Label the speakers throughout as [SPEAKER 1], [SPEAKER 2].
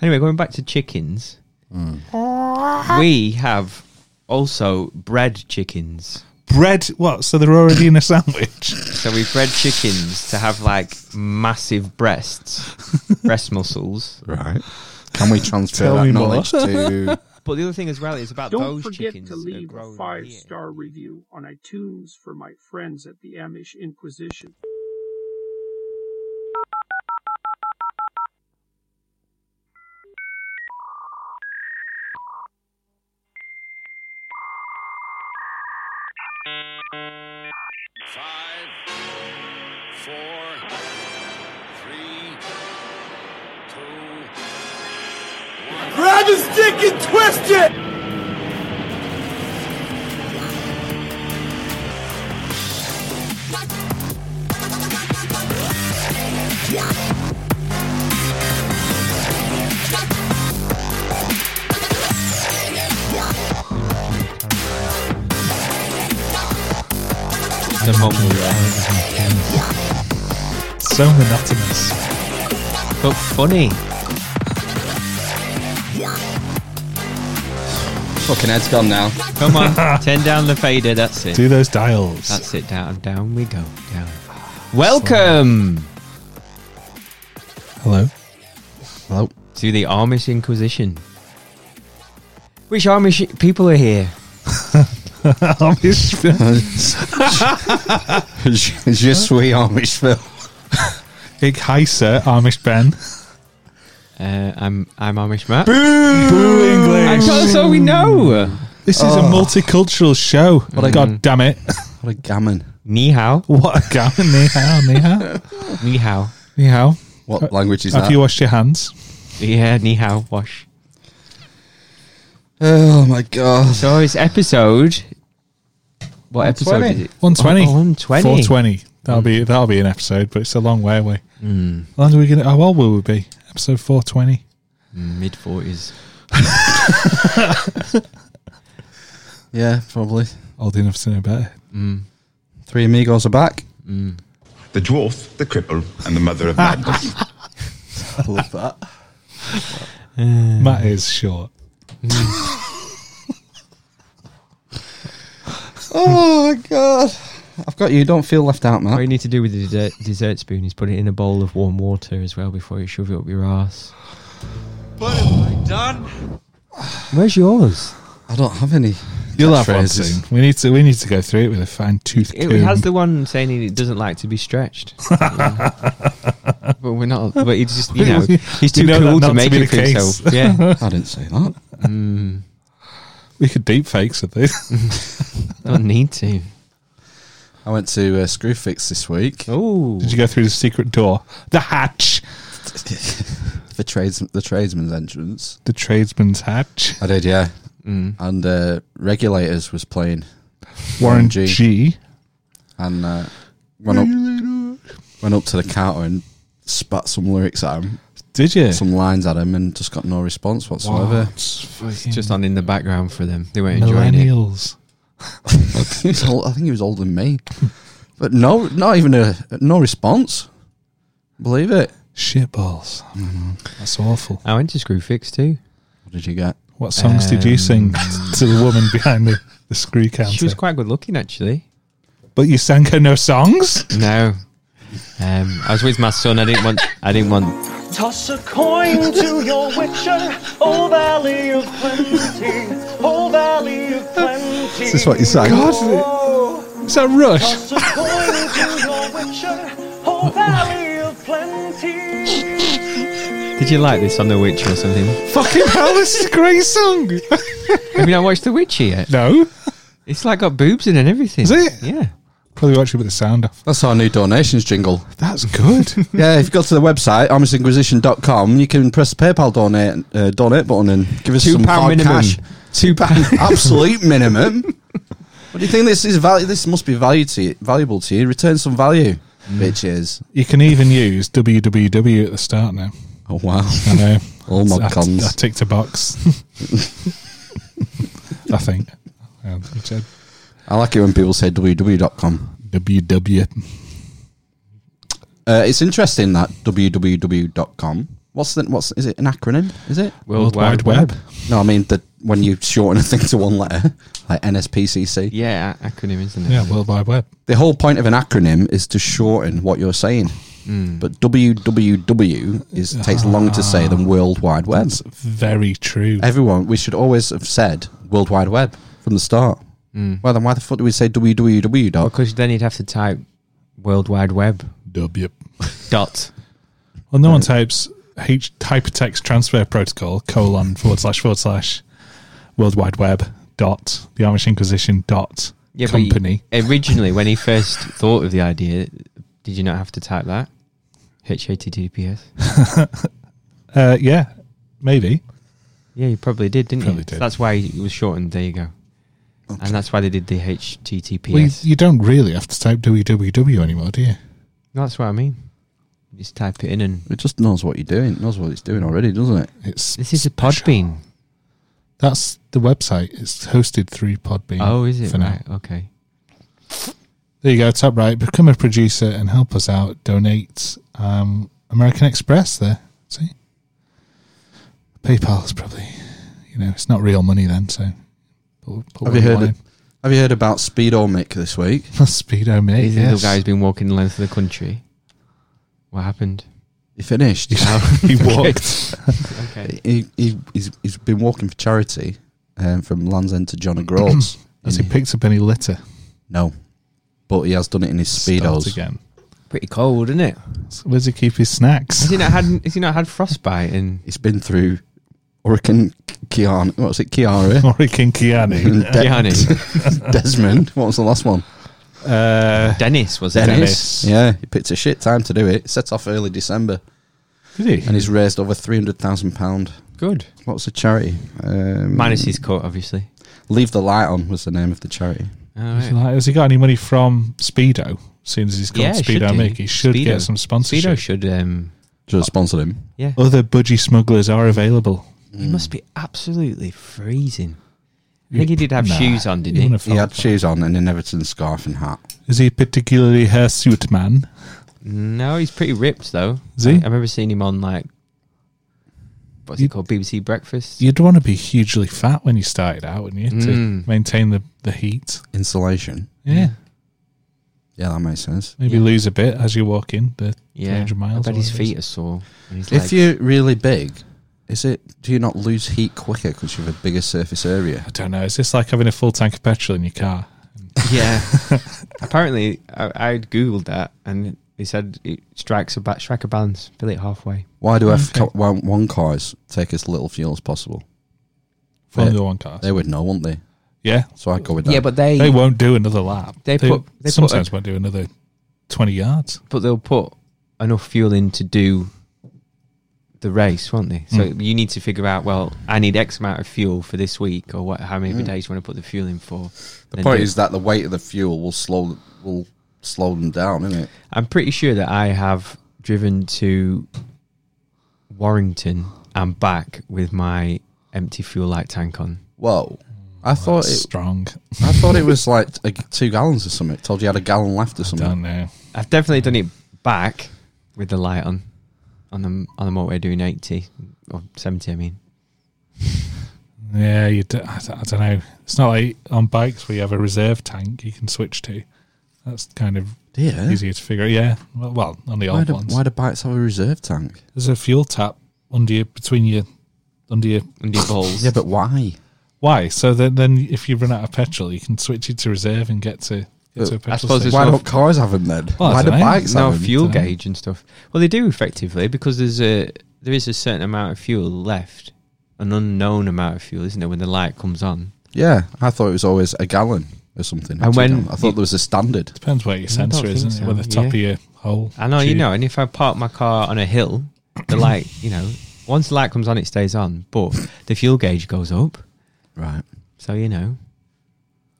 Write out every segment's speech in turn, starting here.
[SPEAKER 1] Anyway, going back to chickens, we have also bred chickens.
[SPEAKER 2] Bread, what? So they're already in a sandwich?
[SPEAKER 1] So we bred chickens to have like massive breasts, breast muscles.
[SPEAKER 3] Right. Can we transfer
[SPEAKER 2] Tell
[SPEAKER 3] that
[SPEAKER 2] me more.
[SPEAKER 3] knowledge to
[SPEAKER 1] But the other thing as well is about
[SPEAKER 4] Don't
[SPEAKER 1] those
[SPEAKER 4] forget
[SPEAKER 1] chickens uh,
[SPEAKER 4] to
[SPEAKER 1] that are
[SPEAKER 4] leave a
[SPEAKER 1] grown
[SPEAKER 4] five
[SPEAKER 1] here.
[SPEAKER 4] star review on iTunes for my friends at the Amish Inquisition.
[SPEAKER 5] Five, four, three, two,
[SPEAKER 6] Grab a stick and twist it!
[SPEAKER 1] The mum were-
[SPEAKER 2] so monotonous.
[SPEAKER 1] but funny.
[SPEAKER 7] Fucking head's gone now.
[SPEAKER 1] Come on, turn down the fader. That's it.
[SPEAKER 2] Do those dials.
[SPEAKER 1] That's it. Down, down we go. Down. Welcome
[SPEAKER 2] Hello.
[SPEAKER 3] Hello?
[SPEAKER 1] to the Amish Inquisition. Which Amish people are here?
[SPEAKER 2] Amish-
[SPEAKER 3] Je suis Amish Phil.
[SPEAKER 2] Big hi, sir, Amish Ben.
[SPEAKER 1] Uh, I'm I'm Amish Matt.
[SPEAKER 2] Boo English. Oh.
[SPEAKER 1] So, so we know.
[SPEAKER 2] This is a multicultural show. God damn it.
[SPEAKER 3] What a gammon.
[SPEAKER 1] Ni hao.
[SPEAKER 2] What a gammon. Ni hao, ni hao.
[SPEAKER 1] Ni hao.
[SPEAKER 2] Ni hao.
[SPEAKER 3] What language is
[SPEAKER 2] Have
[SPEAKER 3] that?
[SPEAKER 2] you washed your hands?
[SPEAKER 1] Yeah, ni hao. Wash.
[SPEAKER 3] oh my god.
[SPEAKER 1] So it's episode. What episode is
[SPEAKER 3] 120.
[SPEAKER 1] it?
[SPEAKER 2] 120.
[SPEAKER 1] Oh, Hmm. 120.
[SPEAKER 2] 420. That'll be that'll be an episode, but it's a long way away.
[SPEAKER 1] Hmm.
[SPEAKER 2] How long are we gonna how old will we be? Episode four twenty.
[SPEAKER 1] Mid 40s.
[SPEAKER 3] Yeah, probably.
[SPEAKER 2] Old enough to know better.
[SPEAKER 3] Three amigos are back.
[SPEAKER 8] the dwarf, the cripple, and the mother of madness.
[SPEAKER 3] I love that.
[SPEAKER 2] Matt is short.
[SPEAKER 3] oh my god. I've got you, don't feel left out,
[SPEAKER 1] What
[SPEAKER 3] Matt.
[SPEAKER 1] you need to do with the dessert, dessert spoon is put it in a bowl of warm water as well before you shove it up your ass. Where's yours?
[SPEAKER 3] I don't have any.
[SPEAKER 2] You'll have one
[SPEAKER 3] catchphrases.
[SPEAKER 2] soon. We need to we need to go through it with a fine tooth
[SPEAKER 1] It
[SPEAKER 2] comb.
[SPEAKER 1] has the one saying it doesn't like to be stretched. Yeah. But we're not. But he's just you know he's too
[SPEAKER 2] You know that
[SPEAKER 1] cool to
[SPEAKER 2] not to
[SPEAKER 1] make
[SPEAKER 2] be
[SPEAKER 1] it for
[SPEAKER 2] the case.
[SPEAKER 1] himself. Yeah,
[SPEAKER 3] I didn't say that.
[SPEAKER 2] we could deep fakes of this.
[SPEAKER 1] don't need to.
[SPEAKER 3] I went to uh, Screwfix this week
[SPEAKER 1] Oh,
[SPEAKER 2] Did you go through the secret door? The hatch.
[SPEAKER 3] for trades the tradesman's entrance.
[SPEAKER 2] The tradesman's hatch.
[SPEAKER 3] I did, yeah. And uh, Regulators was playing
[SPEAKER 2] Warren
[SPEAKER 3] G.
[SPEAKER 2] G.
[SPEAKER 3] and uh, went up went up to the counter and spat some lyrics at him,
[SPEAKER 2] Did you?
[SPEAKER 3] some lines at him, and just got no response whatsoever.
[SPEAKER 1] it's just on in the background for them. They weren't enjoying it.
[SPEAKER 2] millennials.
[SPEAKER 3] He was old- I think he was older than me, but no, not even a no response. Believe it.
[SPEAKER 2] Shitballs. That's awful.
[SPEAKER 1] I went to Screwfix too.
[SPEAKER 3] What did you get?
[SPEAKER 2] What songs did you sing to the woman behind the, the screw
[SPEAKER 1] She
[SPEAKER 2] counter?
[SPEAKER 1] was quite good looking actually.
[SPEAKER 2] but you sang her no songs?
[SPEAKER 1] No, um, I was with my son. I didn't want. I didn't want
[SPEAKER 9] Toss a coin to your witcher, O Valley of Plenty, O Valley of Plenty.
[SPEAKER 3] Is this what you sang?
[SPEAKER 2] Is that Rush?
[SPEAKER 9] Toss a coin to your witcher, O Valley of Plenty.
[SPEAKER 1] Did you like this on The Witch or something?
[SPEAKER 2] Fucking hell, this is a great song.
[SPEAKER 1] Have you not watched The Witcher yet?
[SPEAKER 2] no.
[SPEAKER 1] It's like got boobs in and everything.
[SPEAKER 2] Is it?
[SPEAKER 1] Yeah.
[SPEAKER 2] Probably watch it with the sound off.
[SPEAKER 3] That's our new donations jingle.
[SPEAKER 2] That's good.
[SPEAKER 3] yeah, if you go to the website, armisinquisition.com, you can press the PayPal donate uh, donate button and give us
[SPEAKER 1] Two
[SPEAKER 3] some
[SPEAKER 1] pound
[SPEAKER 3] hard
[SPEAKER 1] minimum.
[SPEAKER 3] cash.
[SPEAKER 1] Two pound.
[SPEAKER 3] absolute minimum. What do you think this is value? This must be value to you, valuable to you. Return some value,
[SPEAKER 1] Mm.
[SPEAKER 3] bitches.
[SPEAKER 2] you can even use www at the start now.
[SPEAKER 3] Oh wow!
[SPEAKER 2] I know.
[SPEAKER 3] All my
[SPEAKER 2] I, I
[SPEAKER 3] cons.
[SPEAKER 2] ticked a box. I think. Um, it said
[SPEAKER 3] I like it when people say www.com.
[SPEAKER 2] www.
[SPEAKER 3] Uh, it's interesting that www.com What's the what's is it an acronym? Is it?
[SPEAKER 1] World, Wide, Web.
[SPEAKER 3] No, I mean the when you shorten a thing to one letter, like NSPCC.
[SPEAKER 1] Yeah, a- acronym, isn't it?
[SPEAKER 2] Yeah, World Wide Web.
[SPEAKER 3] The whole point of an acronym is to shorten what you're saying.
[SPEAKER 2] Hmm.
[SPEAKER 3] But WWW is takes longer to say than World Wide Web.
[SPEAKER 2] Very true.
[SPEAKER 1] Uh,
[SPEAKER 3] Everyone, we should always have said World Wide Web from the start.
[SPEAKER 2] Hmm.
[SPEAKER 3] Well, then why the fuck do we say www? Doc?
[SPEAKER 1] Because then you'd have to type World Wide Web
[SPEAKER 2] W.
[SPEAKER 1] dot.
[SPEAKER 2] Well, no one types H hypertext transfer protocol colon forward slash forward slash World Wide Web dot the Amish Inquisition dot
[SPEAKER 1] Yeah, but
[SPEAKER 2] company.
[SPEAKER 1] originally, when he first thought of the idea, did you not have to type that? HTTPS.
[SPEAKER 2] Uh, yeah, maybe.
[SPEAKER 1] Yeah, you probably did, didn't
[SPEAKER 2] Probably
[SPEAKER 1] you?
[SPEAKER 2] did.
[SPEAKER 1] That's why it was shortened. There you go. And that's why they did the HTTPS.
[SPEAKER 2] Well, you- you don't really have to type www anymore, do you?
[SPEAKER 1] that's what I mean. Just type it in, and
[SPEAKER 3] It just knows what you're doing. It knows what it's doing already, doesn't it?
[SPEAKER 2] It's
[SPEAKER 1] this is a
[SPEAKER 2] special.
[SPEAKER 1] Podbean.
[SPEAKER 2] That's the website. It's hosted through Podbean.
[SPEAKER 1] Oh, is it
[SPEAKER 2] for now.
[SPEAKER 1] right? Okay.
[SPEAKER 2] There you go, top right. Become a producer and help us out. Donate um, American Express there. See? PayPal is probably, you know, it's not real money then, so. Put, put
[SPEAKER 3] Have
[SPEAKER 2] what
[SPEAKER 3] you heard?
[SPEAKER 2] want
[SPEAKER 3] Of, have you heard about Speedomic this week?
[SPEAKER 2] in. Speedo mate?
[SPEAKER 1] These little
[SPEAKER 2] Yes.
[SPEAKER 1] guy's been walking the length of the country. What happened?
[SPEAKER 3] He finished.
[SPEAKER 2] he walked.
[SPEAKER 1] Okay.
[SPEAKER 3] he, he, he's, he's been walking for charity um, from Land's End to John O'Groats.
[SPEAKER 2] Has he picked up any litter?
[SPEAKER 3] no, but he has done it in his
[SPEAKER 2] Start
[SPEAKER 3] speedos.
[SPEAKER 2] again.
[SPEAKER 1] Pretty cold, isn't it?
[SPEAKER 2] So where does he keep his snacks?
[SPEAKER 1] Has he not had? Has he not had frostbite? And
[SPEAKER 3] He's been through Hurricane Kian. What's it, Kiara?
[SPEAKER 2] Or a Kinkiani?
[SPEAKER 3] De-
[SPEAKER 1] Johnny,
[SPEAKER 3] Desmond. What was the last one?
[SPEAKER 2] uh,
[SPEAKER 1] Dennis was it?
[SPEAKER 2] Dennis.
[SPEAKER 3] Yeah, he picked a shit time to do it. Set off early December,
[SPEAKER 2] Did
[SPEAKER 3] and
[SPEAKER 2] he?
[SPEAKER 3] he's raised over three hundred thousand pound.
[SPEAKER 1] Good.
[SPEAKER 3] What's the charity? Um,
[SPEAKER 1] Minus his cut, obviously.
[SPEAKER 3] Leave the light on was the name of the charity.
[SPEAKER 1] All
[SPEAKER 2] Is he
[SPEAKER 1] right.
[SPEAKER 2] like- Has he got any money from Speedo? Seeing as he's called
[SPEAKER 1] Yeah, it should
[SPEAKER 2] Speedo
[SPEAKER 1] do.
[SPEAKER 2] Mick, he should
[SPEAKER 1] Speedo.
[SPEAKER 2] get some
[SPEAKER 1] Speedo
[SPEAKER 2] sponsorship.
[SPEAKER 1] should. Um,
[SPEAKER 3] Should have sponsored him.
[SPEAKER 1] yeah.
[SPEAKER 2] Other budgie smugglers are available.
[SPEAKER 1] He must be absolutely freezing. I think he did have
[SPEAKER 2] Nah,
[SPEAKER 1] shoes on, didn't he?
[SPEAKER 2] wouldn't have
[SPEAKER 3] He had
[SPEAKER 2] felt-
[SPEAKER 3] shoes on and an Everton scarf and hat.
[SPEAKER 2] Is he a particularly hirsute man?
[SPEAKER 1] No, he's pretty ripped though.
[SPEAKER 2] Is he?
[SPEAKER 1] I, I remember seeing him on like what's
[SPEAKER 2] You-
[SPEAKER 1] it called? BBC Breakfast.
[SPEAKER 2] You'd want to be hugely fat when you started out, wouldn't you,
[SPEAKER 1] Mm.
[SPEAKER 2] to maintain the, the heat?
[SPEAKER 3] Insulation.
[SPEAKER 2] Yeah,
[SPEAKER 3] Yeah, that makes sense.
[SPEAKER 2] maybe
[SPEAKER 1] Yeah.
[SPEAKER 2] lose a bit as you walk in the
[SPEAKER 1] yeah,
[SPEAKER 2] 300 miles.
[SPEAKER 1] I bet
[SPEAKER 2] or
[SPEAKER 1] his
[SPEAKER 2] whatever it is.
[SPEAKER 1] feet are sore. And his
[SPEAKER 3] If
[SPEAKER 1] legs.
[SPEAKER 3] you're really big, is it? Do you not lose heat quicker because you have a bigger surface area?
[SPEAKER 2] I don't know. Is this like having a full tank of petrol in your car?
[SPEAKER 1] yeah. Apparently, I, I googled that and it said it strikes a ba- strike a balance, fill it halfway.
[SPEAKER 3] Why do F
[SPEAKER 2] Okay.
[SPEAKER 3] why won't one cars take as little fuel as possible?
[SPEAKER 2] Formula One cars.
[SPEAKER 3] They would know, wouldn't they?
[SPEAKER 2] yeah,
[SPEAKER 3] So I go with that.
[SPEAKER 1] Yeah, but they,
[SPEAKER 2] they won't do another lap.
[SPEAKER 1] They put- they put
[SPEAKER 2] sometimes
[SPEAKER 1] a-
[SPEAKER 2] won't do another 20 yards.
[SPEAKER 1] but they'll put enough fuel in to do the race, won't they? So
[SPEAKER 3] Hmm.
[SPEAKER 1] you need to figure out. Well, I need X amount of fuel for this week, or what? How many days you want to put the fuel in for?
[SPEAKER 3] Hmm. the point is that the weight of the fuel will slow will slow them down, isn't it?
[SPEAKER 1] I'm pretty sure that I have driven to Warrington and back with my empty fuel light tank on.
[SPEAKER 3] Whoa. I thought it.
[SPEAKER 2] Strong.
[SPEAKER 3] I thought it was like a, two gallons or something. Told you had a gallon left or something.
[SPEAKER 2] Don't know.
[SPEAKER 1] I've definitely done it back with the light on on the on the motorway doing 80 or 70. I mean,
[SPEAKER 2] Yeah, you. Do, I, don't know. It's not like on bikes where you have a reserve tank you can switch to. That's kind of
[SPEAKER 3] Yeah.
[SPEAKER 2] easier to figure. out. Yeah, well, well on the
[SPEAKER 3] Why
[SPEAKER 2] old
[SPEAKER 3] do,
[SPEAKER 2] ones,
[SPEAKER 3] why do bikes have a reserve tank?
[SPEAKER 2] there's a fuel tap under your between your under your.
[SPEAKER 1] under your balls.
[SPEAKER 3] Yeah, but why?
[SPEAKER 2] Why? So then, then if you run out of petrol, you can switch it to reserve and get to get to a petrol
[SPEAKER 1] Uh, suppose it's
[SPEAKER 2] station.
[SPEAKER 1] There's
[SPEAKER 3] why
[SPEAKER 1] no
[SPEAKER 3] don't
[SPEAKER 1] f-
[SPEAKER 3] cars have them then?
[SPEAKER 2] Well, I
[SPEAKER 3] why do
[SPEAKER 2] dunno.
[SPEAKER 3] bikes
[SPEAKER 1] no
[SPEAKER 3] have them?
[SPEAKER 1] fuel
[SPEAKER 2] don't know.
[SPEAKER 1] gauge and stuff. Well, they do effectively because there's a there is a certain amount of fuel left, an unknown amount of fuel, isn't there? When the light comes on,
[SPEAKER 3] Yeah, I thought it was always a gallon or something.
[SPEAKER 1] And when
[SPEAKER 3] I thought
[SPEAKER 1] you-
[SPEAKER 3] there was a standard.
[SPEAKER 2] Depends where your sensor
[SPEAKER 1] don't
[SPEAKER 2] is,
[SPEAKER 1] think
[SPEAKER 2] isn't it?
[SPEAKER 1] so,
[SPEAKER 2] Where the top of
[SPEAKER 1] yeah.
[SPEAKER 2] your hole.
[SPEAKER 1] I know you
[SPEAKER 2] tube-
[SPEAKER 1] know. And if I park my car on a hill, the light, you know, once the light comes on, it stays on, but the fuel gauge goes up.
[SPEAKER 3] Right.
[SPEAKER 1] So you know,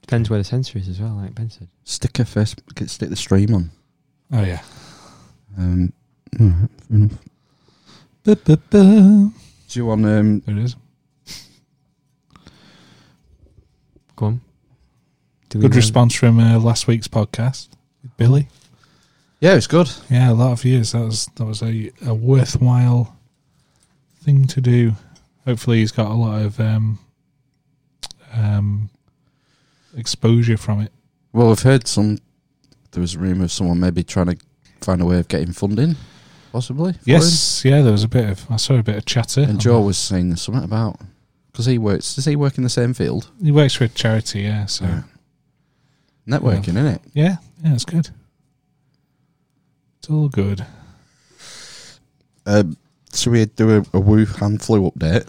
[SPEAKER 1] depends where the sensor is as well. Like Ben said,
[SPEAKER 3] Stick a first, stick the stream on.
[SPEAKER 2] Oh yeah.
[SPEAKER 3] Um, alright, fair enough.
[SPEAKER 2] Ba-ba-ba.
[SPEAKER 3] Do you want um,
[SPEAKER 2] There it is.
[SPEAKER 1] go on. Do
[SPEAKER 2] Good
[SPEAKER 1] know-
[SPEAKER 2] response from uh, last week's podcast, Billy.
[SPEAKER 3] Yeah, it's good.
[SPEAKER 2] Yeah, a lot of years. That was that was a, a worthwhile thing to do. Hopefully, he's got a lot of um, um, exposure from it.
[SPEAKER 10] Well, I've heard some. There was a rumor of someone maybe trying to find a way of getting funding, possibly. for him.
[SPEAKER 2] Yes, yeah, there was a bit of I saw a bit of chatter. on
[SPEAKER 10] And Joe was saying something about because he works. Does he work in the same field?
[SPEAKER 2] that. he works for a charity, yeah. So
[SPEAKER 10] Yeah. Networking, isn't it?
[SPEAKER 2] yeah, yeah, it's good. It's all good.
[SPEAKER 3] Um, so we do a, a Wuhan flu update.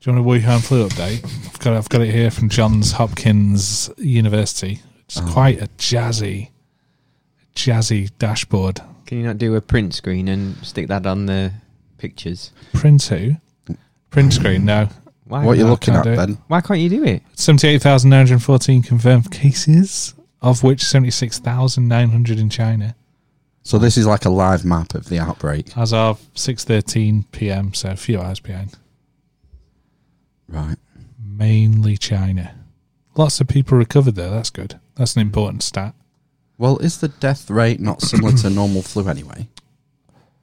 [SPEAKER 2] Do you want a Wuhan flu update? I've got I've got it here from Johns Hopkins University. It's quite a jazzy, jazzy dashboard.
[SPEAKER 1] Can you not do a print screen and stick that on the pictures?
[SPEAKER 2] Print who? Print screen. No,
[SPEAKER 1] Why?
[SPEAKER 3] What are you
[SPEAKER 2] I
[SPEAKER 3] looking at,
[SPEAKER 2] can't do it.
[SPEAKER 3] Ben?
[SPEAKER 1] Why can't you do it?
[SPEAKER 2] seventy-eight thousand nine hundred fourteen confirmed cases, of which seventy-six thousand nine hundred in China,
[SPEAKER 3] So this is like a live map of the outbreak.
[SPEAKER 2] as of six thirteen p.m. So a few hours behind.
[SPEAKER 3] Right.
[SPEAKER 2] Mainly China. Lots of people recovered there. That's good. That's an important stat.
[SPEAKER 3] Well, is the death rate not similar to normal flu anyway?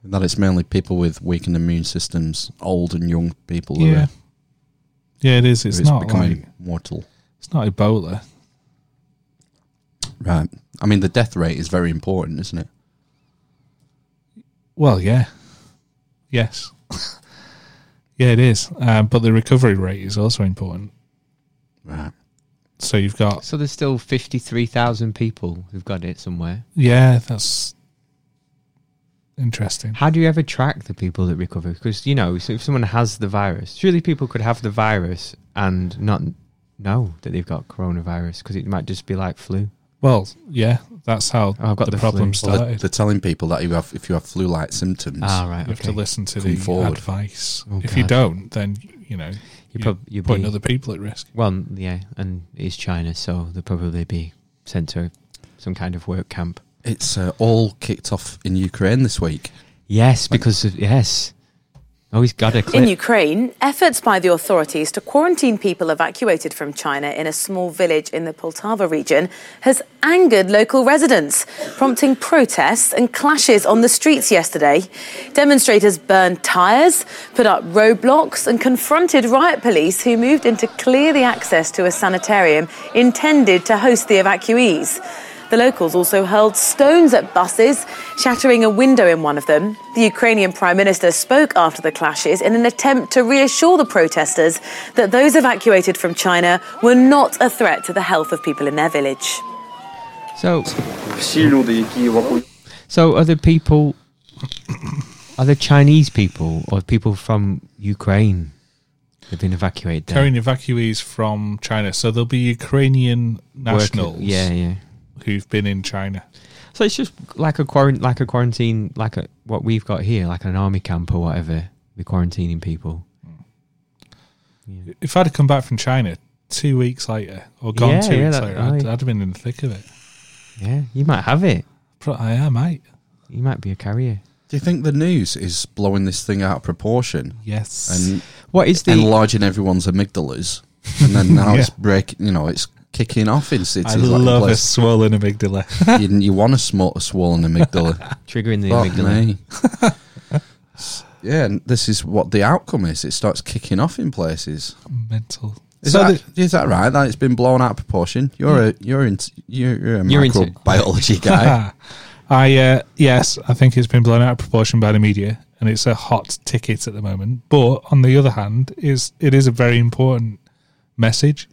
[SPEAKER 3] In That it's mainly people with weakened immune systems, old and young people who
[SPEAKER 2] Yeah.
[SPEAKER 3] are
[SPEAKER 2] Yeah, it is.
[SPEAKER 3] who
[SPEAKER 2] It's,
[SPEAKER 3] is
[SPEAKER 2] not
[SPEAKER 3] becoming
[SPEAKER 2] like,
[SPEAKER 3] mortal.
[SPEAKER 2] it's not Ebola.
[SPEAKER 3] Right. I mean, the death rate is very important, isn't it?
[SPEAKER 2] Well, yeah. Yes. yeah, it is. Um, but the recovery rate is also important.
[SPEAKER 3] Right.
[SPEAKER 2] So you've got,
[SPEAKER 1] So there's still fifty-three thousand people who've got it somewhere.
[SPEAKER 2] yeah, that's interesting.
[SPEAKER 1] How do you ever track the people that recover? Because you know, so if someone has the virus, surely people could have the virus and not know that they've got coronavirus because it might just be like flu.
[SPEAKER 2] Well, yeah, that's how
[SPEAKER 1] Oh, I've got
[SPEAKER 2] the,
[SPEAKER 1] the
[SPEAKER 2] problem
[SPEAKER 1] flu.
[SPEAKER 3] Well,
[SPEAKER 2] started.
[SPEAKER 3] they're, they're telling people that you have if you have flu-like symptoms.
[SPEAKER 1] Ah, right.
[SPEAKER 2] you have to
[SPEAKER 1] okay.
[SPEAKER 2] listen to
[SPEAKER 3] Come
[SPEAKER 2] the
[SPEAKER 3] forward.
[SPEAKER 2] advice.
[SPEAKER 1] Oh,
[SPEAKER 2] if you
[SPEAKER 1] God.
[SPEAKER 2] don't, then, you know,
[SPEAKER 1] You
[SPEAKER 2] you
[SPEAKER 1] prob- you'd
[SPEAKER 2] putting
[SPEAKER 1] be-
[SPEAKER 2] other people at risk.
[SPEAKER 1] Well, yeah, and it's China, so they'll probably be sent to some kind of work camp.
[SPEAKER 3] It's uh, all kicked off in Ukraine this week.
[SPEAKER 1] Yes, because of, yes. Oh, he's got a clip.
[SPEAKER 11] In Ukraine, efforts by the authorities to quarantine people evacuated from China in a small village in the Poltava region has angered local residents, prompting protests and clashes on the streets yesterday. Demonstrators burned tyres, put up roadblocks, and confronted riot police who moved in to clear the access to a sanitarium intended to host the evacuees. The locals also hurled stones at buses, shattering a window in one of them. The Ukrainian Prime Minister spoke after the clashes in an attempt to reassure the protesters that those evacuated from China were not a threat to the health of people in their village.
[SPEAKER 1] So, so are the people are the Chinese people or people from Ukraine that have been evacuated there?
[SPEAKER 2] Carrying evacuees from China. So there'll be Ukrainian
[SPEAKER 1] Working-
[SPEAKER 2] nationals
[SPEAKER 1] Yeah, yeah.
[SPEAKER 2] who've been in China.
[SPEAKER 1] So it's just like a quarant, like a quarantine, like a, what we've got here, like an army camp or whatever. We're quarantining people.
[SPEAKER 2] if I'd have come back from China two weeks later or gone
[SPEAKER 1] Yeah,
[SPEAKER 2] two
[SPEAKER 1] yeah,
[SPEAKER 2] weeks
[SPEAKER 1] that-
[SPEAKER 2] later, I'd,
[SPEAKER 1] aye.
[SPEAKER 2] I'd have been in the thick of it.
[SPEAKER 1] Yeah, you might have it.
[SPEAKER 2] Pro- I am, mate.
[SPEAKER 1] You might be a carrier.
[SPEAKER 3] Do you think the news is blowing this thing out of proportion
[SPEAKER 2] Yes.
[SPEAKER 3] and
[SPEAKER 1] What is the?
[SPEAKER 3] enlarging everyone's amygdalas? And then now it's
[SPEAKER 2] Yeah.
[SPEAKER 3] breaking. You know, it's kicking off in cities.
[SPEAKER 2] I
[SPEAKER 3] like in
[SPEAKER 2] love a
[SPEAKER 3] places-
[SPEAKER 2] swollen amygdala.
[SPEAKER 3] you, you want a, sm- a swollen amygdala.
[SPEAKER 1] triggering the
[SPEAKER 3] Fuck
[SPEAKER 1] amygdala.
[SPEAKER 3] me. S- yeah, and this is what the outcome is. It starts kicking off in places.
[SPEAKER 2] Mental.
[SPEAKER 3] Is
[SPEAKER 2] So
[SPEAKER 3] that is that right? That it's been blown out of proportion. You're a you're in, you're, you're a
[SPEAKER 1] You're into it.
[SPEAKER 3] microbiology guy.
[SPEAKER 2] Ah, I uh, yes, I think it's been blown out of proportion by the media, and it's a hot ticket at the moment. But on the other hand, is it is a very important message.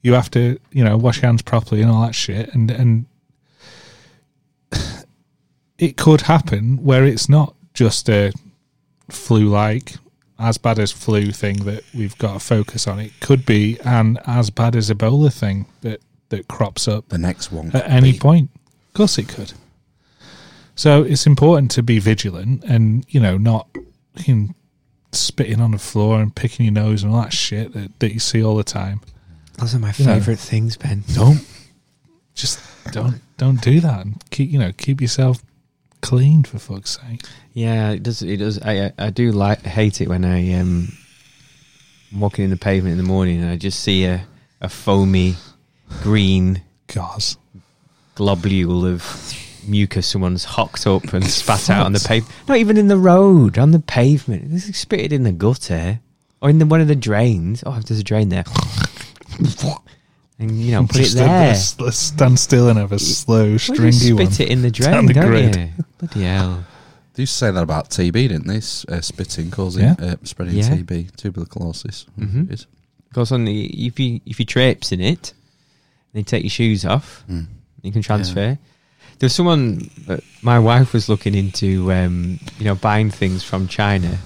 [SPEAKER 2] You have to, you know, wash your hands properly and all that shit, and and it could happen where it's not just a flu-like, as bad as flu thing that we've got to focus on. It could be an as bad as Ebola thing that that crops up
[SPEAKER 3] the next one
[SPEAKER 2] at
[SPEAKER 3] could
[SPEAKER 2] any
[SPEAKER 3] be-
[SPEAKER 2] point. Of course, it could. So it's important to be vigilant and you know not fucking spitting on the floor and picking your nose and all that shit that, that you see all the time.
[SPEAKER 1] Those are my
[SPEAKER 2] know.
[SPEAKER 1] favourite things, Ben.
[SPEAKER 2] Don't just don't don't do that and keep you know keep yourself clean for fuck's sake.
[SPEAKER 1] Yeah, it does. It does. I I I do like hate it when I um am walking in the pavement in the morning and I just see a a foamy green
[SPEAKER 2] Gauze.
[SPEAKER 1] globule of mucus someone's hocked up and spat out on the pavement. Not even in the road, on the pavement. This is spitted in the gutter or in the, one of the drains. Oh, there's a drain there. and you know, put it
[SPEAKER 2] Just a-
[SPEAKER 1] there.
[SPEAKER 2] Let's, let's stand still and have a slow,
[SPEAKER 1] Why do you
[SPEAKER 2] stringy one.
[SPEAKER 1] spit it in the drain,
[SPEAKER 2] down the
[SPEAKER 1] don't
[SPEAKER 2] grid.
[SPEAKER 1] you? Bloody hell.
[SPEAKER 3] They used to say that about TB, didn't they? S- Uh, spitting causing
[SPEAKER 2] Yeah. Mm-hmm.
[SPEAKER 3] uh, spreading
[SPEAKER 1] Yeah.
[SPEAKER 3] TB, tuberculosis.
[SPEAKER 1] Mhm.
[SPEAKER 3] It is.
[SPEAKER 1] Because on the if you if you traipse in it, then you take your shoes off,
[SPEAKER 3] Mm.
[SPEAKER 1] you can transfer. There was someone uh, my wife was looking into, um, you know, buying things from China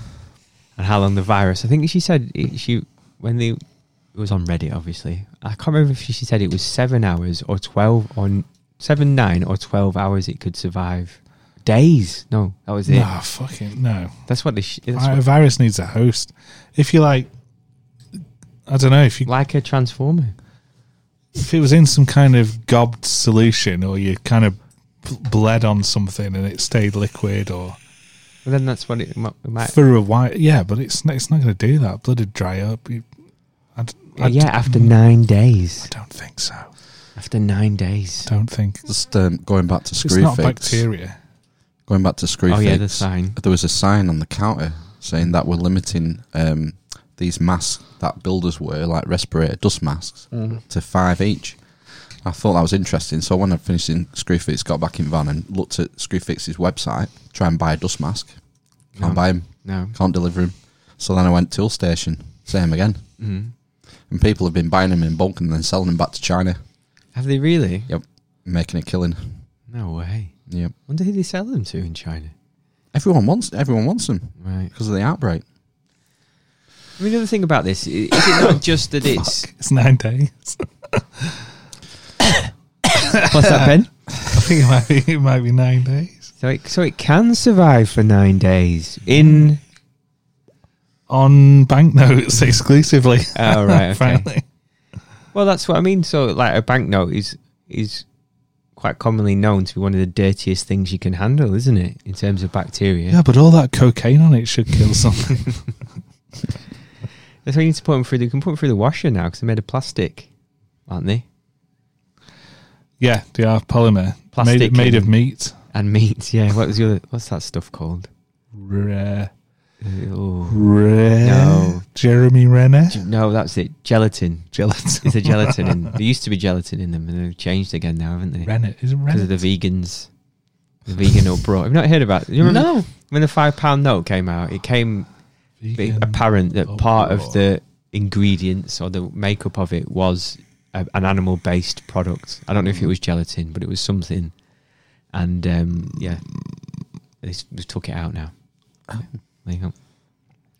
[SPEAKER 1] and how long the virus. I think she said it, she when they it was on Reddit, obviously. I can't remember if she, she said it was seven hours or twelve on seven nine or twelve hours it could survive. Days? No, that was it.
[SPEAKER 2] Nah, fucking no.
[SPEAKER 1] That's what they. Sh- that's
[SPEAKER 2] A
[SPEAKER 1] what,
[SPEAKER 2] virus needs a host. If you like, I don't know. If you
[SPEAKER 1] like a transformer.
[SPEAKER 2] if it was in some kind of gobbed solution, or you kind of b- bled on something and it stayed liquid, or
[SPEAKER 1] But then that's what it, mi- it might.
[SPEAKER 2] for a while, yeah. But it's not, it's not going to do that. Blood would dry up. You, I, d- I d-
[SPEAKER 1] Uh, yeah, after nine days.
[SPEAKER 2] don't think so.
[SPEAKER 1] After nine days.
[SPEAKER 2] Don't think
[SPEAKER 3] Just um, going back to
[SPEAKER 2] it's
[SPEAKER 3] screw
[SPEAKER 2] not
[SPEAKER 3] figs.
[SPEAKER 2] bacteria.
[SPEAKER 3] Going back to screw
[SPEAKER 1] oh
[SPEAKER 3] figs.
[SPEAKER 1] yeah, the sign.
[SPEAKER 3] there was a sign on the counter saying that we're limiting um, these masks that builders wear, like respirator dust masks, to five each. I thought that was interesting. So when I finished in Screwfix, got back in van and looked at Screwfix's website, try and buy a dust mask. Can't
[SPEAKER 1] No.
[SPEAKER 3] buy him,
[SPEAKER 1] No.
[SPEAKER 3] can't deliver him. So then I went tool station, same again.
[SPEAKER 1] Mm.
[SPEAKER 3] And people have been buying them in bulk and then selling them back to China,
[SPEAKER 1] Have they really?
[SPEAKER 3] making a killing.
[SPEAKER 1] No way.
[SPEAKER 3] Yep.
[SPEAKER 1] Wonder who they sell them to in China.
[SPEAKER 3] Everyone wants everyone wants them
[SPEAKER 1] Right.
[SPEAKER 3] because of the outbreak.
[SPEAKER 1] I mean, the other thing about this i- is it not just that it's
[SPEAKER 2] It's nine days.
[SPEAKER 1] what's that, Ben?
[SPEAKER 2] I think it might be it might be nine days
[SPEAKER 1] So it so it can survive for nine days in.
[SPEAKER 2] on banknotes exclusively.
[SPEAKER 1] Oh right. Okay.
[SPEAKER 2] Apparently,
[SPEAKER 1] well, that's what I mean. So like a banknote is is quite commonly known to be one of the dirtiest things you can handle, isn't it? In terms of bacteria.
[SPEAKER 2] yeah, but all that cocaine on it should kill something.
[SPEAKER 1] That's why you need to put them through. the- You can put them through the washer now because they're made of plastic, aren't they?
[SPEAKER 2] yeah, they are polymer,
[SPEAKER 1] Plastic
[SPEAKER 2] made, made of
[SPEAKER 1] and-
[SPEAKER 2] meat.
[SPEAKER 1] And meat. Yeah. What was the other, What's that stuff called?
[SPEAKER 2] Rare,
[SPEAKER 1] Uh, oh.
[SPEAKER 2] rare.
[SPEAKER 1] No.
[SPEAKER 2] Jeremy Renner.
[SPEAKER 1] No, that's it. Gelatin.
[SPEAKER 2] Gelatin.
[SPEAKER 1] It's a gelatin. In, there used to be gelatin in them, and they've changed again now, haven't they?
[SPEAKER 2] Renner is it
[SPEAKER 1] Because of
[SPEAKER 2] Renner.
[SPEAKER 1] the vegans, the vegan uproar. I've not heard about. You remember
[SPEAKER 2] No.
[SPEAKER 1] when the five pound note came out, it came be
[SPEAKER 2] Vegan.
[SPEAKER 1] apparent that part of
[SPEAKER 2] uproar.
[SPEAKER 1] the ingredients or the makeup of it was a, an animal based product. I don't know if it was gelatin, but it was something. And um, yeah, they s- they took it out now. There you go.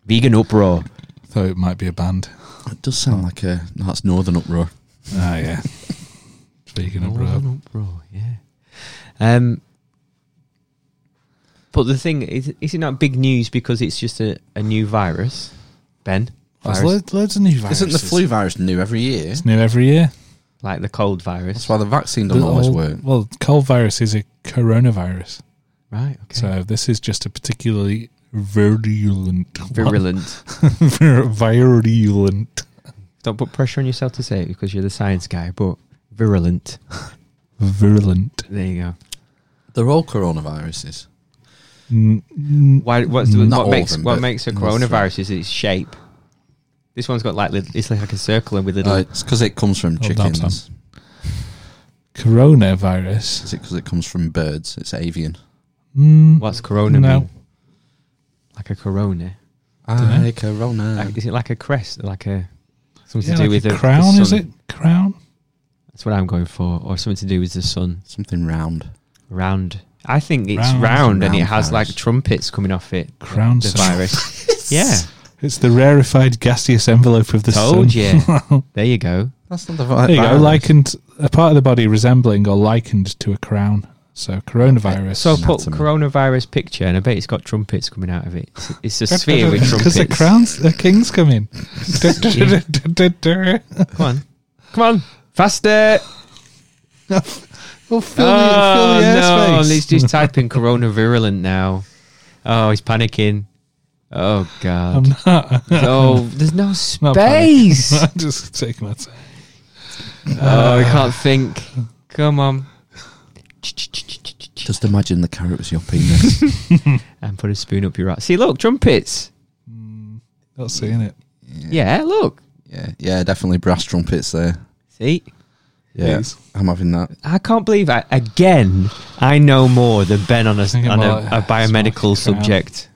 [SPEAKER 1] Vegan uproar.
[SPEAKER 2] Thought it might be a band.
[SPEAKER 3] It does sound like a no, that's Northern uproar.
[SPEAKER 2] Ah, yeah. Speaking of
[SPEAKER 1] Northern
[SPEAKER 2] rap,
[SPEAKER 1] uproar, yeah. Um, but the thing is, is it not big news because it's just a, a new virus, Ben?
[SPEAKER 2] there's
[SPEAKER 1] Virus?
[SPEAKER 2] loads, loads of new viruses.
[SPEAKER 3] Isn't the flu virus new every year?
[SPEAKER 2] It's new every year.
[SPEAKER 1] Like the cold virus,
[SPEAKER 3] That's why the vaccine doesn't
[SPEAKER 2] The
[SPEAKER 3] always
[SPEAKER 2] old-
[SPEAKER 3] work.
[SPEAKER 2] Well, cold virus is a coronavirus.
[SPEAKER 1] right? Okay.
[SPEAKER 2] So this is just a particularly virulent, one.
[SPEAKER 1] Virulent.
[SPEAKER 2] Vir- virulent,
[SPEAKER 1] Don't put pressure on yourself to say it because you're the science guy. But virulent.
[SPEAKER 2] virulent.
[SPEAKER 1] There you go.
[SPEAKER 3] They're all coronaviruses.
[SPEAKER 2] N- n-
[SPEAKER 1] Why? What's the,
[SPEAKER 3] Not
[SPEAKER 1] what
[SPEAKER 3] all
[SPEAKER 1] makes
[SPEAKER 3] of them,
[SPEAKER 1] what
[SPEAKER 3] but
[SPEAKER 1] makes a
[SPEAKER 3] most of them.
[SPEAKER 1] coronavirus is its shape. This one's got like li- it's like a circle and with little.
[SPEAKER 3] Uh, it's because it comes from
[SPEAKER 2] Oh, damn, Sam.
[SPEAKER 3] chickens.
[SPEAKER 2] Coronavirus.
[SPEAKER 3] Is it because it comes from birds? It's avian.
[SPEAKER 2] Mm,
[SPEAKER 1] what's corona
[SPEAKER 2] No.
[SPEAKER 1] mean? Like a corona.
[SPEAKER 2] Dunno.
[SPEAKER 3] Aye, corona.
[SPEAKER 1] Like, is it like a crest, like a something
[SPEAKER 2] yeah,
[SPEAKER 1] to do
[SPEAKER 2] like
[SPEAKER 1] with
[SPEAKER 2] a
[SPEAKER 1] the the
[SPEAKER 2] crown? is
[SPEAKER 1] sun?
[SPEAKER 2] it crown?
[SPEAKER 1] That's what I'm going for, or something to do with the sun.
[SPEAKER 3] Something round.
[SPEAKER 1] Round. I think it's round,
[SPEAKER 2] Round.
[SPEAKER 1] and it
[SPEAKER 3] Round
[SPEAKER 1] has
[SPEAKER 3] virus.
[SPEAKER 1] like trumpets coming off it.
[SPEAKER 2] Crown
[SPEAKER 1] The
[SPEAKER 2] sun.
[SPEAKER 1] virus. yeah.
[SPEAKER 2] It's the rarefied gaseous envelope of the
[SPEAKER 1] Told
[SPEAKER 2] sun.
[SPEAKER 1] you. There you go.
[SPEAKER 3] That's not the vi-
[SPEAKER 2] There you go.
[SPEAKER 3] virus.
[SPEAKER 2] Likened a part of the body resembling or likened to a crown. So coronavirus.
[SPEAKER 1] So I put
[SPEAKER 3] Anatomy.
[SPEAKER 1] coronavirus picture, and I bet it's got trumpets coming out of it. It's, it's a sphere with trumpets.
[SPEAKER 2] because the crowns, the kings come in.
[SPEAKER 1] Come on, come on, faster!
[SPEAKER 2] We'll fill
[SPEAKER 1] oh
[SPEAKER 2] the,
[SPEAKER 1] no,
[SPEAKER 2] fill the airspace.
[SPEAKER 1] he's just typing corona virulent now. Oh, he's panicking. Oh god.
[SPEAKER 2] I'm not.
[SPEAKER 1] Oh, there's no
[SPEAKER 2] Not panic.
[SPEAKER 1] space.
[SPEAKER 2] I'm just taking my time.
[SPEAKER 1] oh, I can't think. Come on. much.
[SPEAKER 3] Just imagine the carrot was your penis.
[SPEAKER 1] and put a spoon up your ass. See, look, trumpets.
[SPEAKER 2] Not seeing it.
[SPEAKER 1] Yeah, look.
[SPEAKER 3] yeah, yeah, definitely brass trumpets there.
[SPEAKER 1] See,
[SPEAKER 3] Yeah,
[SPEAKER 2] Yes.
[SPEAKER 3] I'm having that.
[SPEAKER 1] I can't believe I again. I know more than Ben on a
[SPEAKER 2] Think
[SPEAKER 1] on a,
[SPEAKER 2] about
[SPEAKER 1] a
[SPEAKER 2] it.
[SPEAKER 1] biomedical
[SPEAKER 2] Smoking crap.
[SPEAKER 1] subject.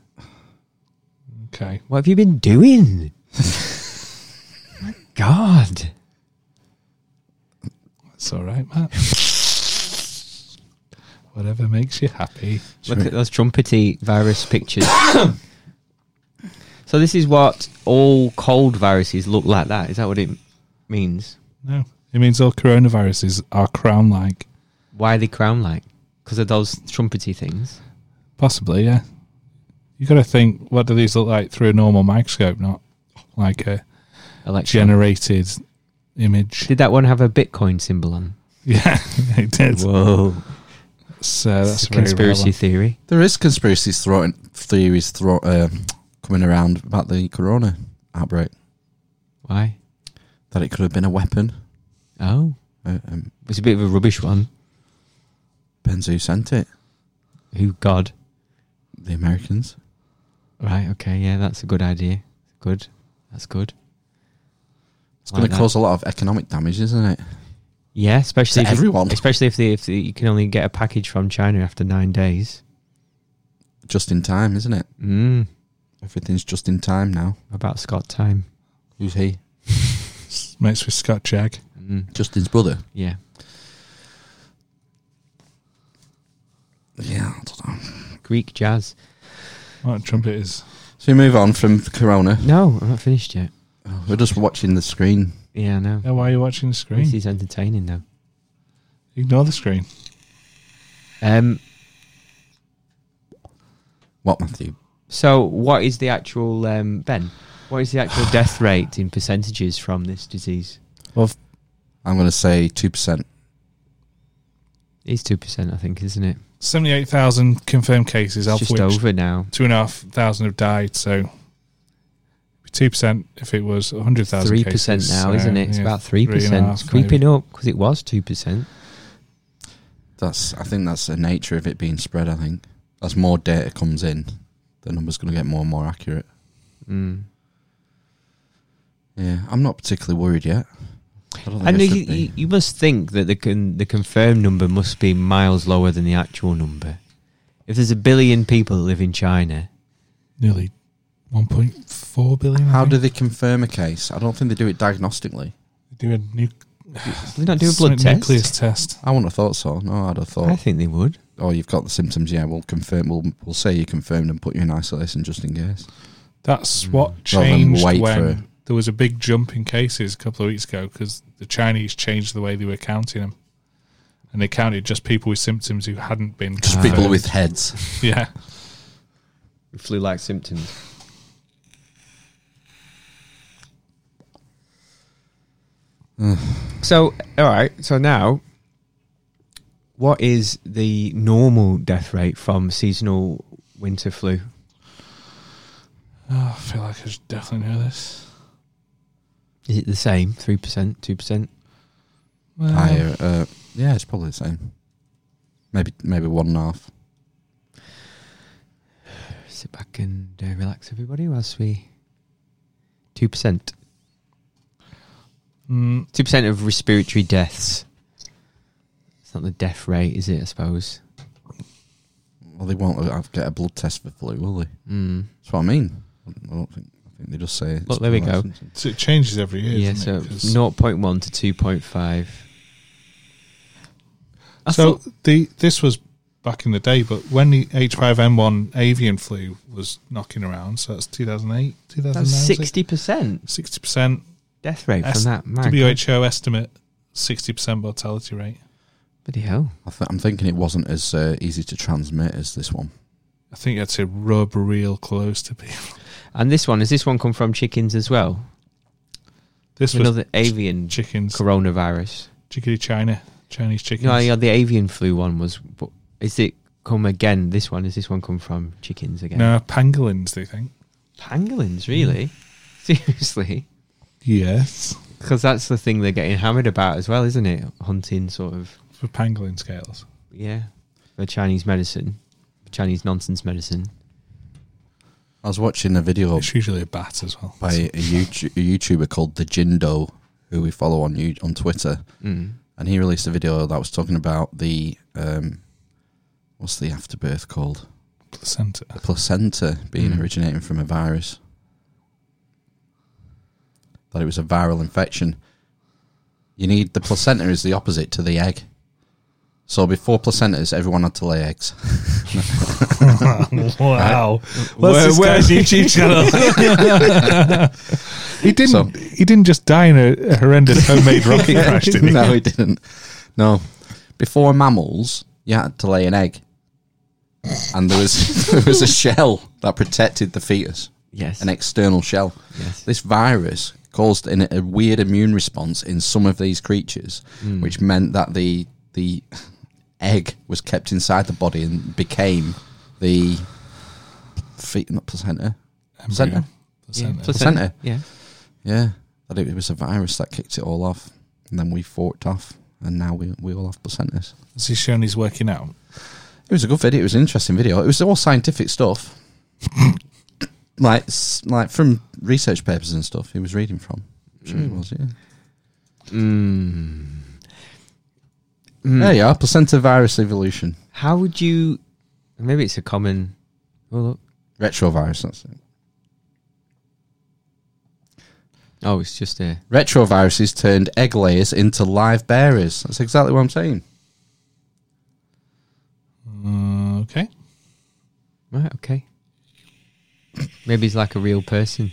[SPEAKER 2] Okay.
[SPEAKER 1] What have you been doing? My God.
[SPEAKER 2] That's all right, Matt. Whatever makes you happy.
[SPEAKER 1] Look at those trumpety virus pictures. so this is what all cold viruses look like. That is that what it means?
[SPEAKER 2] No. It means all coronaviruses are crown like.
[SPEAKER 1] Why are they crown like? Because of those trumpety things.
[SPEAKER 2] Possibly, yeah. You gotta think what do these look like through a normal microscope, not like a
[SPEAKER 1] Electron.
[SPEAKER 2] generated image.
[SPEAKER 1] Did that one have a Bitcoin symbol on?
[SPEAKER 2] Yeah, it did.
[SPEAKER 1] Whoa,
[SPEAKER 2] So
[SPEAKER 1] it's
[SPEAKER 2] that's
[SPEAKER 1] a
[SPEAKER 2] a very rare
[SPEAKER 1] conspiracy
[SPEAKER 2] one.
[SPEAKER 1] theory.
[SPEAKER 3] There is conspiracy thro- theories thro- uh, coming around about the corona outbreak
[SPEAKER 1] Why?
[SPEAKER 3] that it could have been a weapon.
[SPEAKER 1] Oh,
[SPEAKER 3] Uh, um,
[SPEAKER 1] it's a bit of a rubbish one.
[SPEAKER 3] depends who sent it.
[SPEAKER 1] Who God?
[SPEAKER 3] The Americans.
[SPEAKER 1] Right. Okay. Yeah, that's a good idea. Good. That's good.
[SPEAKER 3] It's going
[SPEAKER 1] Like
[SPEAKER 3] to
[SPEAKER 1] that.
[SPEAKER 3] cause a lot of economic damage, isn't it?
[SPEAKER 1] Yeah, especially
[SPEAKER 3] To
[SPEAKER 1] if you-
[SPEAKER 3] everyone.
[SPEAKER 1] especially if, the, if the, you can only get a package from China after nine days.
[SPEAKER 3] Just in time, isn't it?
[SPEAKER 1] Mm,
[SPEAKER 3] Everything's just in time now.
[SPEAKER 1] about Scott time.
[SPEAKER 3] Who's he?
[SPEAKER 2] Mates with Scott Jag.
[SPEAKER 1] Mm,
[SPEAKER 3] Justin's brother.
[SPEAKER 1] yeah.
[SPEAKER 3] Yeah, I don't know.
[SPEAKER 1] Greek jazz.
[SPEAKER 2] What a trumpet is.
[SPEAKER 3] So we move on from Corona.
[SPEAKER 1] No, I'm not finished yet.
[SPEAKER 3] We're just watching the screen.
[SPEAKER 1] Yeah, no.
[SPEAKER 2] Yeah, why are you watching the
[SPEAKER 1] This
[SPEAKER 2] screen?
[SPEAKER 1] is entertaining though.
[SPEAKER 2] Ignore the screen.
[SPEAKER 1] Um,
[SPEAKER 3] What, Matthew?
[SPEAKER 1] so what is the actual um, Ben? What is the actual death rate in percentages from this disease?
[SPEAKER 3] I'm going to say 2%.
[SPEAKER 1] It's two percent, I think, isn't it?
[SPEAKER 2] Seventy-eight thousand confirmed cases,
[SPEAKER 1] It's
[SPEAKER 2] of
[SPEAKER 1] just
[SPEAKER 2] which
[SPEAKER 1] over now.
[SPEAKER 2] two and a half thousand have died. So two percent if it was hundred thousand.
[SPEAKER 1] Three percent now, isn't it? It's about three percent. It's creeping up because it was two percent.
[SPEAKER 3] That's. I think that's the nature of it being spread, I think. As more data comes in, the number's going to get more and more accurate.
[SPEAKER 1] Mm.
[SPEAKER 3] Yeah, I'm not particularly worried yet. I don't think
[SPEAKER 1] And
[SPEAKER 3] I
[SPEAKER 1] you,
[SPEAKER 3] should be.
[SPEAKER 1] you, you must think that the con- the confirmed number must be miles lower than the actual number. If there's a billion people that live in China,
[SPEAKER 2] Nearly one point four billion.
[SPEAKER 3] How do they confirm a case? I don't think they do it diagnostically.
[SPEAKER 2] do a nu-
[SPEAKER 1] do they not do a blood
[SPEAKER 2] some
[SPEAKER 1] test?
[SPEAKER 2] nucleus test?
[SPEAKER 3] I wouldn't have thought so. No, I'd have
[SPEAKER 1] I
[SPEAKER 3] thought.
[SPEAKER 1] think they would.
[SPEAKER 3] Oh, you've got the symptoms. Yeah, we'll confirm. We'll we'll say you confirmed and put you in isolation just in case.
[SPEAKER 2] That's what
[SPEAKER 3] Hmm. Rather than
[SPEAKER 2] changed
[SPEAKER 3] wait
[SPEAKER 2] when
[SPEAKER 3] for-
[SPEAKER 2] there was a big jump in cases a couple of weeks ago because the Chinese changed the way they were counting them, and they counted just people with symptoms who hadn't been
[SPEAKER 3] Just people
[SPEAKER 2] confirmed.
[SPEAKER 3] with heads.
[SPEAKER 2] yeah.
[SPEAKER 1] Flu-like symptoms. so, all right. So now, what is the normal death rate from seasonal winter flu?
[SPEAKER 2] Oh, I feel like I should definitely know this.
[SPEAKER 1] Is it the same? Three percent, two percent?
[SPEAKER 2] Well,
[SPEAKER 3] Higher. Uh, yeah, it's probably the same. Maybe maybe one and a half.
[SPEAKER 1] Sit back and uh, relax, everybody, whilst we. 2%.
[SPEAKER 2] mm,
[SPEAKER 1] 2% of respiratory deaths. It's not the death rate, is it, I suppose?
[SPEAKER 3] Well, they won't have, get a blood test for flu, will they?
[SPEAKER 1] Mm.
[SPEAKER 3] That's what I mean. I don't think. I think they just say. it's
[SPEAKER 1] Look, there we
[SPEAKER 3] flu-like
[SPEAKER 1] go.
[SPEAKER 3] symptoms.
[SPEAKER 2] so it changes every year.
[SPEAKER 1] Yeah,
[SPEAKER 2] doesn't
[SPEAKER 1] so
[SPEAKER 2] it? 'Cause-
[SPEAKER 1] 0.1 to 2.5. I
[SPEAKER 2] so
[SPEAKER 1] thought-
[SPEAKER 2] the this was back in the day, but when the H5N1 avian flu was knocking around, so that's 2008, 2009.
[SPEAKER 1] that was 60%
[SPEAKER 2] 60 percent
[SPEAKER 1] death rate
[SPEAKER 2] S-
[SPEAKER 1] from that. My God.
[SPEAKER 2] WHO estimate, 60 percent mortality rate.
[SPEAKER 1] Bloody hell.
[SPEAKER 3] I th- I'm thinking it wasn't as uh, easy to transmit as this one.
[SPEAKER 2] I think I'd say rub real close to people.
[SPEAKER 1] And this one, has this one come from chickens as well?
[SPEAKER 2] This was
[SPEAKER 1] Another avian
[SPEAKER 2] chickens,
[SPEAKER 1] coronavirus.
[SPEAKER 2] chickadee China, Chinese chickens.
[SPEAKER 1] No, yeah, the avian flu one was. but Is it come again? This one is this one come from chickens again?
[SPEAKER 2] No, pangolins. They think.
[SPEAKER 1] Pangolins, really? Seriously?
[SPEAKER 2] Yes,
[SPEAKER 1] Because that's the thing they're getting hammered about as well, isn't it? Hunting, sort of.
[SPEAKER 2] for pangolin scales.
[SPEAKER 1] Yeah. for Chinese medicine, Chinese nonsense medicine.
[SPEAKER 3] I was watching a
[SPEAKER 1] Oh.
[SPEAKER 3] video
[SPEAKER 2] It's usually a bat as well.
[SPEAKER 3] by a, YouTube, a YouTuber called the Jindo, who we follow on you on Twitter,
[SPEAKER 1] Mm.
[SPEAKER 3] and he released a video that was talking about the um, what's the afterbirth called?
[SPEAKER 2] placenta.
[SPEAKER 3] The placenta being
[SPEAKER 1] Mm.
[SPEAKER 3] originating from a virus. That it was a viral infection. You need the placenta is the opposite to the egg. So before placentas, everyone had to lay eggs.
[SPEAKER 2] wow.
[SPEAKER 3] Where-
[SPEAKER 2] Where's
[SPEAKER 3] where's
[SPEAKER 2] YouTube channel? he didn't.
[SPEAKER 3] So-
[SPEAKER 2] he didn't just die in a, a horrendous homemade rocket crash, did he?
[SPEAKER 3] no, he didn't. No, before mammals, you had to lay an egg, and there was there was a shell that protected the fetus,
[SPEAKER 1] Yes.
[SPEAKER 3] an external shell.
[SPEAKER 1] Yes.
[SPEAKER 3] This virus caused an, a weird immune response in some of these creatures, which meant that the the egg was kept inside the body and became the feet, not placenta. Placenta.
[SPEAKER 2] Placenta.
[SPEAKER 3] Placenta.
[SPEAKER 1] Yeah.
[SPEAKER 3] Yeah, that it was a virus that kicked it all off, and then we fought it off, and now we we all have placentas.
[SPEAKER 2] Has he shown he's working out?
[SPEAKER 3] It was a good video. It was an interesting video. It was all scientific stuff, like s- like from research papers and stuff he was reading from. I'm sure it was. Yeah.
[SPEAKER 1] Mm.
[SPEAKER 3] There you are. Placenta virus evolution.
[SPEAKER 1] How would you? Maybe it's a common. Oh look.
[SPEAKER 3] Retrovirus. That's it.
[SPEAKER 1] Oh, it's just a.
[SPEAKER 3] Retroviruses turned egg layers into live bearers. That's exactly what I'm saying.
[SPEAKER 2] Mm, okay.
[SPEAKER 1] Right. Okay. Maybe he's like a real person.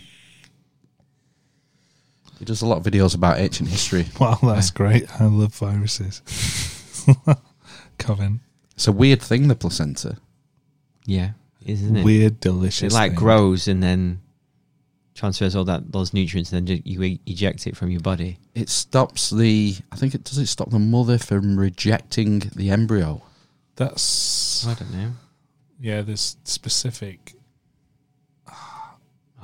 [SPEAKER 3] He does a lot of videos about ancient history.
[SPEAKER 2] Wow, that's great. I love viruses. Coven.
[SPEAKER 3] It's a weird thing, the placenta.
[SPEAKER 1] Yeah. Isn't it?
[SPEAKER 2] Weird, delicious.
[SPEAKER 1] It like
[SPEAKER 2] thing.
[SPEAKER 1] grows and then transfers all that those nutrients, and then ju- you e- eject it from your body.
[SPEAKER 3] it stops the I think it does it stop the mother from rejecting the embryo.
[SPEAKER 2] That's
[SPEAKER 1] I don't know.
[SPEAKER 2] yeah. There's specific.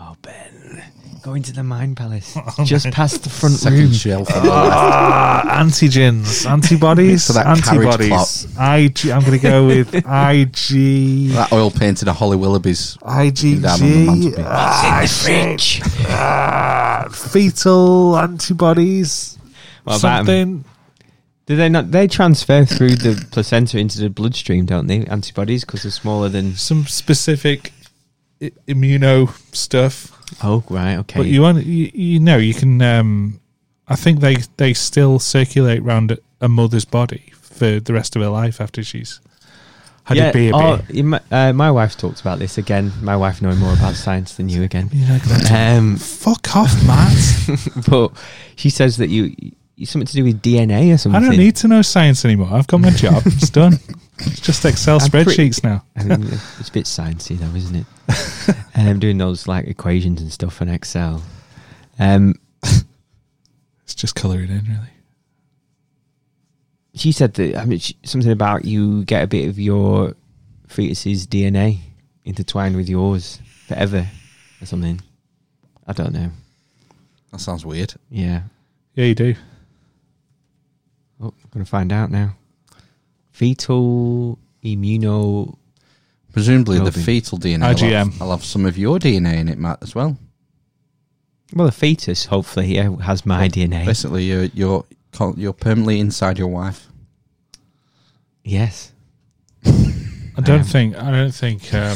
[SPEAKER 1] Oh, Ben, go into the mind palace. just past the front room.
[SPEAKER 3] Second shell for the left.
[SPEAKER 2] Ah, antigens, antibodies,
[SPEAKER 3] So that carriage
[SPEAKER 2] antibodies.
[SPEAKER 3] clot.
[SPEAKER 2] IG. I'm going to go with IG.
[SPEAKER 3] That oil painting of Holly Willoughby's
[SPEAKER 2] IgG,
[SPEAKER 3] down on the mantelpiece.
[SPEAKER 2] ah,
[SPEAKER 1] fridge?
[SPEAKER 2] ah, fetal antibodies,
[SPEAKER 1] What about 'em?
[SPEAKER 2] something.
[SPEAKER 1] Do they not? They transfer through the placenta into the bloodstream, don't they? Antibodies because they're smaller than.
[SPEAKER 2] Some specific I- immuno stuff.
[SPEAKER 1] Oh, right. Okay.
[SPEAKER 2] But you, on, you you know you can. Um, I think they they still circulate round a mother's body for the rest of her life after she's had a baby.
[SPEAKER 1] oh, you mi- uh, my wife talked about this again. My wife knowing more about science than you again. Um,
[SPEAKER 2] Fuck off, Matt.
[SPEAKER 1] but she says that you, you something to do with DNA or
[SPEAKER 2] I
[SPEAKER 1] something.
[SPEAKER 2] don't need to know science anymore. I've got my job. It's done. It's just Excel
[SPEAKER 1] I'm pretty-
[SPEAKER 2] spreadsheets now.
[SPEAKER 1] I mean, it's a bit sciencey though, isn't it? um, doing those like equations and stuff in Excel. Um,
[SPEAKER 2] It's just colouring in, really.
[SPEAKER 1] she said that I mean she, something about you get a bit of your fetus's DNA intertwined with yours forever or something. I don't know.
[SPEAKER 3] That sounds weird.
[SPEAKER 1] Yeah.
[SPEAKER 2] Yeah, you do.
[SPEAKER 1] Oh, I'm gonna find out now. Fetal immuno.
[SPEAKER 3] Presumably the
[SPEAKER 1] Willoughby.
[SPEAKER 3] fetal DNA. will
[SPEAKER 2] IgM.
[SPEAKER 3] have- I'll have some of your DNA in it, Matt, as well.
[SPEAKER 1] Well, the fetus hopefully yeah, has my DNA.
[SPEAKER 3] Basically, you're you're con- you're permanently inside your wife.
[SPEAKER 1] Yes.
[SPEAKER 2] I don't
[SPEAKER 1] Um,
[SPEAKER 2] think. I don't think. Um,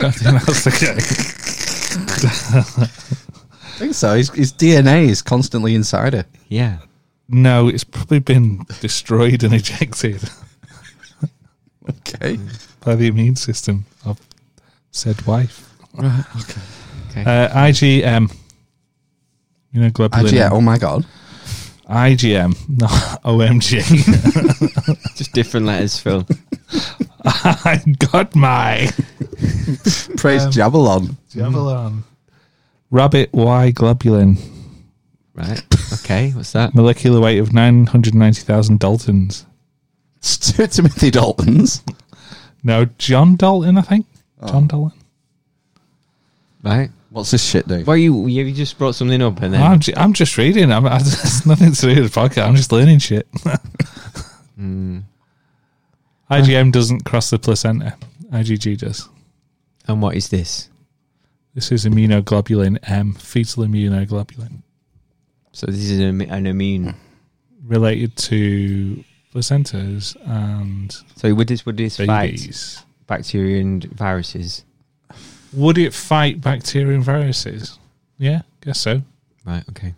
[SPEAKER 2] don't think that's the case.
[SPEAKER 3] I think so. His, his DNA is constantly inside her.
[SPEAKER 1] Yeah.
[SPEAKER 2] No, it's probably been destroyed and ejected
[SPEAKER 3] Okay.
[SPEAKER 2] by the immune system of said wife.
[SPEAKER 1] Okay.
[SPEAKER 2] Uh, IgM. You know, globulin.
[SPEAKER 3] IgM. Oh my god.
[SPEAKER 2] IgM, not OMG.
[SPEAKER 1] Just different letters, Phil.
[SPEAKER 2] I got my
[SPEAKER 3] Praise Jabalon.
[SPEAKER 2] javelin. Rabbit Y globulin,
[SPEAKER 1] right. Okay. What's that?
[SPEAKER 2] molecular weight of 990,000 Daltons.
[SPEAKER 3] Timothy Dalton's.
[SPEAKER 2] No, John Dalton, I think. John Dalton.
[SPEAKER 1] Right.
[SPEAKER 3] What's this shit do?
[SPEAKER 1] Well, you you just brought something up and then
[SPEAKER 2] I'm, ju- I'm just reading. I'm, I, it's nothing to do with the podcast. I'm just learning shit. IgM doesn't cross the placenta. IgG does.
[SPEAKER 1] And what is this?
[SPEAKER 2] This is immunoglobulin M, fetal immunoglobulin,
[SPEAKER 1] So this is an, an immune.
[SPEAKER 3] Hmm.
[SPEAKER 2] related to placentas and
[SPEAKER 1] So would this would this fight
[SPEAKER 2] babies.
[SPEAKER 1] bacteria and viruses?
[SPEAKER 2] Would it fight bacteria and viruses? Yeah, guess so.
[SPEAKER 1] Right. Okay.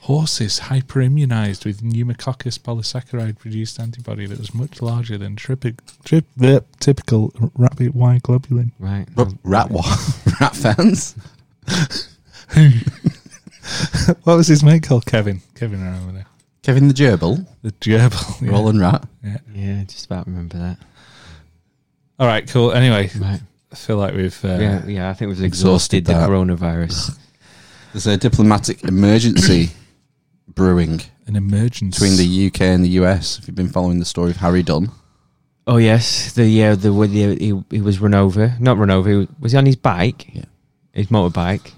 [SPEAKER 2] Horses hyperimmunized with pneumococcus polysaccharide produced antibody that was much larger than tripi- tri- bleh, typical rabbit Y globulin.
[SPEAKER 1] Right.
[SPEAKER 3] But rat what? rat fence?
[SPEAKER 2] What was his mate called? Kevin. Kevin, I remember now.
[SPEAKER 3] Kevin the gerbil,
[SPEAKER 2] The gerbil. yeah.
[SPEAKER 3] Roland Rat.
[SPEAKER 1] Yeah. Just about remember that.
[SPEAKER 2] All right, cool. Anyway,
[SPEAKER 1] Right.
[SPEAKER 2] I feel like we've. Uh,
[SPEAKER 1] Yeah. Yeah. I think we've
[SPEAKER 3] Exhausted
[SPEAKER 1] exhausted, the
[SPEAKER 3] that.
[SPEAKER 1] coronavirus.
[SPEAKER 3] There's a diplomatic emergency brewing
[SPEAKER 2] An emergency.
[SPEAKER 3] between the UK and the US. If you've been following the story of Harry Dunn,
[SPEAKER 1] oh yes. The yeah. The, with the he, he was run over. Not run over. He was, was he on his bike?
[SPEAKER 3] Yeah.
[SPEAKER 1] His motorbike,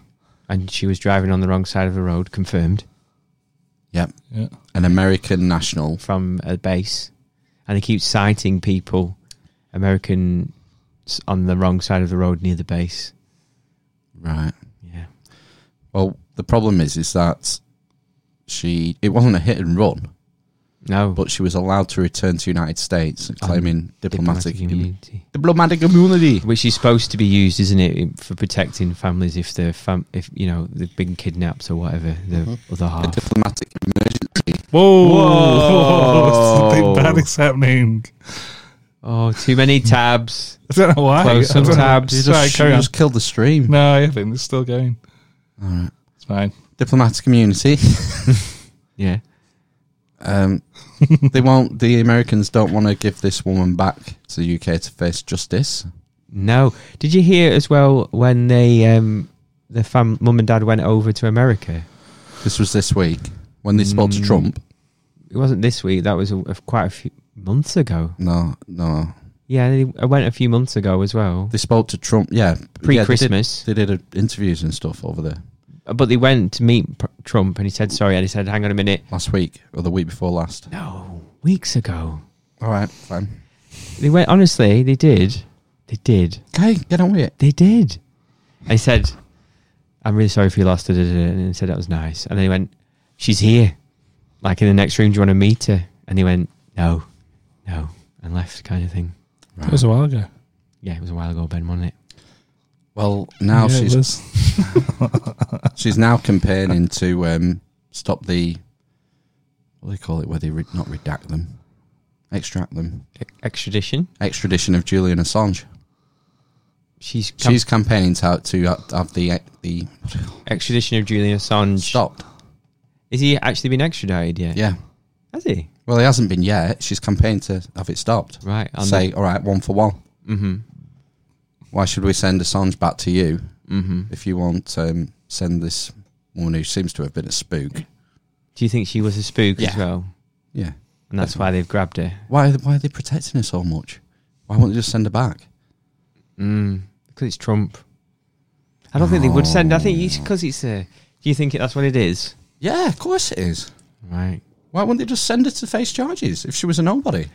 [SPEAKER 1] and she was driving on the wrong side of the road. Confirmed
[SPEAKER 3] yep,
[SPEAKER 2] Yeah.
[SPEAKER 3] an American national
[SPEAKER 1] from a base, and they keep citing people, Americans on the wrong side of the road near the base.
[SPEAKER 3] Right.
[SPEAKER 1] Yeah.
[SPEAKER 3] Well, the problem is, is that she it wasn't a hit and run,
[SPEAKER 1] No.
[SPEAKER 3] but she was allowed to return to United States, claiming Oh, diplomatic
[SPEAKER 1] diplomatic immunity.
[SPEAKER 3] diplomatic immunity.
[SPEAKER 1] which is supposed to be used, isn't it, for protecting families if they're fam- if you know they've been kidnapped or whatever the
[SPEAKER 3] Mm-hmm.
[SPEAKER 1] other half.
[SPEAKER 3] Diplomatic emergency.
[SPEAKER 2] Whoa!
[SPEAKER 1] Whoa.
[SPEAKER 2] Something bad is happening.
[SPEAKER 1] Oh, too many tabs.
[SPEAKER 2] I don't know why.
[SPEAKER 1] Close
[SPEAKER 2] I don't
[SPEAKER 1] some
[SPEAKER 2] know.
[SPEAKER 1] tabs.
[SPEAKER 3] She
[SPEAKER 1] You
[SPEAKER 3] just,
[SPEAKER 2] Sorry,
[SPEAKER 3] she
[SPEAKER 2] carry on.
[SPEAKER 3] just killed the stream.
[SPEAKER 2] No, I haven't. It's still going. It's fine.
[SPEAKER 3] Diplomatic immunity.
[SPEAKER 1] Yeah.
[SPEAKER 3] Um, they won't. The Americans don't want to give this woman back to the UK to face justice.
[SPEAKER 1] No. Did you hear as well when they um the fam mum and dad went over to America?
[SPEAKER 3] This was this week when they spoke to
[SPEAKER 1] Mm.
[SPEAKER 3] Trump.
[SPEAKER 1] It wasn't this week. That was a, a- quite a few months ago.
[SPEAKER 3] No, no,
[SPEAKER 1] Yeah, they, I went a few months ago as well.
[SPEAKER 3] they spoke to Trump. Yeah,
[SPEAKER 1] Pre
[SPEAKER 3] Yeah, they did-
[SPEAKER 1] Christmas,
[SPEAKER 3] they did, uh, interviews and stuff over there
[SPEAKER 1] but they went to meet Pr- Trump, and he said sorry, and he said, "Hang on a minute,
[SPEAKER 3] last week or the week before last.
[SPEAKER 1] no, weeks ago."
[SPEAKER 3] All right, fine.
[SPEAKER 1] They went. Honestly, they did. They did.
[SPEAKER 3] Okay, get on with it.
[SPEAKER 1] They did. And he said, I'm really sorry for your loss. da, da, da, da, And he said, that was nice. And then he went, she's here. Like in the next room, do you want to meet her? And he went, no, no. And left kind of thing.
[SPEAKER 2] That was a while ago.
[SPEAKER 1] Yeah, it was a while ago, Ben, wasn't it?
[SPEAKER 3] Well, now
[SPEAKER 2] Yeah, it
[SPEAKER 3] she's
[SPEAKER 2] was.
[SPEAKER 3] she's now campaigning to um, stop the what do they call it? Where they re- not redact them, extract them,
[SPEAKER 1] E-, Extradition.
[SPEAKER 3] extradition of Julian Assange.
[SPEAKER 1] She's,
[SPEAKER 3] she's campaigning to have, to ha- have the the
[SPEAKER 1] extradition of Julian Assange.
[SPEAKER 3] stopped.
[SPEAKER 1] Is he actually been extradited yet?
[SPEAKER 3] Yeah.
[SPEAKER 1] Has he?
[SPEAKER 3] Well, it hasn't been yet. She's campaigned to have it stopped.
[SPEAKER 1] Right. on
[SPEAKER 3] Say, all right, one for one.
[SPEAKER 1] mm-hmm.
[SPEAKER 3] Why should we send Assange back to you
[SPEAKER 1] Mm-hmm.
[SPEAKER 3] if you won't um, send this woman who seems to have been a spook?
[SPEAKER 1] Do you think she was a spook as
[SPEAKER 3] Yeah.
[SPEAKER 1] well?
[SPEAKER 3] Yeah.
[SPEAKER 1] And that's why they've grabbed her.
[SPEAKER 3] Why? Why are they protecting her so much? Why won't they just send her back?
[SPEAKER 1] Mm, because it's Trump. I don't think they would send. I think because it's a. Do you think that's what it is?
[SPEAKER 3] Yeah, of course it is.
[SPEAKER 1] Right.
[SPEAKER 3] Why wouldn't they just send her to face charges if she was a nobody?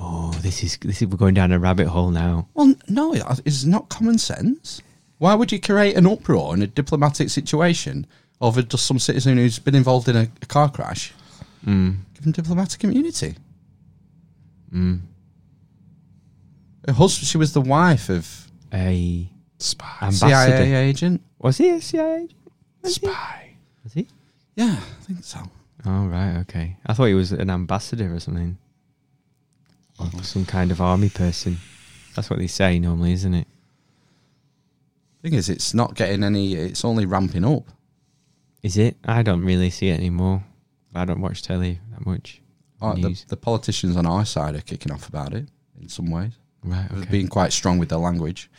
[SPEAKER 1] Oh, this is this is we're going down a rabbit hole now.
[SPEAKER 3] Well, no, it- it's not common sense. Why would you create an uproar in a diplomatic situation over just some citizen who's been involved in a, a car crash?
[SPEAKER 1] Hmm.
[SPEAKER 3] Give him diplomatic immunity.
[SPEAKER 1] Hmm.
[SPEAKER 3] Her husband, she was the wife of
[SPEAKER 1] A
[SPEAKER 2] Spy.
[SPEAKER 1] ambassador.
[SPEAKER 3] CIA agent.
[SPEAKER 1] Was he a CIA? agent?
[SPEAKER 2] Spy.
[SPEAKER 1] Was he?
[SPEAKER 3] Yeah, I think so.
[SPEAKER 1] Oh right, okay. I thought he was an ambassador or something, or some kind of army person. That's what they say normally, isn't it?
[SPEAKER 3] Thing is, it's not getting any. It's only ramping up.
[SPEAKER 1] Is it? I don't really see it anymore. I don't watch telly that much.
[SPEAKER 3] Uh, the,
[SPEAKER 1] News.
[SPEAKER 3] the politicians on our side are kicking off about it in some ways.
[SPEAKER 1] Right.
[SPEAKER 3] was
[SPEAKER 1] Okay.
[SPEAKER 3] being quite strong with their language.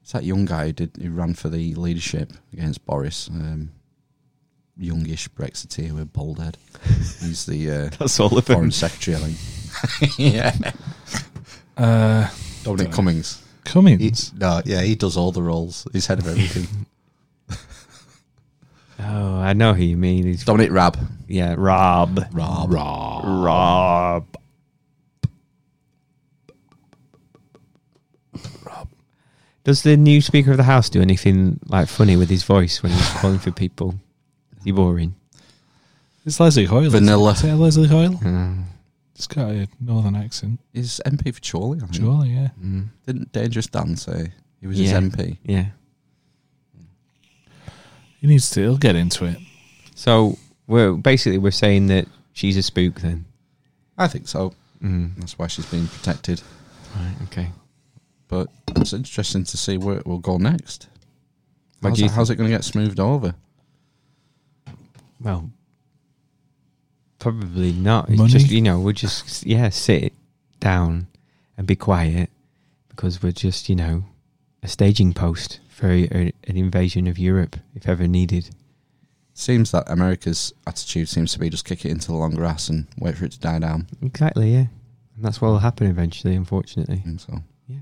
[SPEAKER 3] It's that young guy who did who ran for the leadership against Boris, um, youngish Brexiteer with bald head. He's the uh,
[SPEAKER 1] That's all of
[SPEAKER 3] foreign secretary, I think. yeah,
[SPEAKER 2] Uh,
[SPEAKER 3] Dominic Cummings.
[SPEAKER 2] Cummings.
[SPEAKER 3] no, yeah, he does all the roles. He's head of everything.
[SPEAKER 1] Oh, I know who you mean. He's,
[SPEAKER 3] Dominic Rab.
[SPEAKER 1] yeah, Rob.
[SPEAKER 3] Rab. Rab.
[SPEAKER 1] Rob. Does the new Speaker of the House do anything like funny with his voice when he's calling for people? Is he boring?
[SPEAKER 2] It's Leslie Hoyle. isn't it?
[SPEAKER 3] Vanilla.
[SPEAKER 2] Is it Leslie Hoyle? It's got a northern accent.
[SPEAKER 3] He's MP for Chorley, I think.
[SPEAKER 2] Surely, yeah.
[SPEAKER 1] Mm.
[SPEAKER 3] Didn't Dangerous Dan say he was
[SPEAKER 1] Yeah.
[SPEAKER 3] his MP?
[SPEAKER 1] Yeah.
[SPEAKER 2] He needs to. He'll get into it.
[SPEAKER 1] So we're basically we're saying that she's a spook then.
[SPEAKER 3] I think so.
[SPEAKER 1] Mm.
[SPEAKER 3] That's why she's being protected.
[SPEAKER 1] Right. Okay.
[SPEAKER 3] But it's interesting to see where it will go next.
[SPEAKER 1] What
[SPEAKER 3] How's,
[SPEAKER 1] do you
[SPEAKER 3] it, how's it going to get smoothed over?
[SPEAKER 1] Well, probably not. It's
[SPEAKER 2] Money?
[SPEAKER 1] just you know we'll just yeah sit down and be quiet because we're just you know a staging post for a, an invasion of Europe if ever needed.
[SPEAKER 3] Seems that America's attitude seems to be just kick it into the long grass and wait for it to die down.
[SPEAKER 1] Exactly. Yeah. And that's what will happen eventually. Unfortunately.
[SPEAKER 3] I think so.
[SPEAKER 1] Yeah.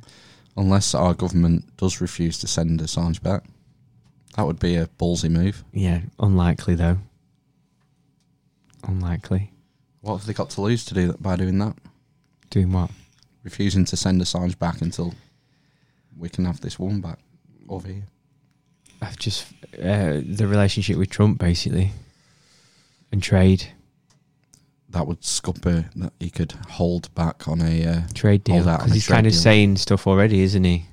[SPEAKER 3] Unless our government does refuse to send Assange back. That would be a ballsy move.
[SPEAKER 1] Yeah. Unlikely though. Unlikely.
[SPEAKER 3] What have they got to lose to do that by doing that?
[SPEAKER 1] Doing what?
[SPEAKER 3] Refusing to send Assange back until we can have this woman back over here.
[SPEAKER 1] I've just uh, the relationship with Trump basically, and trade
[SPEAKER 3] That would scupper that he could hold back on a. Uh,
[SPEAKER 1] trade deal
[SPEAKER 3] Hold out on
[SPEAKER 1] because
[SPEAKER 3] a
[SPEAKER 1] he's
[SPEAKER 3] trade
[SPEAKER 1] kind of
[SPEAKER 3] deal.
[SPEAKER 1] saying stuff already, isn't he?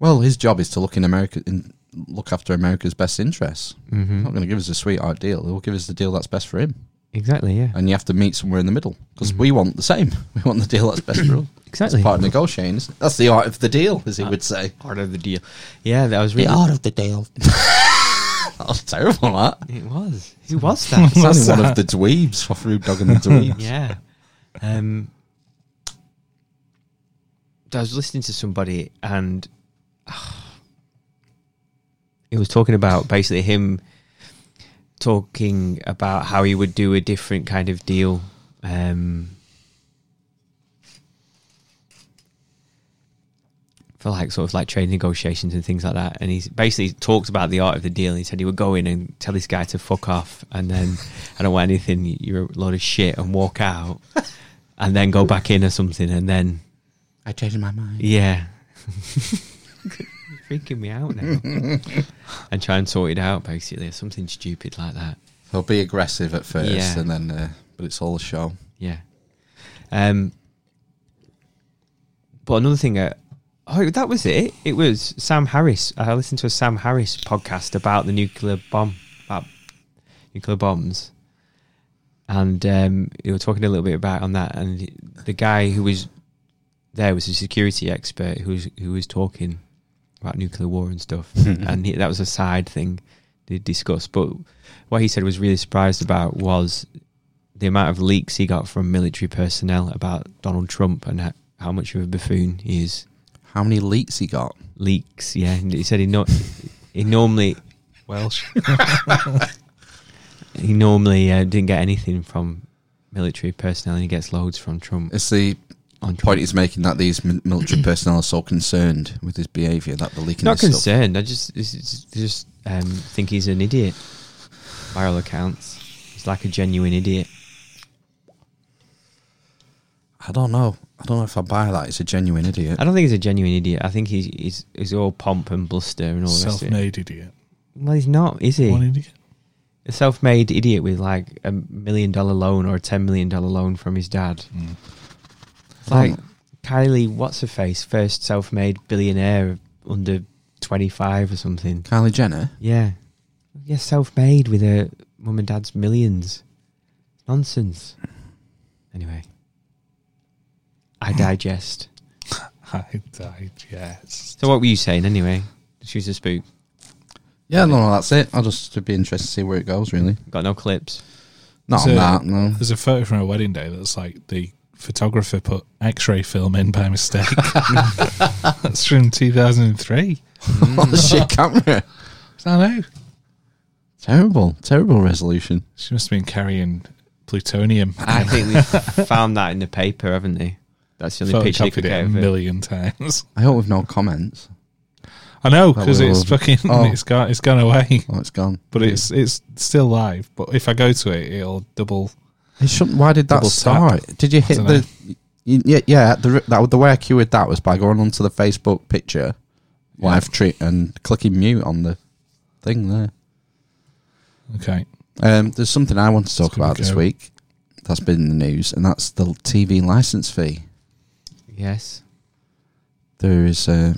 [SPEAKER 3] well, his job is to look in America and look after America's best interests. He's
[SPEAKER 1] hmm
[SPEAKER 3] not going to give us a sweetheart deal. He'll give us the deal that's best for him.
[SPEAKER 1] Exactly. Yeah.
[SPEAKER 3] And you have to meet somewhere in the middle because we want the same. We want the deal that's best for us.
[SPEAKER 1] Mm-hmm. Exactly.
[SPEAKER 3] That's part of negotiating. isn't it? That's the art of the deal, as he would say.
[SPEAKER 1] Part of the deal. Yeah, that was really.
[SPEAKER 3] of the deal. that was terrible, that.
[SPEAKER 1] It was. Who was that?
[SPEAKER 3] It's only
[SPEAKER 1] uh,
[SPEAKER 3] one of the dweebs off Rude Dog and the Dweebs.
[SPEAKER 1] yeah. Um, I was listening to somebody and it was talking about basically him talking about how he would do a different kind of deal. Um, for like sort of like trade negotiations and things like that. And he's basically talked about the art of the deal. And he said he would go in and tell this guy to fuck off, and then I don't want anything. You're a load of shit, and walk out, and then go back in or something, and then
[SPEAKER 3] I changed my mind.
[SPEAKER 1] yeah, freaking me out now, and try and sort it out basically, or something stupid like that.
[SPEAKER 3] He'll be aggressive at first,
[SPEAKER 1] Yeah.
[SPEAKER 3] and then, uh, but it's all a show.
[SPEAKER 1] Yeah. Um. But another thing, uh, oh, that was it. It was Sam Harris. I listened to a Sam Harris podcast about the nuclear bomb, about nuclear bombs, and um, we were talking a little bit about on that. And the guy who was there was a security expert who was who was talking about nuclear war and stuff, and he, that was a side thing they discussed. But what he said was really surprised about was the amount of leaks he got from military personnel about Donald Trump and ho- how much of a buffoon he is.
[SPEAKER 3] How many leaks he got?
[SPEAKER 1] Leaks, yeah. And he said he no- he normally
[SPEAKER 2] Welsh.
[SPEAKER 1] he normally uh, didn't get anything from military personnel, and he gets loads from Trump.
[SPEAKER 3] It's the
[SPEAKER 1] On
[SPEAKER 3] point
[SPEAKER 1] Trump.
[SPEAKER 3] he's making that these mil- military personnel are so concerned with his behaviour that they're leaking
[SPEAKER 1] Not
[SPEAKER 3] this stuff.
[SPEAKER 1] concerned. I just it's- it's- just um, think he's an idiot. By all accounts, he's like a genuine idiot.
[SPEAKER 3] I don't know. I don't know if I buy that. He's a genuine idiot.
[SPEAKER 1] I don't think he's a genuine idiot. I think he's he's, he's all pomp and bluster and
[SPEAKER 3] Oh,
[SPEAKER 1] all the rest of it.
[SPEAKER 2] Self-made idiot.
[SPEAKER 1] Well, he's not, is he?
[SPEAKER 2] One idiot.
[SPEAKER 1] a self-made idiot with like a million dollar loan or a ten million dollar loan from his dad. It's like Kylie, what's her face, first self-made billionaire under twenty-five or something.
[SPEAKER 3] Kylie Jenner.
[SPEAKER 1] Yeah, yeah, self-made with her mum and dad's millions. Nonsense. Anyway, I digest.
[SPEAKER 2] I digest.
[SPEAKER 1] So, what were you saying anyway? She was a spook.
[SPEAKER 3] Yeah, no, no, that's it. I'll just it'd be interested to see where it goes. Really,
[SPEAKER 1] Got no clips.
[SPEAKER 3] not
[SPEAKER 2] So-
[SPEAKER 3] on that. No,
[SPEAKER 2] There's a photo from a wedding day that's like the photographer put X-ray film in by mistake. that's from 2003.
[SPEAKER 3] on the shit camera.
[SPEAKER 2] I know.
[SPEAKER 3] Terrible, terrible resolution.
[SPEAKER 2] She must have been carrying plutonium.
[SPEAKER 1] I think we found that in the paper, haven't they? That's the only picture they
[SPEAKER 2] Photocopied
[SPEAKER 1] could
[SPEAKER 2] it
[SPEAKER 1] get
[SPEAKER 2] a
[SPEAKER 1] of it.
[SPEAKER 2] million times.
[SPEAKER 3] I hope with no comments.
[SPEAKER 2] I know
[SPEAKER 3] That
[SPEAKER 2] because
[SPEAKER 3] we
[SPEAKER 2] it's
[SPEAKER 3] will-
[SPEAKER 2] fucking.
[SPEAKER 3] Oh.
[SPEAKER 2] It's gone. It's gone away.
[SPEAKER 3] Oh, it's gone.
[SPEAKER 2] But it's it's still live. But if I go to it, it'll double.
[SPEAKER 3] It shouldn't. Why did that
[SPEAKER 2] Double
[SPEAKER 3] start? Did you hit
[SPEAKER 2] I
[SPEAKER 3] the? y- Yeah, yeah. The, that the way I cured that was by going onto the Facebook picture live treat and clicking mute on the thing there.
[SPEAKER 2] Okay.
[SPEAKER 3] Um, there's something I want to talk
[SPEAKER 2] give it
[SPEAKER 3] about
[SPEAKER 2] a
[SPEAKER 3] this
[SPEAKER 2] go.
[SPEAKER 3] week that's been in the news, and that's the TV license fee.
[SPEAKER 1] Yes.
[SPEAKER 3] There is, uh,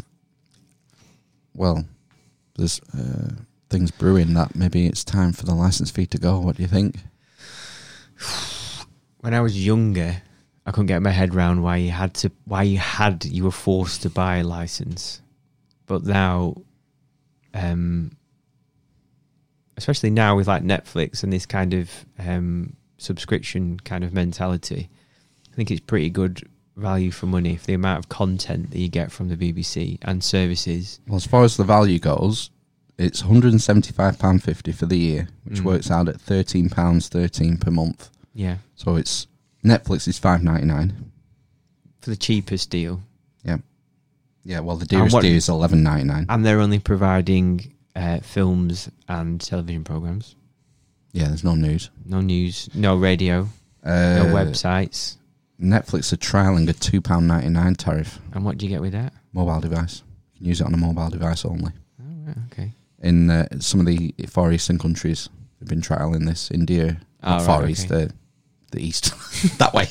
[SPEAKER 3] well, there's uh, things brewing that maybe it's time for the license fee to go. What do you think?
[SPEAKER 1] When I was younger, I couldn't get my head round why you had to why you had you were forced to buy a license. But now um especially now with like Netflix and this kind of um subscription kind of mentality, I think it's pretty good value for money for the amount of content that you get from the BBC and services.
[SPEAKER 3] Well, as far as the value goes, it's £175.50 for the year, which
[SPEAKER 1] Mm.
[SPEAKER 3] works out at £13.13 per month.
[SPEAKER 1] Yeah.
[SPEAKER 3] So it's Netflix is five ninety nine.
[SPEAKER 1] For the cheapest deal.
[SPEAKER 3] Yeah. Yeah, well, the
[SPEAKER 1] And
[SPEAKER 3] dearest
[SPEAKER 1] what- Ah.
[SPEAKER 3] deal is eleven ninety nine.
[SPEAKER 1] And they're only providing uh, films and television programs.
[SPEAKER 3] Yeah, there's no news.
[SPEAKER 1] No news, no radio,
[SPEAKER 3] Uh,
[SPEAKER 1] no websites.
[SPEAKER 3] Netflix are trialing a two pound ninety nine tariff
[SPEAKER 1] And what do you get with that?
[SPEAKER 3] mobile device. You can use it on a mobile device only.
[SPEAKER 1] Oh, right, okay.
[SPEAKER 3] In uh, some of the far eastern countries, they've been trialing this. India,
[SPEAKER 1] Ah,
[SPEAKER 3] not
[SPEAKER 1] right,
[SPEAKER 3] far
[SPEAKER 1] okay.
[SPEAKER 3] east, uh, the east, that way.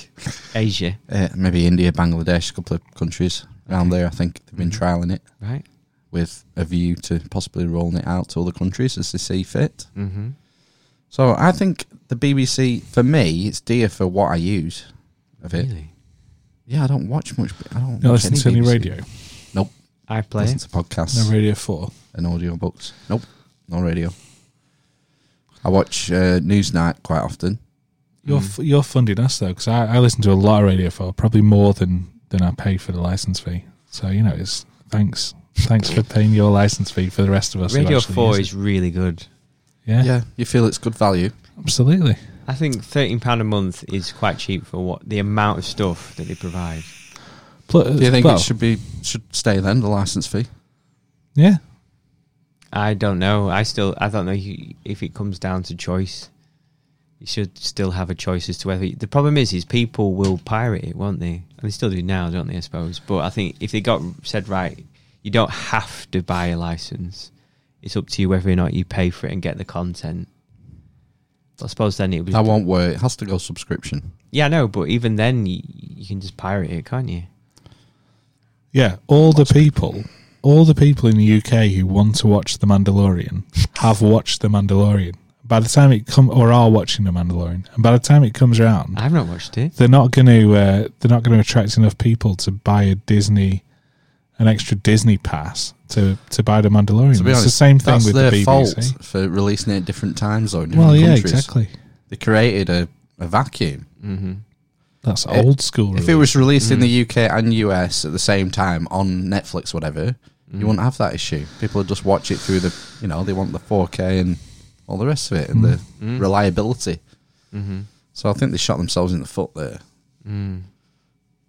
[SPEAKER 1] Asia,
[SPEAKER 3] Uh, maybe India, Bangladesh, a couple of countries around
[SPEAKER 1] Okay.
[SPEAKER 3] there. I think they've been
[SPEAKER 1] Mhm.
[SPEAKER 3] trialing it
[SPEAKER 1] right?
[SPEAKER 3] with a view to possibly rolling it out to other countries as they see fit.
[SPEAKER 1] Mm-hmm.
[SPEAKER 3] So I think the BBC, for me, it's dear for what I use of it.
[SPEAKER 1] Really?
[SPEAKER 3] Yeah, I don't watch much. I don't
[SPEAKER 2] No,
[SPEAKER 3] watch
[SPEAKER 2] listen to any
[SPEAKER 3] BBC.
[SPEAKER 2] radio.
[SPEAKER 3] Nope.
[SPEAKER 1] I play.
[SPEAKER 3] Listen to podcasts
[SPEAKER 2] No radio four.
[SPEAKER 3] and audio books. Nope. No radio. I watch uh, Newsnight quite often.
[SPEAKER 1] Hmm.
[SPEAKER 2] You're f- you're funding us though, because I, I listen to a lot of radio four, probably more than than I pay for the license fee. So you know, it's thanks thanks for paying your license fee for the rest of us. who
[SPEAKER 1] Radio
[SPEAKER 2] actually
[SPEAKER 1] Four
[SPEAKER 2] use
[SPEAKER 1] is really good.
[SPEAKER 2] it. yeah,
[SPEAKER 3] Yeah, you feel it's good value.
[SPEAKER 2] absolutely.
[SPEAKER 1] I think thirteen pound a month is quite cheap for what the amount of stuff that they provide.
[SPEAKER 2] Pl-
[SPEAKER 3] Do you think
[SPEAKER 2] well,
[SPEAKER 3] it should be should stay then the license fee?
[SPEAKER 2] Yeah,
[SPEAKER 1] I don't know. I still, I don't know you- if it comes down to choice. You should still have a choice as to whether. The problem is, is people will pirate it, won't they? And they still do now, don't they? I suppose. But I think if they got said right, you don't have to buy a license. It's up to you whether or not you pay for it and get the content. But I suppose then it was.
[SPEAKER 3] That won't work. It has to go subscription.
[SPEAKER 1] Yeah, I know. But even then, you, you can just pirate it, can't you?
[SPEAKER 2] yeah. All the people, all the people in the UK who want to watch The Mandalorian have watched The Mandalorian. By the time it come or are watching The Mandalorian, and by the time it comes around,
[SPEAKER 1] I've not watched it.
[SPEAKER 2] they're not going to uh, they're not going to attract enough people to buy a Disney an extra Disney pass to to buy the Mandalorian.
[SPEAKER 3] To be
[SPEAKER 2] it's
[SPEAKER 3] honest,
[SPEAKER 2] the same thing
[SPEAKER 3] that's
[SPEAKER 2] with
[SPEAKER 3] their
[SPEAKER 2] the BBC.
[SPEAKER 3] fault for releasing it at different times zone, different
[SPEAKER 2] Well, yeah,
[SPEAKER 3] countries.
[SPEAKER 2] exactly.
[SPEAKER 3] They created a, a vacuum.
[SPEAKER 1] Mm-hmm.
[SPEAKER 2] That's
[SPEAKER 3] It-
[SPEAKER 2] old school.
[SPEAKER 3] If it was released in the UK and US at the same time on Netflix, whatever, you wouldn't have that issue. People would just watch it through the, you know, they want the 4K and all the rest of it and the reliability. So I think they shot themselves in the foot there.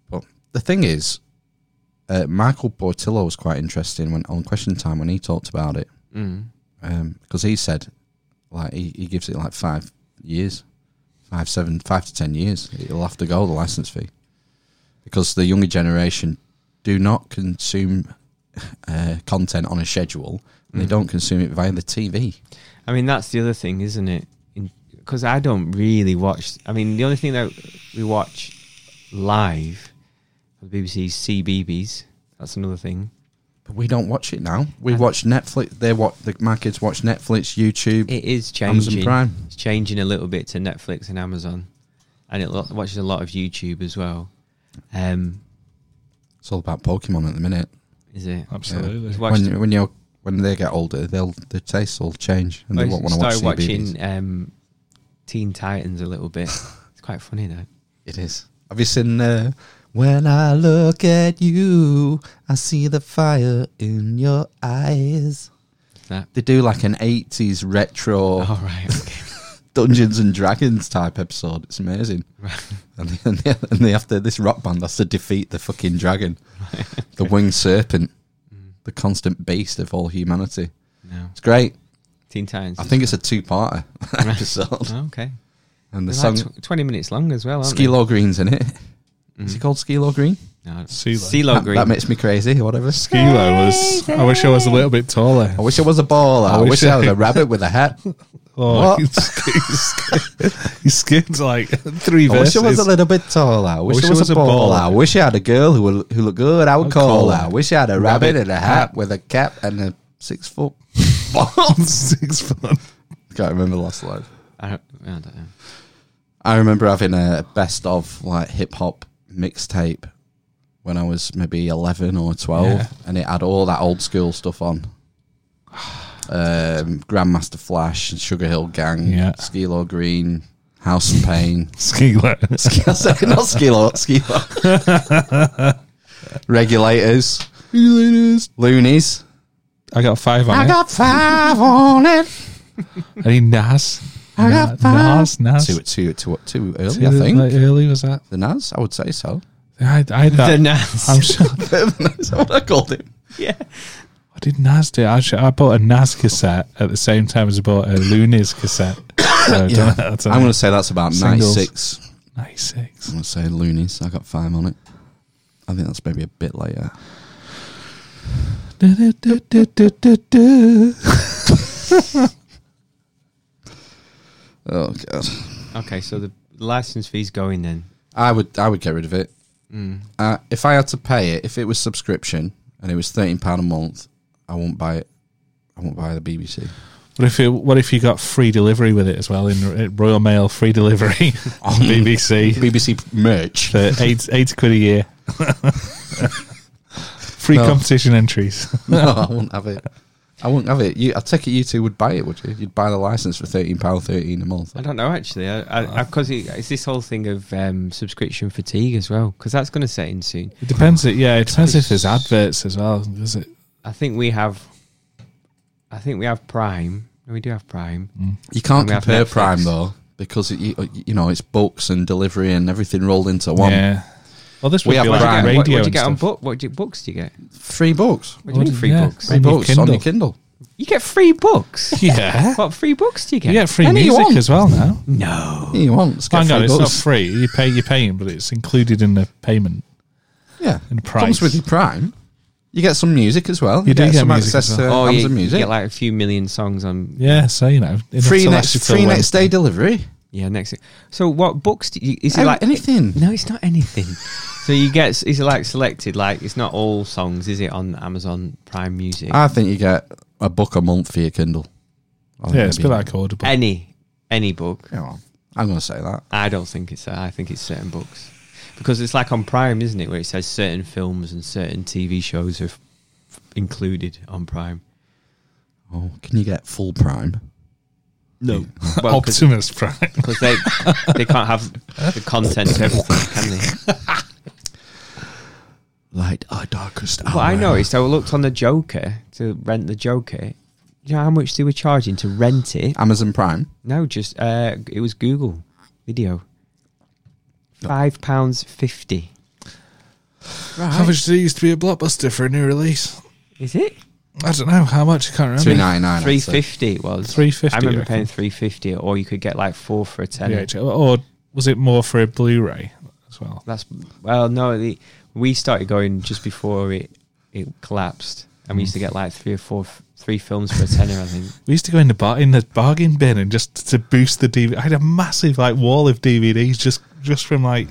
[SPEAKER 3] But the thing is, uh, Michael Portillo was quite interesting when on Question Time when he talked about it because he said, like, he, he gives it like five years, five, seven, five to ten years. It'll have to go the license fee because the younger generation do not consume uh, content on a schedule. and They don't consume it via the TV.
[SPEAKER 1] I mean, that's the other thing, isn't it? Because I don't really watch. I mean, the only thing that we watch live, on the BBC's CBBS. That's another thing.
[SPEAKER 3] But we don't watch it now. We
[SPEAKER 1] I-
[SPEAKER 3] watch Netflix. They watch the, my kids watch Netflix, YouTube.
[SPEAKER 1] It is changing.
[SPEAKER 3] Amazon Prime.
[SPEAKER 1] It's changing a little bit to Netflix and Amazon, and it lo- watches a lot of YouTube as well. Um,
[SPEAKER 3] It's all about Pokemon at the minminute
[SPEAKER 1] is it?
[SPEAKER 2] absolutely.
[SPEAKER 1] It's
[SPEAKER 2] Yeah.
[SPEAKER 1] watched-
[SPEAKER 3] When when you when they get older, they'll their tastes will change and they
[SPEAKER 1] I
[SPEAKER 3] won't want to watch
[SPEAKER 1] started
[SPEAKER 3] CBeebies.
[SPEAKER 1] watching um, Teen Titans a little bit. it's quite funny though.
[SPEAKER 3] It is. Have you seen uh, When I look at you, I see the fire in your eyes?
[SPEAKER 1] That.
[SPEAKER 3] They do like an 80s retro
[SPEAKER 1] All right. Okay.
[SPEAKER 3] Dungeons and Dragons type episode. It's amazing. And, they, and, they, and they have to, this rock band has to defeat the fucking dragon, the winged serpent, the constant beast of all humanity.
[SPEAKER 1] no.
[SPEAKER 3] It's great.
[SPEAKER 1] Teen Titans.
[SPEAKER 3] I
[SPEAKER 1] is-
[SPEAKER 3] think it's a two parter episode.
[SPEAKER 1] Oh, okay.
[SPEAKER 3] And the
[SPEAKER 1] They're
[SPEAKER 3] song
[SPEAKER 1] like tw- twenty minutes long as well. Aren't they?
[SPEAKER 3] Skilo Green's in it. Is it called Skilo Green?
[SPEAKER 1] No,
[SPEAKER 3] That-
[SPEAKER 1] CeeLo
[SPEAKER 3] that,
[SPEAKER 1] Oh, Green.
[SPEAKER 3] makes me crazy, whatever.
[SPEAKER 2] Skilo was. I wish I was a little bit taller.
[SPEAKER 3] I wish I was a baller. I,
[SPEAKER 2] wish
[SPEAKER 3] wish I was
[SPEAKER 2] I-
[SPEAKER 3] a rabbit with a hat.
[SPEAKER 2] Oh,
[SPEAKER 3] What?
[SPEAKER 2] he skipped, he skipped like three
[SPEAKER 3] I wish
[SPEAKER 2] verses.
[SPEAKER 3] I was a little bit taller. I wish, I was, a baller. I wish I had a girl who would, who looked good. I would
[SPEAKER 2] I'd
[SPEAKER 3] call,
[SPEAKER 2] call
[SPEAKER 3] her.
[SPEAKER 2] her.
[SPEAKER 3] I wish I had a rabbit,
[SPEAKER 2] Rabbit,
[SPEAKER 3] and a hat,
[SPEAKER 2] hat.
[SPEAKER 3] with a cap and a six foot.
[SPEAKER 2] Six foot.
[SPEAKER 3] Can't remember the last line.
[SPEAKER 1] I don't, I don't know.
[SPEAKER 3] I remember having a best of like hip hop mixtape when I was maybe eleven or twelve,
[SPEAKER 2] Yeah.
[SPEAKER 3] and it had all that old school stuff on. Um, Grandmaster Flash and Sugar Hill Gang,
[SPEAKER 2] Yeah.
[SPEAKER 3] Skilo Green, House and Pain.
[SPEAKER 2] Skilo.
[SPEAKER 3] I said, not Skilo, Skilo. Regulators,
[SPEAKER 2] Regulators.
[SPEAKER 3] loonies.
[SPEAKER 2] I got five on it.
[SPEAKER 3] five on it.
[SPEAKER 2] I need Nas.
[SPEAKER 3] I got
[SPEAKER 2] Na-
[SPEAKER 3] five.
[SPEAKER 2] Nas. Nas.
[SPEAKER 3] Too, too, too, too early,
[SPEAKER 2] Too
[SPEAKER 3] I think.
[SPEAKER 2] like early was that?
[SPEAKER 3] The Nas, I would say so.
[SPEAKER 2] I, I had that.
[SPEAKER 1] The Nas.
[SPEAKER 2] I'm sure.
[SPEAKER 3] That's what I called him.
[SPEAKER 2] What did Nas do? I, sh- I bought a Nas cassette at the same time as I bought a Loonies cassette. So
[SPEAKER 3] Yeah.
[SPEAKER 2] I don't know.
[SPEAKER 3] I'm going to say that's about
[SPEAKER 2] Singles.
[SPEAKER 3] 96.
[SPEAKER 2] 96.
[SPEAKER 3] I'm going to say loonies. I got five on it. I think that's maybe a bit later.
[SPEAKER 2] Du-du-du-du-du-du-du.
[SPEAKER 3] Oh god.
[SPEAKER 1] Okay, so the license fee's going then.
[SPEAKER 3] I would I would get rid of it.
[SPEAKER 2] Mm.
[SPEAKER 3] Uh, if I had to pay it, if it was subscription and it was thirteen pound a month, I won't buy it. I won't buy the BBC.
[SPEAKER 2] What if it, what if you got free delivery with it as well in in Royal Mail free delivery on BBC
[SPEAKER 3] BBC merch.
[SPEAKER 2] for eight eight quid a year. free
[SPEAKER 3] No.
[SPEAKER 2] competition entries.
[SPEAKER 3] no, I won't have it. I won't have it. You, I take it you two would buy it, would you? You'd buy the license for thirteen pound thirteen a month.
[SPEAKER 1] I don't know actually. I because it's this whole thing of um, subscription fatigue as well because that's going to set in soon.
[SPEAKER 2] It depends. It, yeah, it depends if there's adverts as well. Does it?
[SPEAKER 1] I think we have. I think we have Prime. We do have Prime.
[SPEAKER 2] Mm.
[SPEAKER 3] You can't
[SPEAKER 1] We have
[SPEAKER 3] compare
[SPEAKER 1] Netflix.
[SPEAKER 3] Prime though, because it, you, you know it's books and delivery and everything rolled into one.
[SPEAKER 2] Yeah. Well, this
[SPEAKER 3] We
[SPEAKER 2] would
[SPEAKER 3] have
[SPEAKER 2] be like
[SPEAKER 1] What do you
[SPEAKER 3] Prime.
[SPEAKER 1] get-
[SPEAKER 2] radio.
[SPEAKER 1] What, what do you
[SPEAKER 2] and
[SPEAKER 1] get on
[SPEAKER 2] stuff.
[SPEAKER 1] book? What do you, books do you get?
[SPEAKER 3] Free books.
[SPEAKER 1] What do you mean
[SPEAKER 2] Oh,
[SPEAKER 1] free
[SPEAKER 2] yeah.
[SPEAKER 1] books?
[SPEAKER 3] Free
[SPEAKER 2] On your
[SPEAKER 3] books on your Kindle.
[SPEAKER 1] You get free books.
[SPEAKER 2] Yeah.
[SPEAKER 1] What free books do you get?
[SPEAKER 2] You get free
[SPEAKER 3] Any you
[SPEAKER 2] music
[SPEAKER 3] want.
[SPEAKER 2] as well now.
[SPEAKER 1] No.
[SPEAKER 3] Yeah, you want? Let's get
[SPEAKER 2] Hang on,
[SPEAKER 3] free
[SPEAKER 2] it's not
[SPEAKER 3] books.
[SPEAKER 2] free. You pay, you're paying, but it's included in the payment.
[SPEAKER 3] yeah,
[SPEAKER 2] and
[SPEAKER 3] comes
[SPEAKER 2] price.
[SPEAKER 3] with your Prime. You get some music as well. You,
[SPEAKER 2] You do
[SPEAKER 3] get,
[SPEAKER 2] get
[SPEAKER 3] some
[SPEAKER 2] music
[SPEAKER 3] access
[SPEAKER 2] as
[SPEAKER 3] to
[SPEAKER 2] well.
[SPEAKER 1] Oh, you,
[SPEAKER 3] Amazon
[SPEAKER 1] you
[SPEAKER 3] Music.
[SPEAKER 1] get like a few million songs on. Yeah,
[SPEAKER 2] Yeah, so you know, in
[SPEAKER 3] free
[SPEAKER 2] until
[SPEAKER 3] next
[SPEAKER 2] after
[SPEAKER 3] free
[SPEAKER 2] till
[SPEAKER 3] next day delivery.
[SPEAKER 1] next. So what books do you, is it
[SPEAKER 3] Any-
[SPEAKER 1] like
[SPEAKER 3] anything.
[SPEAKER 1] No, it's not anything. so you get s- is it like selected? Like it's not all songs, is it? On Amazon Prime Music,
[SPEAKER 3] I think you get a book a month for your Kindle. I think
[SPEAKER 2] Wednesday. Oh, Yeah, it's a
[SPEAKER 3] maybe.
[SPEAKER 2] bit like Audible.
[SPEAKER 1] any any book.
[SPEAKER 3] Hang on. I'm going to say that.
[SPEAKER 1] I don't think it's that. I think it's certain books because it's like on Prime, isn't it? Where it says certain films and certain TV shows are f- included on Prime.
[SPEAKER 3] Oh, can you get full Prime?
[SPEAKER 1] No, because
[SPEAKER 2] Optimus Prime.
[SPEAKER 1] they they can't have the content to everything, can they?
[SPEAKER 3] Like our darkest hour.
[SPEAKER 1] What I noticed, I looked on the Joker to rent the Joker. You know how much they were charging to rent it?
[SPEAKER 3] Amazon Prime.
[SPEAKER 1] No, just uh, it was Google Video. Five pounds fifty.
[SPEAKER 2] How much did it used to be a blockbuster for a new release?
[SPEAKER 1] Is it
[SPEAKER 2] I don't know how much. I can't remember.
[SPEAKER 3] Two ninety nine.
[SPEAKER 1] three fifty? It was
[SPEAKER 2] £3.50,
[SPEAKER 1] I
[SPEAKER 2] you
[SPEAKER 1] remember
[SPEAKER 2] reckon?
[SPEAKER 1] paying three fifty, or you could get like four for a ten.
[SPEAKER 2] VHS. Or was it more for a Blu-ray as well?
[SPEAKER 1] That's well, no, the, we started going just before it it collapsed, and we used to get like three or four, f- three films for a tenner. I think.
[SPEAKER 2] We used to go in the bar in the bargain bin and just to boost the DVD. I had a massive like wall of DVDs just just from like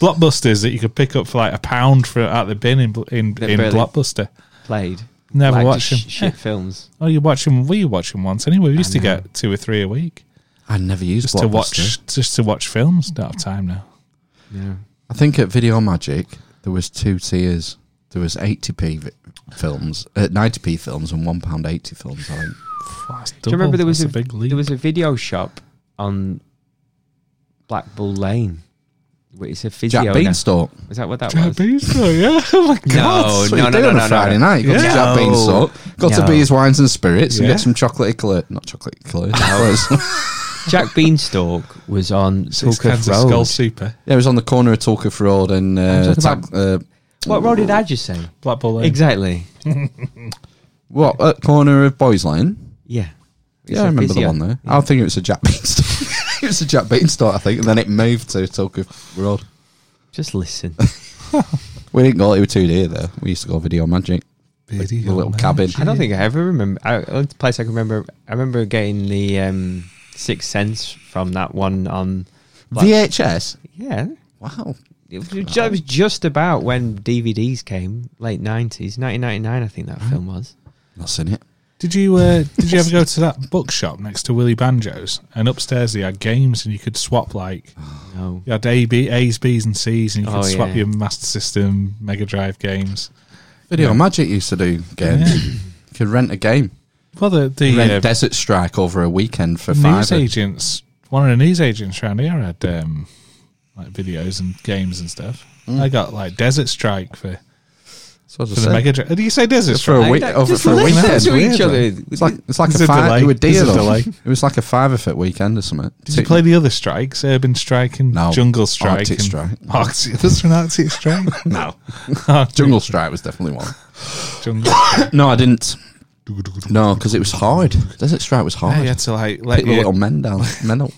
[SPEAKER 2] blockbusters that you could pick up for like a pound for at the bin in in, in
[SPEAKER 1] They're brilliant.
[SPEAKER 2] blockbuster.
[SPEAKER 1] Played.
[SPEAKER 2] Never
[SPEAKER 1] like,
[SPEAKER 2] watched
[SPEAKER 1] just
[SPEAKER 2] them.
[SPEAKER 1] sh- shit films.
[SPEAKER 2] Oh, you watch them? We watch them once anyway. We used to get two or three a week
[SPEAKER 3] I never used
[SPEAKER 2] just to
[SPEAKER 3] Blockbuster.
[SPEAKER 2] watch just to watch films. Don't have time now.
[SPEAKER 1] Yeah.
[SPEAKER 3] I think at Video Magic there was two tiers. There was eighty p films, uh, ninety p films, and one pound eighty films. I think.
[SPEAKER 1] Do you remember there was a,
[SPEAKER 2] big leap?
[SPEAKER 1] there was a video shop on Black Bull Lane? Wait, It's a physio.
[SPEAKER 3] Jack
[SPEAKER 1] now.
[SPEAKER 3] Beanstalk.
[SPEAKER 1] Is that what that
[SPEAKER 2] Jack
[SPEAKER 1] was?
[SPEAKER 2] Beanstalk, yeah. Oh my
[SPEAKER 1] No,
[SPEAKER 3] That's what
[SPEAKER 1] no, no,
[SPEAKER 3] you do
[SPEAKER 1] no,
[SPEAKER 3] on a
[SPEAKER 1] no,
[SPEAKER 3] Friday
[SPEAKER 1] no.
[SPEAKER 3] night. You go to
[SPEAKER 2] Yeah.
[SPEAKER 3] Jack Beanstalk, go to
[SPEAKER 1] No.
[SPEAKER 3] Bees, Wines and Spirits, and
[SPEAKER 2] Yeah.
[SPEAKER 3] get some chocolate eclair. Not chocolate eclair. flowers.
[SPEAKER 1] Jack Beanstalk was on
[SPEAKER 2] Six
[SPEAKER 1] Tulketh
[SPEAKER 2] cans of Skull
[SPEAKER 1] Road.
[SPEAKER 2] Super,
[SPEAKER 3] yeah, it was on the corner of Talketh Road and uh,
[SPEAKER 1] talking about-
[SPEAKER 3] Tag- uh,
[SPEAKER 1] What road did I just say?
[SPEAKER 2] Black Bull Lane.
[SPEAKER 1] Exactly.
[SPEAKER 3] what uh, corner of Boys Lane.
[SPEAKER 1] Yeah. It's
[SPEAKER 3] Yeah, I
[SPEAKER 1] a
[SPEAKER 3] remember the
[SPEAKER 1] physio.
[SPEAKER 3] one there. I don't think it was a Jack Beanstalk. it was a Jack Beanstalk, I think, and then it moved to Tulketh Road.
[SPEAKER 1] Just listen.
[SPEAKER 3] we didn't go to 2D though. We used to go Video Magic.
[SPEAKER 2] Video
[SPEAKER 3] the little cabin.
[SPEAKER 1] I don't think I ever remember. I, the only place I can remember, I remember getting the um, Sixth Sense from that one on. like-
[SPEAKER 3] VHS.
[SPEAKER 1] Yeah.
[SPEAKER 3] Wow.
[SPEAKER 1] It was, ju- it was just about when DVDs came, late 90s, 1999, I think that film was.
[SPEAKER 3] Not seen it.
[SPEAKER 2] Did you uh, did you ever go to that bookshop next to Willy Banjo's? And upstairs they had games, and you could swap like
[SPEAKER 1] No.
[SPEAKER 2] you had A, B, A's, B's, and C's, and you could
[SPEAKER 1] Oh,
[SPEAKER 2] swap
[SPEAKER 1] yeah.
[SPEAKER 2] your Master System, Mega Drive games.
[SPEAKER 3] Video
[SPEAKER 2] Yeah.
[SPEAKER 3] Magic used to do games. You could rent a game.
[SPEAKER 2] Well, the the
[SPEAKER 3] Rent
[SPEAKER 2] uh,
[SPEAKER 3] Desert Strike over a weekend for
[SPEAKER 2] news
[SPEAKER 3] five.
[SPEAKER 2] agents, one of the news agents around here had um, like videos and games and stuff.
[SPEAKER 3] Mm.
[SPEAKER 2] I got like Desert Strike for,
[SPEAKER 3] So
[SPEAKER 2] for
[SPEAKER 3] I just
[SPEAKER 2] the
[SPEAKER 3] said,
[SPEAKER 2] Mega Drive. Did you say Desert
[SPEAKER 3] Just for a
[SPEAKER 2] Strike?
[SPEAKER 3] week,
[SPEAKER 1] don't-
[SPEAKER 3] over
[SPEAKER 1] just
[SPEAKER 3] for a
[SPEAKER 1] listen
[SPEAKER 3] weekend.
[SPEAKER 1] to
[SPEAKER 3] It's
[SPEAKER 1] each
[SPEAKER 3] weird,
[SPEAKER 1] other.
[SPEAKER 3] though. It's like it's like
[SPEAKER 2] This
[SPEAKER 3] a
[SPEAKER 2] is a
[SPEAKER 3] five.
[SPEAKER 2] delay.
[SPEAKER 3] It was
[SPEAKER 2] This is
[SPEAKER 3] deal.
[SPEAKER 2] a delay.
[SPEAKER 3] It was like a five of it weekend or something.
[SPEAKER 2] Did you play the other strikes? Urban Strike and
[SPEAKER 3] No.
[SPEAKER 2] Jungle Strike.
[SPEAKER 3] Arctic
[SPEAKER 2] and
[SPEAKER 3] Strike.
[SPEAKER 2] Arctic, that's an Arctic Strike?
[SPEAKER 3] No,
[SPEAKER 2] Arctic
[SPEAKER 3] Jungle Strike was definitely one.
[SPEAKER 2] Jungle.
[SPEAKER 3] No, I didn't. No, because it was hard. Desert Strike was
[SPEAKER 2] Yeah,
[SPEAKER 3] hard.
[SPEAKER 2] you had to like let
[SPEAKER 3] Pick the
[SPEAKER 2] your,
[SPEAKER 3] little men down, men up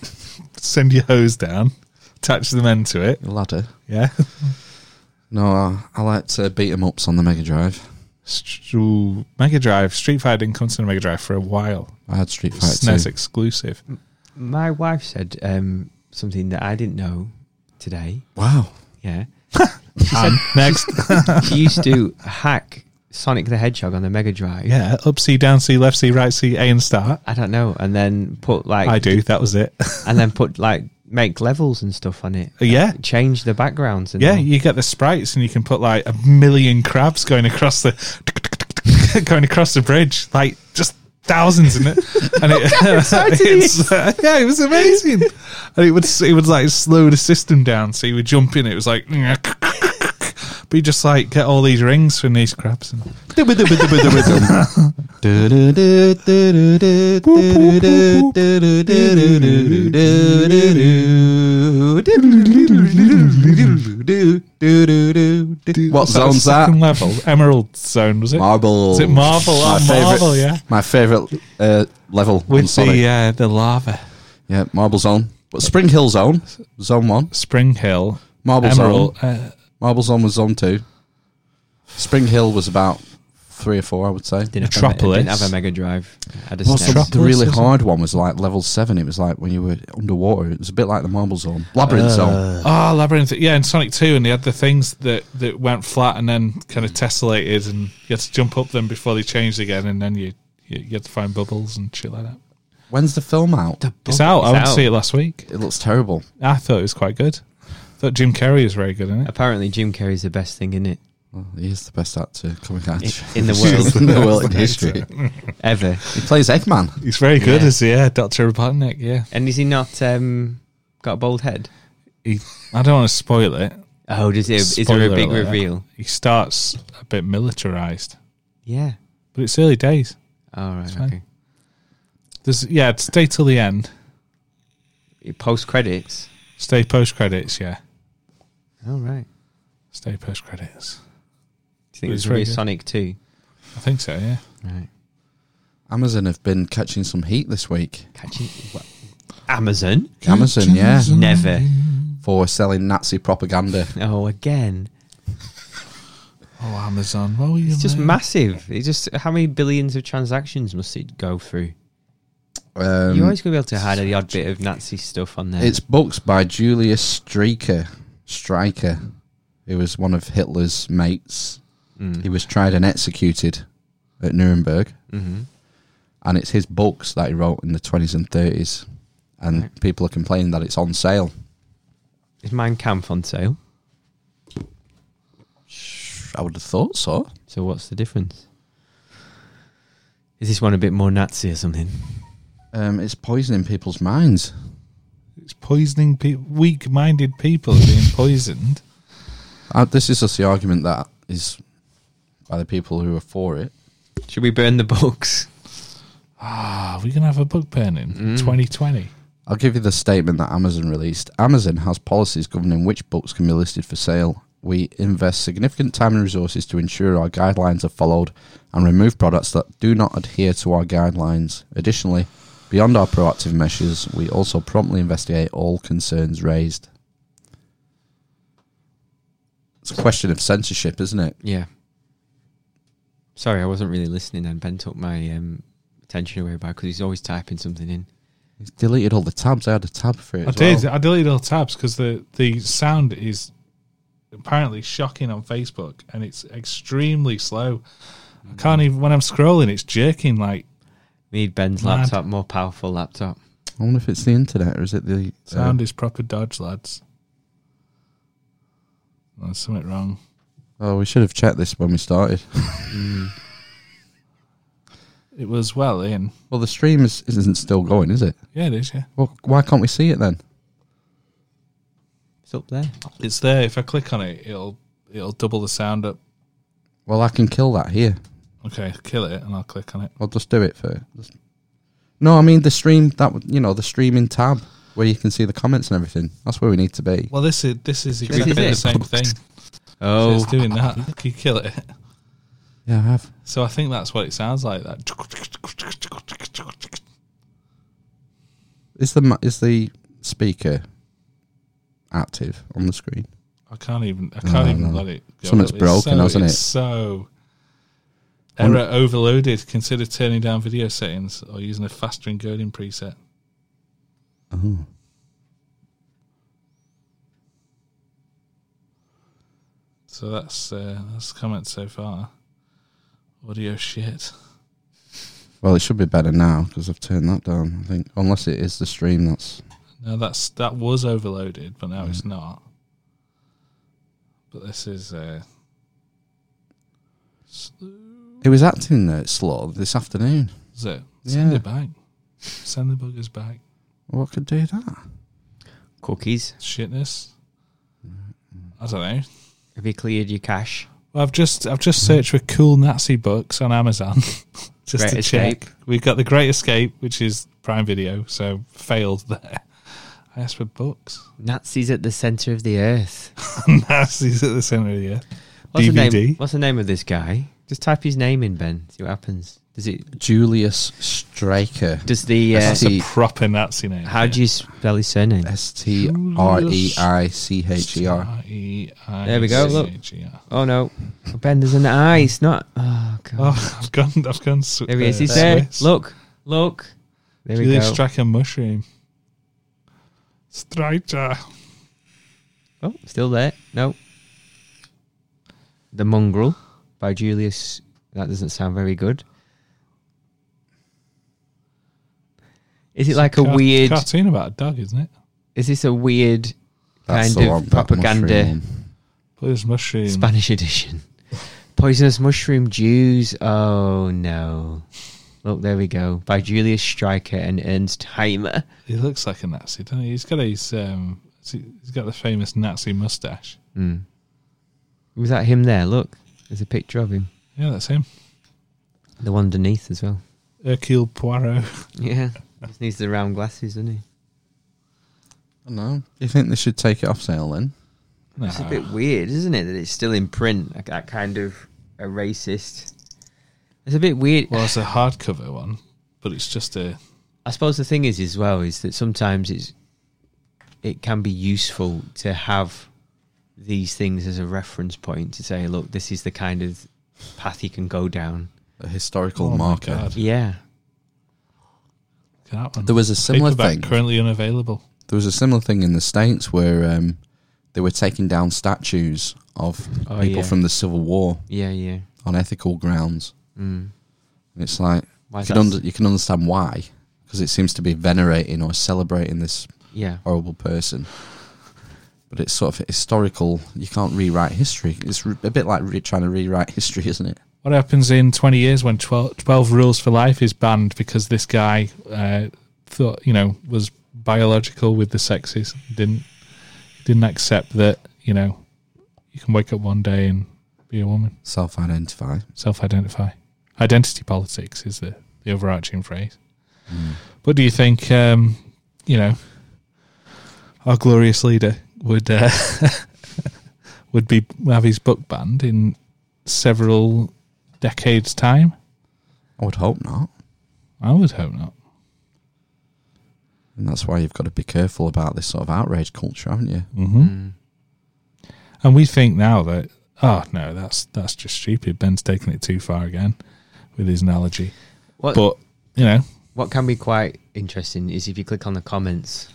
[SPEAKER 2] send your hose down, attach them end to it.
[SPEAKER 3] the ladder.
[SPEAKER 2] Yeah.
[SPEAKER 3] No, I, I like to beat 'em ups on the Mega Drive.
[SPEAKER 2] St- ooh, Mega Drive Street Fighter didn't come to the Mega Drive for a while.
[SPEAKER 3] I had Street Fighter
[SPEAKER 2] SNES
[SPEAKER 3] too.
[SPEAKER 2] exclusive.
[SPEAKER 1] My wife said um, something that I didn't know today.
[SPEAKER 3] Wow,
[SPEAKER 1] Yeah. Um,
[SPEAKER 2] And next,
[SPEAKER 1] She used to hack Sonic the Hedgehog on the Mega Drive.
[SPEAKER 2] yeah, up C, down C, left C, right C, A and start.
[SPEAKER 1] I don't know. And then put like.
[SPEAKER 2] I do. That was it.
[SPEAKER 1] And then put like. Make levels and stuff on it.
[SPEAKER 2] Yeah.
[SPEAKER 1] Change the backgrounds. And
[SPEAKER 2] Yeah,
[SPEAKER 1] all.
[SPEAKER 2] you get the sprites and you can put like a million crabs going across the going across the bridge, like just thousands in it. And it, it's, uh, yeah, it was amazing. And it would it would like slow the system down, so you would jump in. It was like, but you just like get all these rings from these crabs. And,
[SPEAKER 3] What
[SPEAKER 2] was the
[SPEAKER 3] zone's that?
[SPEAKER 2] second level, Emerald Zone was it?
[SPEAKER 3] Marble.
[SPEAKER 2] Is it Marble? Oh, Marble,
[SPEAKER 3] favorite,
[SPEAKER 2] yeah.
[SPEAKER 3] My favorite uh, level on
[SPEAKER 2] With
[SPEAKER 3] Sonic.
[SPEAKER 2] the uh, the lava,
[SPEAKER 3] yeah, Marble Zone. But Spring Hill Zone, Zone One.
[SPEAKER 2] Spring Hill,
[SPEAKER 3] Marble
[SPEAKER 2] Emerald.
[SPEAKER 3] Zone.
[SPEAKER 2] Uh,
[SPEAKER 3] Marble Zone was Zone Two. Spring Hill was about three or four, I would say.
[SPEAKER 1] Didn't have a-
[SPEAKER 2] Metropolis.
[SPEAKER 1] didn't have a Mega Drive. I just
[SPEAKER 3] What's the,
[SPEAKER 2] Metropolis,
[SPEAKER 3] the really
[SPEAKER 2] isn't it?
[SPEAKER 3] hard one was like level seven. It was like when you were underwater. It was a bit like the Marble Zone, Labyrinth Zone.
[SPEAKER 2] Oh, labyrinth! Yeah, in Sonic Two, and they had the things that that went flat and then kind of tessellated, and you had to jump up them before they changed again, and then you you, you had to find bubbles and shit like that.
[SPEAKER 3] When's the film Oh, out?
[SPEAKER 2] It's out. I went to
[SPEAKER 1] out.
[SPEAKER 2] see it last week.
[SPEAKER 3] It looks terrible.
[SPEAKER 2] I thought it was quite good. thought Jim Carrey was very good in it.
[SPEAKER 1] Apparently, Jim Carrey's the best thing in it
[SPEAKER 3] Well, he is the best actor coming out
[SPEAKER 1] in the world
[SPEAKER 3] in the world in history.
[SPEAKER 1] ever.
[SPEAKER 3] He plays Eggman.
[SPEAKER 2] He's very good
[SPEAKER 1] Yeah.
[SPEAKER 2] as yeah, Doctor Robotnik. Yeah,
[SPEAKER 1] And is he not um, got a bald head?
[SPEAKER 2] he, I don't want to spoil it.
[SPEAKER 1] Oh, does it? Is there
[SPEAKER 2] Spoiler
[SPEAKER 1] a big
[SPEAKER 2] alert.
[SPEAKER 1] reveal?
[SPEAKER 2] He starts a bit militarized,
[SPEAKER 1] Yeah.
[SPEAKER 2] but it's early days.
[SPEAKER 1] All right.
[SPEAKER 2] fine.
[SPEAKER 1] Okay.
[SPEAKER 2] There's yeah, stay till the end.
[SPEAKER 1] Post credits.
[SPEAKER 2] Stay post credits. Yeah,
[SPEAKER 1] All Oh, right.
[SPEAKER 2] stay post credits.
[SPEAKER 1] Do you think
[SPEAKER 2] It's
[SPEAKER 1] it's really
[SPEAKER 2] very good.
[SPEAKER 1] Sonic Two?
[SPEAKER 2] I think so. Yeah.
[SPEAKER 1] Right.
[SPEAKER 3] Amazon have been catching some heat this week.
[SPEAKER 1] Catching what? Amazon.
[SPEAKER 3] Amazon, yeah,
[SPEAKER 1] Never.
[SPEAKER 3] for selling Nazi propaganda.
[SPEAKER 1] Oh, again.
[SPEAKER 2] Oh, Amazon. What were you
[SPEAKER 1] It's just
[SPEAKER 2] mate?
[SPEAKER 1] massive. It just how many billions of transactions must it go through?
[SPEAKER 3] Um,
[SPEAKER 1] You're always going to be able to hide the odd bit of Nazi stuff on there.
[SPEAKER 3] It's books by Julius Streicher, Streicher, who was one of Hitler's mates.
[SPEAKER 1] Mm.
[SPEAKER 3] He was tried and executed at Nuremberg,
[SPEAKER 1] Mm-hmm.
[SPEAKER 3] and it's his books that he wrote in the twenties and thirties. And people are complaining that it's on sale.
[SPEAKER 1] is Mein Kampf on sale?
[SPEAKER 3] I would have thought so.
[SPEAKER 1] So what's the difference? Is this one a bit more Nazi or something?
[SPEAKER 3] Um, it's poisoning people's minds.
[SPEAKER 2] It's poisoning people. Weak-minded people are being poisoned.
[SPEAKER 3] Uh, this is just the argument that is by the people who are for it.
[SPEAKER 1] Should we burn the books?
[SPEAKER 2] Ah, we're gonna have a book burning.
[SPEAKER 1] Mm.
[SPEAKER 2] Twenty twenty.
[SPEAKER 3] I'll give you the statement that Amazon released. Amazon has policies governing which books can be listed for sale. We invest significant time and resources to ensure our guidelines are followed and remove products that do not adhere to our guidelines. Additionally, beyond our proactive measures, we also promptly investigate all concerns raised. It's a question of censorship, isn't it?
[SPEAKER 1] Yeah. Sorry, I wasn't really listening and Ben took my um, attention away by because he's always typing something in.
[SPEAKER 3] He's deleted all the tabs. I had a tab for it.
[SPEAKER 2] I
[SPEAKER 3] as
[SPEAKER 2] did.
[SPEAKER 3] well.
[SPEAKER 2] I deleted all tabs because the the sound is apparently shocking on Facebook, and it's extremely slow. I can't even when I'm scrolling; it's jerking like
[SPEAKER 1] We need Ben's
[SPEAKER 2] Mad.
[SPEAKER 1] laptop, more powerful laptop.
[SPEAKER 3] I wonder if it's the internet or is it the uh,
[SPEAKER 2] sound is proper dodge, lads. There's something wrong.
[SPEAKER 3] Oh, we should have checked this when we started.
[SPEAKER 2] It was well in.
[SPEAKER 3] well, the stream is, isn't still going, is it?
[SPEAKER 2] Yeah, it is. Yeah,
[SPEAKER 3] Well, why can't we see it then?
[SPEAKER 1] It's up there.
[SPEAKER 2] it's there. If I click on it, it'll it'll double the sound up.
[SPEAKER 3] Well, I can kill that here.
[SPEAKER 2] Okay, kill it, and I'll click on it.
[SPEAKER 3] I'll just do it for. Just... No, I mean the stream that w- you know the streaming tab where you can see the comments and everything. That's where we need to be.
[SPEAKER 2] Well, this is this is
[SPEAKER 1] is
[SPEAKER 2] exactly the
[SPEAKER 1] it.
[SPEAKER 2] same thing. So
[SPEAKER 1] Oh,
[SPEAKER 2] it's doing that. You kill it.
[SPEAKER 3] Yeah, I have.
[SPEAKER 2] So I think that's what it sounds like. That
[SPEAKER 3] Is the ma- is the speaker active on the screen?
[SPEAKER 2] I can't even. I can't
[SPEAKER 3] No,
[SPEAKER 2] even
[SPEAKER 3] no.
[SPEAKER 2] let it. Go.
[SPEAKER 3] Something's
[SPEAKER 2] It's
[SPEAKER 3] broken,
[SPEAKER 2] so,
[SPEAKER 3] hasn't
[SPEAKER 2] it's
[SPEAKER 3] it?
[SPEAKER 2] So
[SPEAKER 3] Wonder-
[SPEAKER 2] error overloaded. Consider turning down video settings or using a faster encoding preset.
[SPEAKER 3] Oh,
[SPEAKER 2] So that's uh, that's comment so far. Audio shit.
[SPEAKER 3] well, it should be better now because I've turned that down. I think unless it is the stream that's
[SPEAKER 2] No, that's that was overloaded, but now
[SPEAKER 3] Mm.
[SPEAKER 2] it's not. But this is. Uh,
[SPEAKER 3] it was acting uh, slow this afternoon.
[SPEAKER 2] is it? Send
[SPEAKER 3] Yeah.
[SPEAKER 2] it back. Send the buggers back.
[SPEAKER 3] What could do that?
[SPEAKER 1] cookies.
[SPEAKER 2] Shitness.
[SPEAKER 3] Mm-hmm.
[SPEAKER 2] I don't know.
[SPEAKER 1] Have you cleared your cache?
[SPEAKER 2] Well, I've just I've just searched for cool Nazi books on Amazon just
[SPEAKER 1] Great
[SPEAKER 2] to
[SPEAKER 1] Escape.
[SPEAKER 2] check. We've got the Great Escape, which is Prime Video, so failed there. I asked for books.
[SPEAKER 1] Nazis at the center of the earth.
[SPEAKER 2] Nazis at the center of the earth.
[SPEAKER 1] What's The name,
[SPEAKER 2] DVD.
[SPEAKER 1] what's the name of this guy? Just type his name in, Ben. See what happens. Does it?
[SPEAKER 3] Julius Straker.
[SPEAKER 1] Does the? Uh,
[SPEAKER 2] That's a proper Nazi name.
[SPEAKER 1] how do you spell his surname?
[SPEAKER 3] S T R E I C H E R.
[SPEAKER 1] There
[SPEAKER 2] There
[SPEAKER 1] we go, look. Oh no, Ben, there's an eye. It's not. Oh god.
[SPEAKER 2] Oh, I've gone. I've gone. Sw-
[SPEAKER 1] there he is.
[SPEAKER 2] uh,
[SPEAKER 1] He's there.
[SPEAKER 2] Swiss.
[SPEAKER 1] Look, look. There we
[SPEAKER 2] Julius
[SPEAKER 1] go.
[SPEAKER 2] Streicher mushroom. uh, Streicher.
[SPEAKER 1] oh, still there. No. The Mongrel by Julius. That doesn't sound very good. Is it like a
[SPEAKER 2] Car-
[SPEAKER 1] weird?
[SPEAKER 2] cartoon about a dog, isn't it?
[SPEAKER 1] Is this a weird kind
[SPEAKER 3] That's the
[SPEAKER 1] of
[SPEAKER 3] one, that
[SPEAKER 1] propaganda?
[SPEAKER 3] mushroom
[SPEAKER 2] But there's mushroom.
[SPEAKER 1] Spanish edition. Poisonous mushroom Jews. Oh no. Look, there we go. By Julius Streicher and Ernst Heimer.
[SPEAKER 2] He looks like a Nazi, doesn't he? He's got his um, he's got the famous Nazi mustache.
[SPEAKER 1] Was that him there? Look, there's a picture of him.
[SPEAKER 2] Yeah, that's him.
[SPEAKER 1] The one underneath as well.
[SPEAKER 2] Hercule Poirot.
[SPEAKER 1] Yeah. Just needs the round glasses, doesn't he?
[SPEAKER 3] one. I don't know. You think they should take it off sale then?
[SPEAKER 2] No,
[SPEAKER 1] It's a bit weird, isn't it, that it's still in print? Like that kind of a racist. It's a bit weird.
[SPEAKER 2] well, it's a hardcover one, but it's just a
[SPEAKER 1] I suppose the thing is as well is that sometimes it's it can be useful to have these things as a reference point to say, look, this is the kind of path you can go down.
[SPEAKER 3] A historical
[SPEAKER 2] Oh my
[SPEAKER 3] marker.
[SPEAKER 2] God,
[SPEAKER 1] Yeah.
[SPEAKER 2] look at that one.
[SPEAKER 3] There was a similar
[SPEAKER 2] Paperback
[SPEAKER 3] thing.
[SPEAKER 2] currently unavailable.
[SPEAKER 3] There was a similar thing in the States where um, they were taking down statues of
[SPEAKER 1] Oh,
[SPEAKER 3] people
[SPEAKER 1] yeah.
[SPEAKER 3] from the Civil War
[SPEAKER 1] Yeah, yeah.
[SPEAKER 3] on ethical grounds. And it's like,
[SPEAKER 1] Mm. Why
[SPEAKER 3] you
[SPEAKER 1] is
[SPEAKER 3] can,
[SPEAKER 1] that-
[SPEAKER 3] under, you can understand why, because it seems to be venerating or celebrating this
[SPEAKER 1] Yeah.
[SPEAKER 3] horrible person. But it's sort of historical. You can't rewrite history. It's re- a bit like re- trying to rewrite history, isn't it?
[SPEAKER 2] What happens in 20 years when 12, 12 Rules for Life is banned because this guy uh, thought, you know, was biological with the sexes, didn't didn't accept that, you know, you can wake up one day and be a woman,
[SPEAKER 3] Self-identify.
[SPEAKER 2] self-identify. Identity politics is the, the overarching phrase. But do you think, um, you know, our glorious leader would uh, would be have his book banned in several decades' time?
[SPEAKER 3] I would hope not.
[SPEAKER 2] I would hope not.
[SPEAKER 3] And that's why you've got to be careful about this sort of outrage culture, haven't you?
[SPEAKER 2] Mm-hmm. And we think now that oh no, that's that's just stupid. Ben's taking it too far again with his analogy.
[SPEAKER 1] What-
[SPEAKER 2] But you know,
[SPEAKER 1] What can be quite interesting is if you click on the comments,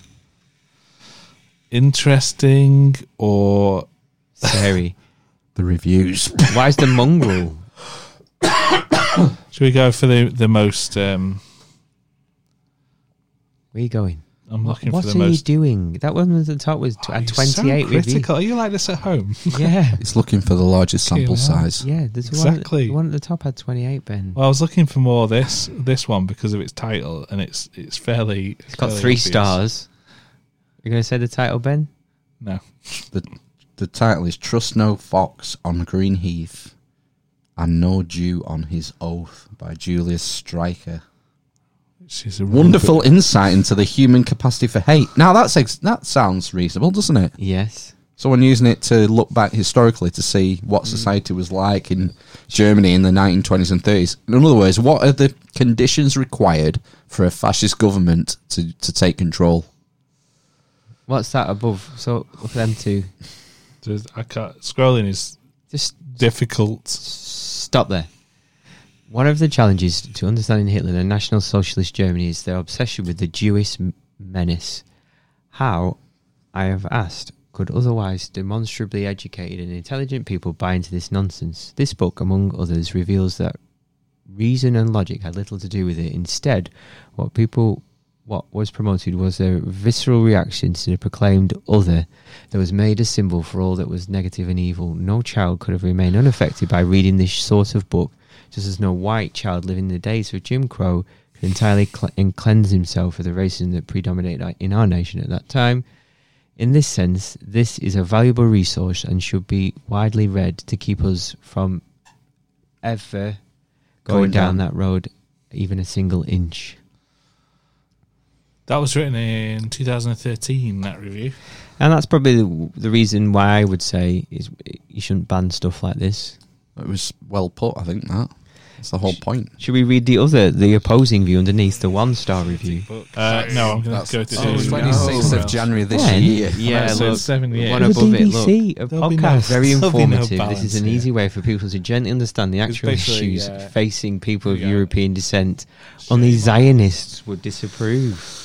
[SPEAKER 2] interesting or
[SPEAKER 1] Sari,
[SPEAKER 3] The reviews.
[SPEAKER 1] why's the mongrel?
[SPEAKER 2] should we go for the the most? Um,
[SPEAKER 1] Where are you going?
[SPEAKER 2] I'm looking
[SPEAKER 1] What
[SPEAKER 2] for
[SPEAKER 1] are
[SPEAKER 2] the
[SPEAKER 1] you
[SPEAKER 2] most.
[SPEAKER 1] doing? That one at the top was
[SPEAKER 2] Oh,
[SPEAKER 1] at
[SPEAKER 2] you're so
[SPEAKER 1] 28 reviews.
[SPEAKER 2] critical. Are you like this at home?
[SPEAKER 1] Yeah,
[SPEAKER 3] It's looking for the largest sample
[SPEAKER 2] Fucking hell.
[SPEAKER 3] size.
[SPEAKER 1] yeah. There's one,
[SPEAKER 2] Exactly.
[SPEAKER 1] the one at the top had 28, Ben.
[SPEAKER 2] Well, I was looking for more of this this one because of its title, and it's it's fairly.
[SPEAKER 1] it's got three stars. You're going to say the title, Ben?
[SPEAKER 2] No,
[SPEAKER 3] The the title is Trust No Fox on Green Heath and No Jew on His Oath by Julius Stryker.
[SPEAKER 2] she's a
[SPEAKER 3] Wonderful insight into the human capacity for hate. Now that's ex- that sounds reasonable, doesn't it?
[SPEAKER 1] Yes.
[SPEAKER 3] Someone using it to look back historically to see what society was like in Germany in the 1920s and 30s. In other words, what are the conditions required for a fascist government to, to take control?
[SPEAKER 1] What's that above? So for them to
[SPEAKER 2] There's- I can't, scrolling is
[SPEAKER 1] just
[SPEAKER 2] difficult.
[SPEAKER 1] stop there. One of the challenges to understanding Hitler and National Socialist Germany is their obsession with the Jewish m- menace. How, I have asked, could otherwise demonstrably educated and intelligent people buy into this nonsense? This book, among others, reveals that reason and logic had little to do with it. Instead, what people what was promoted was a visceral reaction to the proclaimed other that was made a symbol for all that was negative and evil. No child could have remained unaffected by reading this sort of book, just as no white child living in the days of Jim Crow could entirely cle- and cleanse himself of the racism that predominated i- in our nation at that time. In this sense, this is a valuable resource and should be widely read to keep us from ever going,
[SPEAKER 3] Going
[SPEAKER 1] down,
[SPEAKER 3] down.
[SPEAKER 1] that road even a single inch.
[SPEAKER 2] That was written in 2013. That review.
[SPEAKER 1] And that's probably the, the reason why I would say is you shouldn't ban stuff like this.
[SPEAKER 3] It was well put, I think, that. That's the whole point.
[SPEAKER 1] Should we read the other, the opposing view underneath the one star review?
[SPEAKER 2] Uh, no, I'm going to
[SPEAKER 3] That's
[SPEAKER 2] go
[SPEAKER 3] the
[SPEAKER 2] to Oh.
[SPEAKER 3] 26th of January this
[SPEAKER 1] Ben,
[SPEAKER 3] year.
[SPEAKER 1] Yeah,
[SPEAKER 2] That's in
[SPEAKER 1] look,
[SPEAKER 2] 78.
[SPEAKER 1] one
[SPEAKER 2] The
[SPEAKER 1] above it. Look,
[SPEAKER 2] BBC,
[SPEAKER 1] a
[SPEAKER 2] there'll be
[SPEAKER 1] podcast,
[SPEAKER 2] no-
[SPEAKER 1] very
[SPEAKER 2] there'll be no
[SPEAKER 1] informative. this
[SPEAKER 2] balance
[SPEAKER 1] is an
[SPEAKER 2] here.
[SPEAKER 1] easy way for people to gently understand the
[SPEAKER 2] It's
[SPEAKER 1] actual
[SPEAKER 2] basically,
[SPEAKER 1] issues
[SPEAKER 2] uh,
[SPEAKER 1] facing people of
[SPEAKER 2] yeah.
[SPEAKER 1] European descent. Only Zionists would disapprove.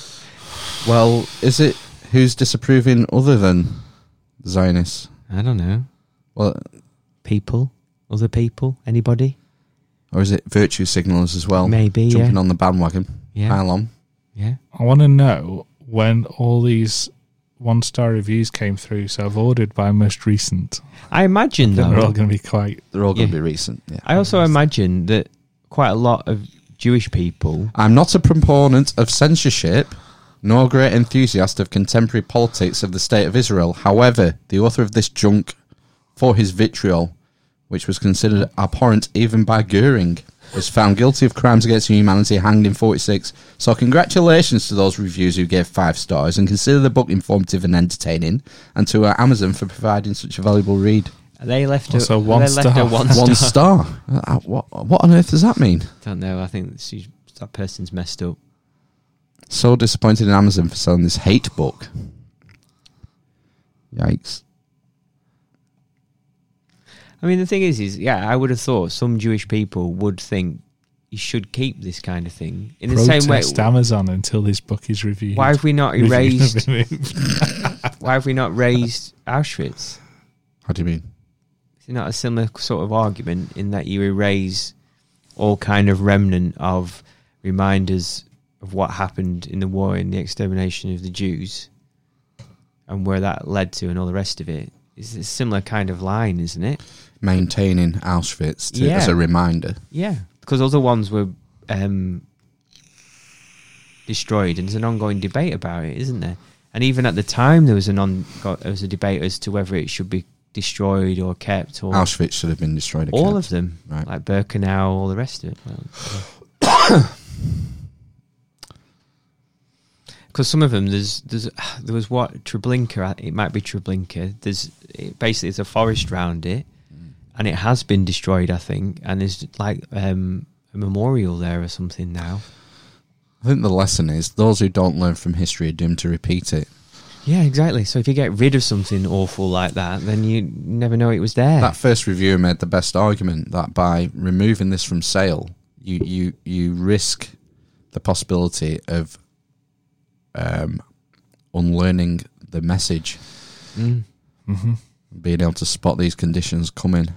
[SPEAKER 3] Well, is it who's disapproving other than Zionists?
[SPEAKER 1] I don't know.
[SPEAKER 3] Well,
[SPEAKER 1] People, other people, anybody?
[SPEAKER 3] or is it virtue signalers as well?
[SPEAKER 1] Maybe,
[SPEAKER 3] Jumping
[SPEAKER 1] yeah.
[SPEAKER 3] on the bandwagon.
[SPEAKER 1] Yeah.
[SPEAKER 3] Pile on.
[SPEAKER 1] Yeah.
[SPEAKER 2] I want to know when all these one star reviews came through. So I've ordered by most recent.
[SPEAKER 1] I imagine
[SPEAKER 2] Then
[SPEAKER 1] though.
[SPEAKER 2] we're all going to be quite.
[SPEAKER 3] They're all going
[SPEAKER 1] Yeah.
[SPEAKER 3] to be recent. Yeah.
[SPEAKER 1] I also imagine that quite a lot of Jewish people.
[SPEAKER 3] I'm not a proponent of censorship, nor a great enthusiast of contemporary politics of the state of Israel. However, the author of this junk, for his vitriol, which was considered abhorrent even by Goering, was found guilty of crimes against humanity, hanged in 46. So, congratulations to those reviews who gave five stars and consider the book informative and entertaining, and to uh, Amazon for providing such a valuable read.
[SPEAKER 1] They left
[SPEAKER 2] Also
[SPEAKER 1] a
[SPEAKER 2] one
[SPEAKER 1] they left
[SPEAKER 2] star.
[SPEAKER 1] a one star.
[SPEAKER 3] One star. Uh, What, what on earth does that mean?
[SPEAKER 1] don't know. I think she's, that person's messed up.
[SPEAKER 3] so disappointed in Amazon for selling this hate book. Yikes.
[SPEAKER 1] I mean, the thing is, is yeah, I would have thought some Jewish people would think you should keep this kind of thing in the same way.
[SPEAKER 2] protest Amazon until this book is reviewed.
[SPEAKER 1] Why have we not
[SPEAKER 2] Reviewed and
[SPEAKER 1] erased?
[SPEAKER 2] removed.
[SPEAKER 1] Why have we not raised Auschwitz?
[SPEAKER 3] How do you mean?
[SPEAKER 1] Is it not a similar sort of argument in that you erase all kind of remnant of reminders of what happened in the war and the extermination of the Jews and where that led to and all the rest of it? It's a similar kind of line, isn't it?
[SPEAKER 3] Maintaining Auschwitz to, as
[SPEAKER 1] Yeah.
[SPEAKER 3] a reminder.
[SPEAKER 1] Yeah, because other ones were um, destroyed, and there's an ongoing debate about it, isn't there? And even at the time, there was an on got, there was a debate as to whether it should be destroyed or kept or
[SPEAKER 3] Auschwitz should have been destroyed. again.
[SPEAKER 1] all of them,
[SPEAKER 3] Right.
[SPEAKER 1] like Birkenau, all the rest of it. Because some of them, there's, there's, there was what Treblinka. I- It might be Treblinka. There's it basically it's a forest round it,
[SPEAKER 3] Mm.
[SPEAKER 1] and it has been destroyed, I think. And there's like um, a memorial there or something now.
[SPEAKER 3] I think the lesson is those who don't learn from history are doomed to repeat it.
[SPEAKER 1] Yeah, exactly. So if you get rid of something awful like that, then you never know it was there.
[SPEAKER 3] That first reviewer made the best argument that by removing this from sale, you you you risk the possibility of um, unlearning the message,
[SPEAKER 1] Mm.
[SPEAKER 2] Mm-hmm.
[SPEAKER 3] being able to spot these conditions coming,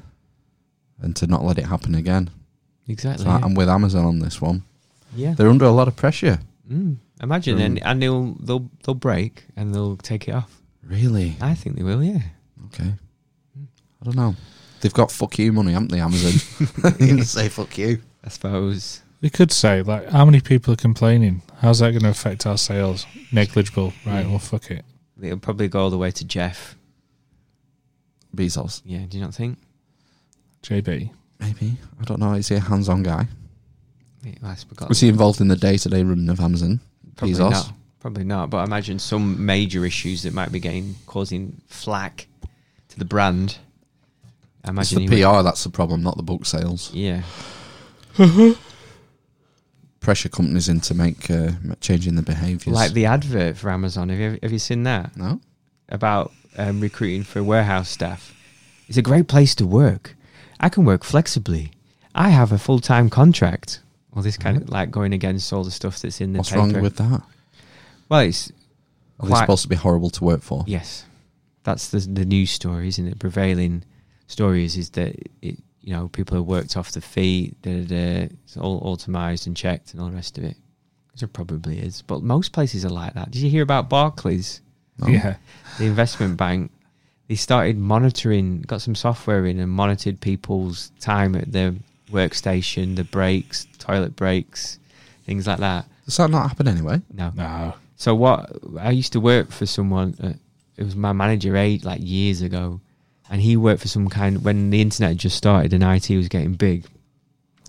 [SPEAKER 3] and to not let it happen again.
[SPEAKER 1] Exactly.
[SPEAKER 3] So I- I'm with Amazon on this one.
[SPEAKER 1] yeah.
[SPEAKER 3] They're under a lot of pressure.
[SPEAKER 1] Mm. Imagine, and, and they'll they'll they'll break and they'll take it off.
[SPEAKER 3] Really?
[SPEAKER 1] I think they will. Yeah.
[SPEAKER 3] Okay. I don't know. They've got fuck you money, haven't they, Amazon? You're gonna say fuck you.
[SPEAKER 1] I suppose.
[SPEAKER 2] We could say, like, how many people are complaining? How's that going to affect our sales? Negligible. Right, well, fuck it.
[SPEAKER 1] It'll probably go all the way to Jeff.
[SPEAKER 3] Bezos.
[SPEAKER 1] Yeah, do you not think?
[SPEAKER 2] JB.
[SPEAKER 3] Maybe. I don't know. Is he a hands on guy?
[SPEAKER 1] Yeah, I forgot.
[SPEAKER 3] Was he involved in the day to day running of Amazon?
[SPEAKER 1] probably
[SPEAKER 3] Bezos?
[SPEAKER 1] not. Probably not. But I imagine some major issues that might be getting causing flack to the brand. I
[SPEAKER 3] It's
[SPEAKER 1] imagine
[SPEAKER 3] the
[SPEAKER 1] he would-
[SPEAKER 3] PR that's the problem, not the book sales.
[SPEAKER 1] yeah.
[SPEAKER 3] Pressure companies in to make uh, m- changing the behaviours.
[SPEAKER 1] Like the advert for Amazon. Have you have you seen that?
[SPEAKER 3] no?
[SPEAKER 1] about um, recruiting for warehouse staff. It's a great place to work. I can work flexibly. I have a full time contract. Well, this kind of like going against all the stuff that's in the
[SPEAKER 3] What's
[SPEAKER 1] paper.
[SPEAKER 3] wrong with that?
[SPEAKER 1] Well, it's
[SPEAKER 3] Are they
[SPEAKER 1] Quite-
[SPEAKER 3] supposed to be horrible to work for?
[SPEAKER 1] yes, that's the the news story, isn't it? Prevailing stories is that it, you know people are worked off the feet. Da, da, da. It's all automised and checked and all the rest of it. Which it probably is, but most places are like that. Did you hear about Barclays?
[SPEAKER 3] No?
[SPEAKER 2] Yeah.
[SPEAKER 1] the investment bank, they started monitoring, got some software in and monitored people's time at their workstation, the breaks, toilet breaks, things like that.
[SPEAKER 3] Does that not happen anyway?
[SPEAKER 1] No.
[SPEAKER 2] No.
[SPEAKER 1] So what I used to work for someone, uh, it was my manager eight like years ago, and he worked for some kind when the internet had just started and IT was getting big.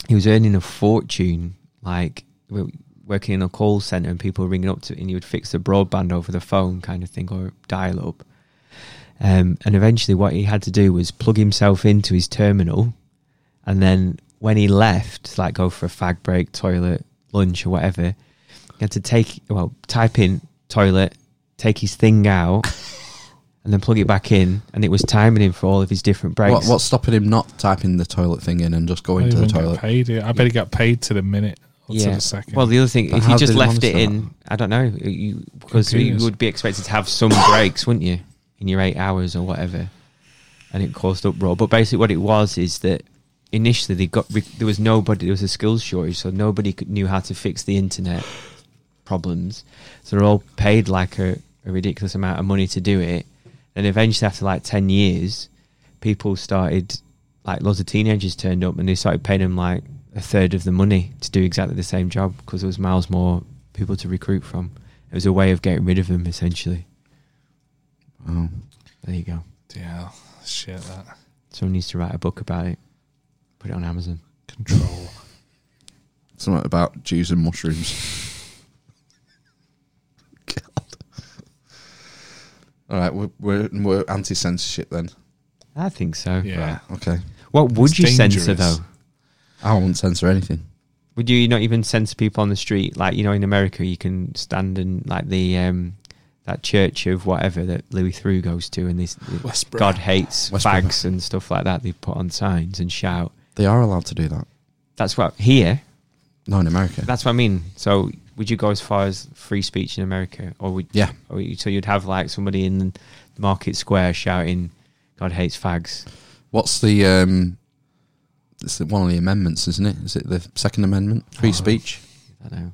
[SPEAKER 1] He was earning a fortune, like w- working in a call center and people ringing up to, and he would fix the broadband over the phone kind of thing or dial up. Um, and eventually, what he had to do was plug himself into his terminal, and then when he left, like go for a fag break, toilet, lunch, or whatever, he had to take well, type in toilet, take his thing out, and then plug it back in, and it was timing him for all of his different breaks.
[SPEAKER 3] What, what's stopping him not typing the toilet thing in and just going
[SPEAKER 2] I
[SPEAKER 3] to
[SPEAKER 2] even
[SPEAKER 3] the
[SPEAKER 2] got
[SPEAKER 3] toilet?
[SPEAKER 2] Paid. yeah. I bet he got paid to the minute or to the second.
[SPEAKER 1] Well, the other thing,
[SPEAKER 3] But
[SPEAKER 1] if you
[SPEAKER 3] how
[SPEAKER 1] just
[SPEAKER 3] did they
[SPEAKER 1] left it
[SPEAKER 3] monitor
[SPEAKER 1] in, I don't know, you, because you
[SPEAKER 2] Computers.
[SPEAKER 1] would be expected to have some breaks, wouldn't you, in your eight hours or whatever? And it caused uproar. But basically, what it was is that initially they got re- there was nobody, there was a skills shortage, so nobody could, knew how to fix the internet problems. So they're all paid like a, a ridiculous amount of money to do it. And eventually, after like 10 years, people started, like lots of teenagers turned up and they started paying them like a third of the money to do exactly the same job because there was miles more people to recruit from. It was a way of getting rid of them, essentially.
[SPEAKER 3] Oh.
[SPEAKER 1] There you go.
[SPEAKER 2] yeah. Shit, that.
[SPEAKER 1] Someone needs to write a book about it, put it on Amazon.
[SPEAKER 2] Control.
[SPEAKER 3] Something about Jews and mushrooms. God. All right, we're, we're, we're anti censorship then.
[SPEAKER 1] I think so.
[SPEAKER 2] Yeah.
[SPEAKER 3] Okay.
[SPEAKER 1] What would
[SPEAKER 2] It's
[SPEAKER 1] you censor, though?
[SPEAKER 2] dangerous.
[SPEAKER 3] I won't censor anything.
[SPEAKER 1] Would you not even censor people on the street? Like you know, in America, you can stand in like the um, that church of whatever that Louis Theroux goes to, and this
[SPEAKER 3] Westboro.
[SPEAKER 1] God hates
[SPEAKER 3] Westboro.
[SPEAKER 1] fags and stuff like that. They put on signs and shout.
[SPEAKER 3] They are allowed to do that.
[SPEAKER 1] That's what here.
[SPEAKER 3] No, in America.
[SPEAKER 1] That's what I mean. So, would you go as far as free speech in America, or would
[SPEAKER 3] yeah.
[SPEAKER 1] Or you, so you'd have like somebody in the market square shouting, "God hates fags."
[SPEAKER 3] What's the um? It's the- one of the amendments, isn't it? Is it the Second Amendment? Free speech.
[SPEAKER 1] Oh, I don't know.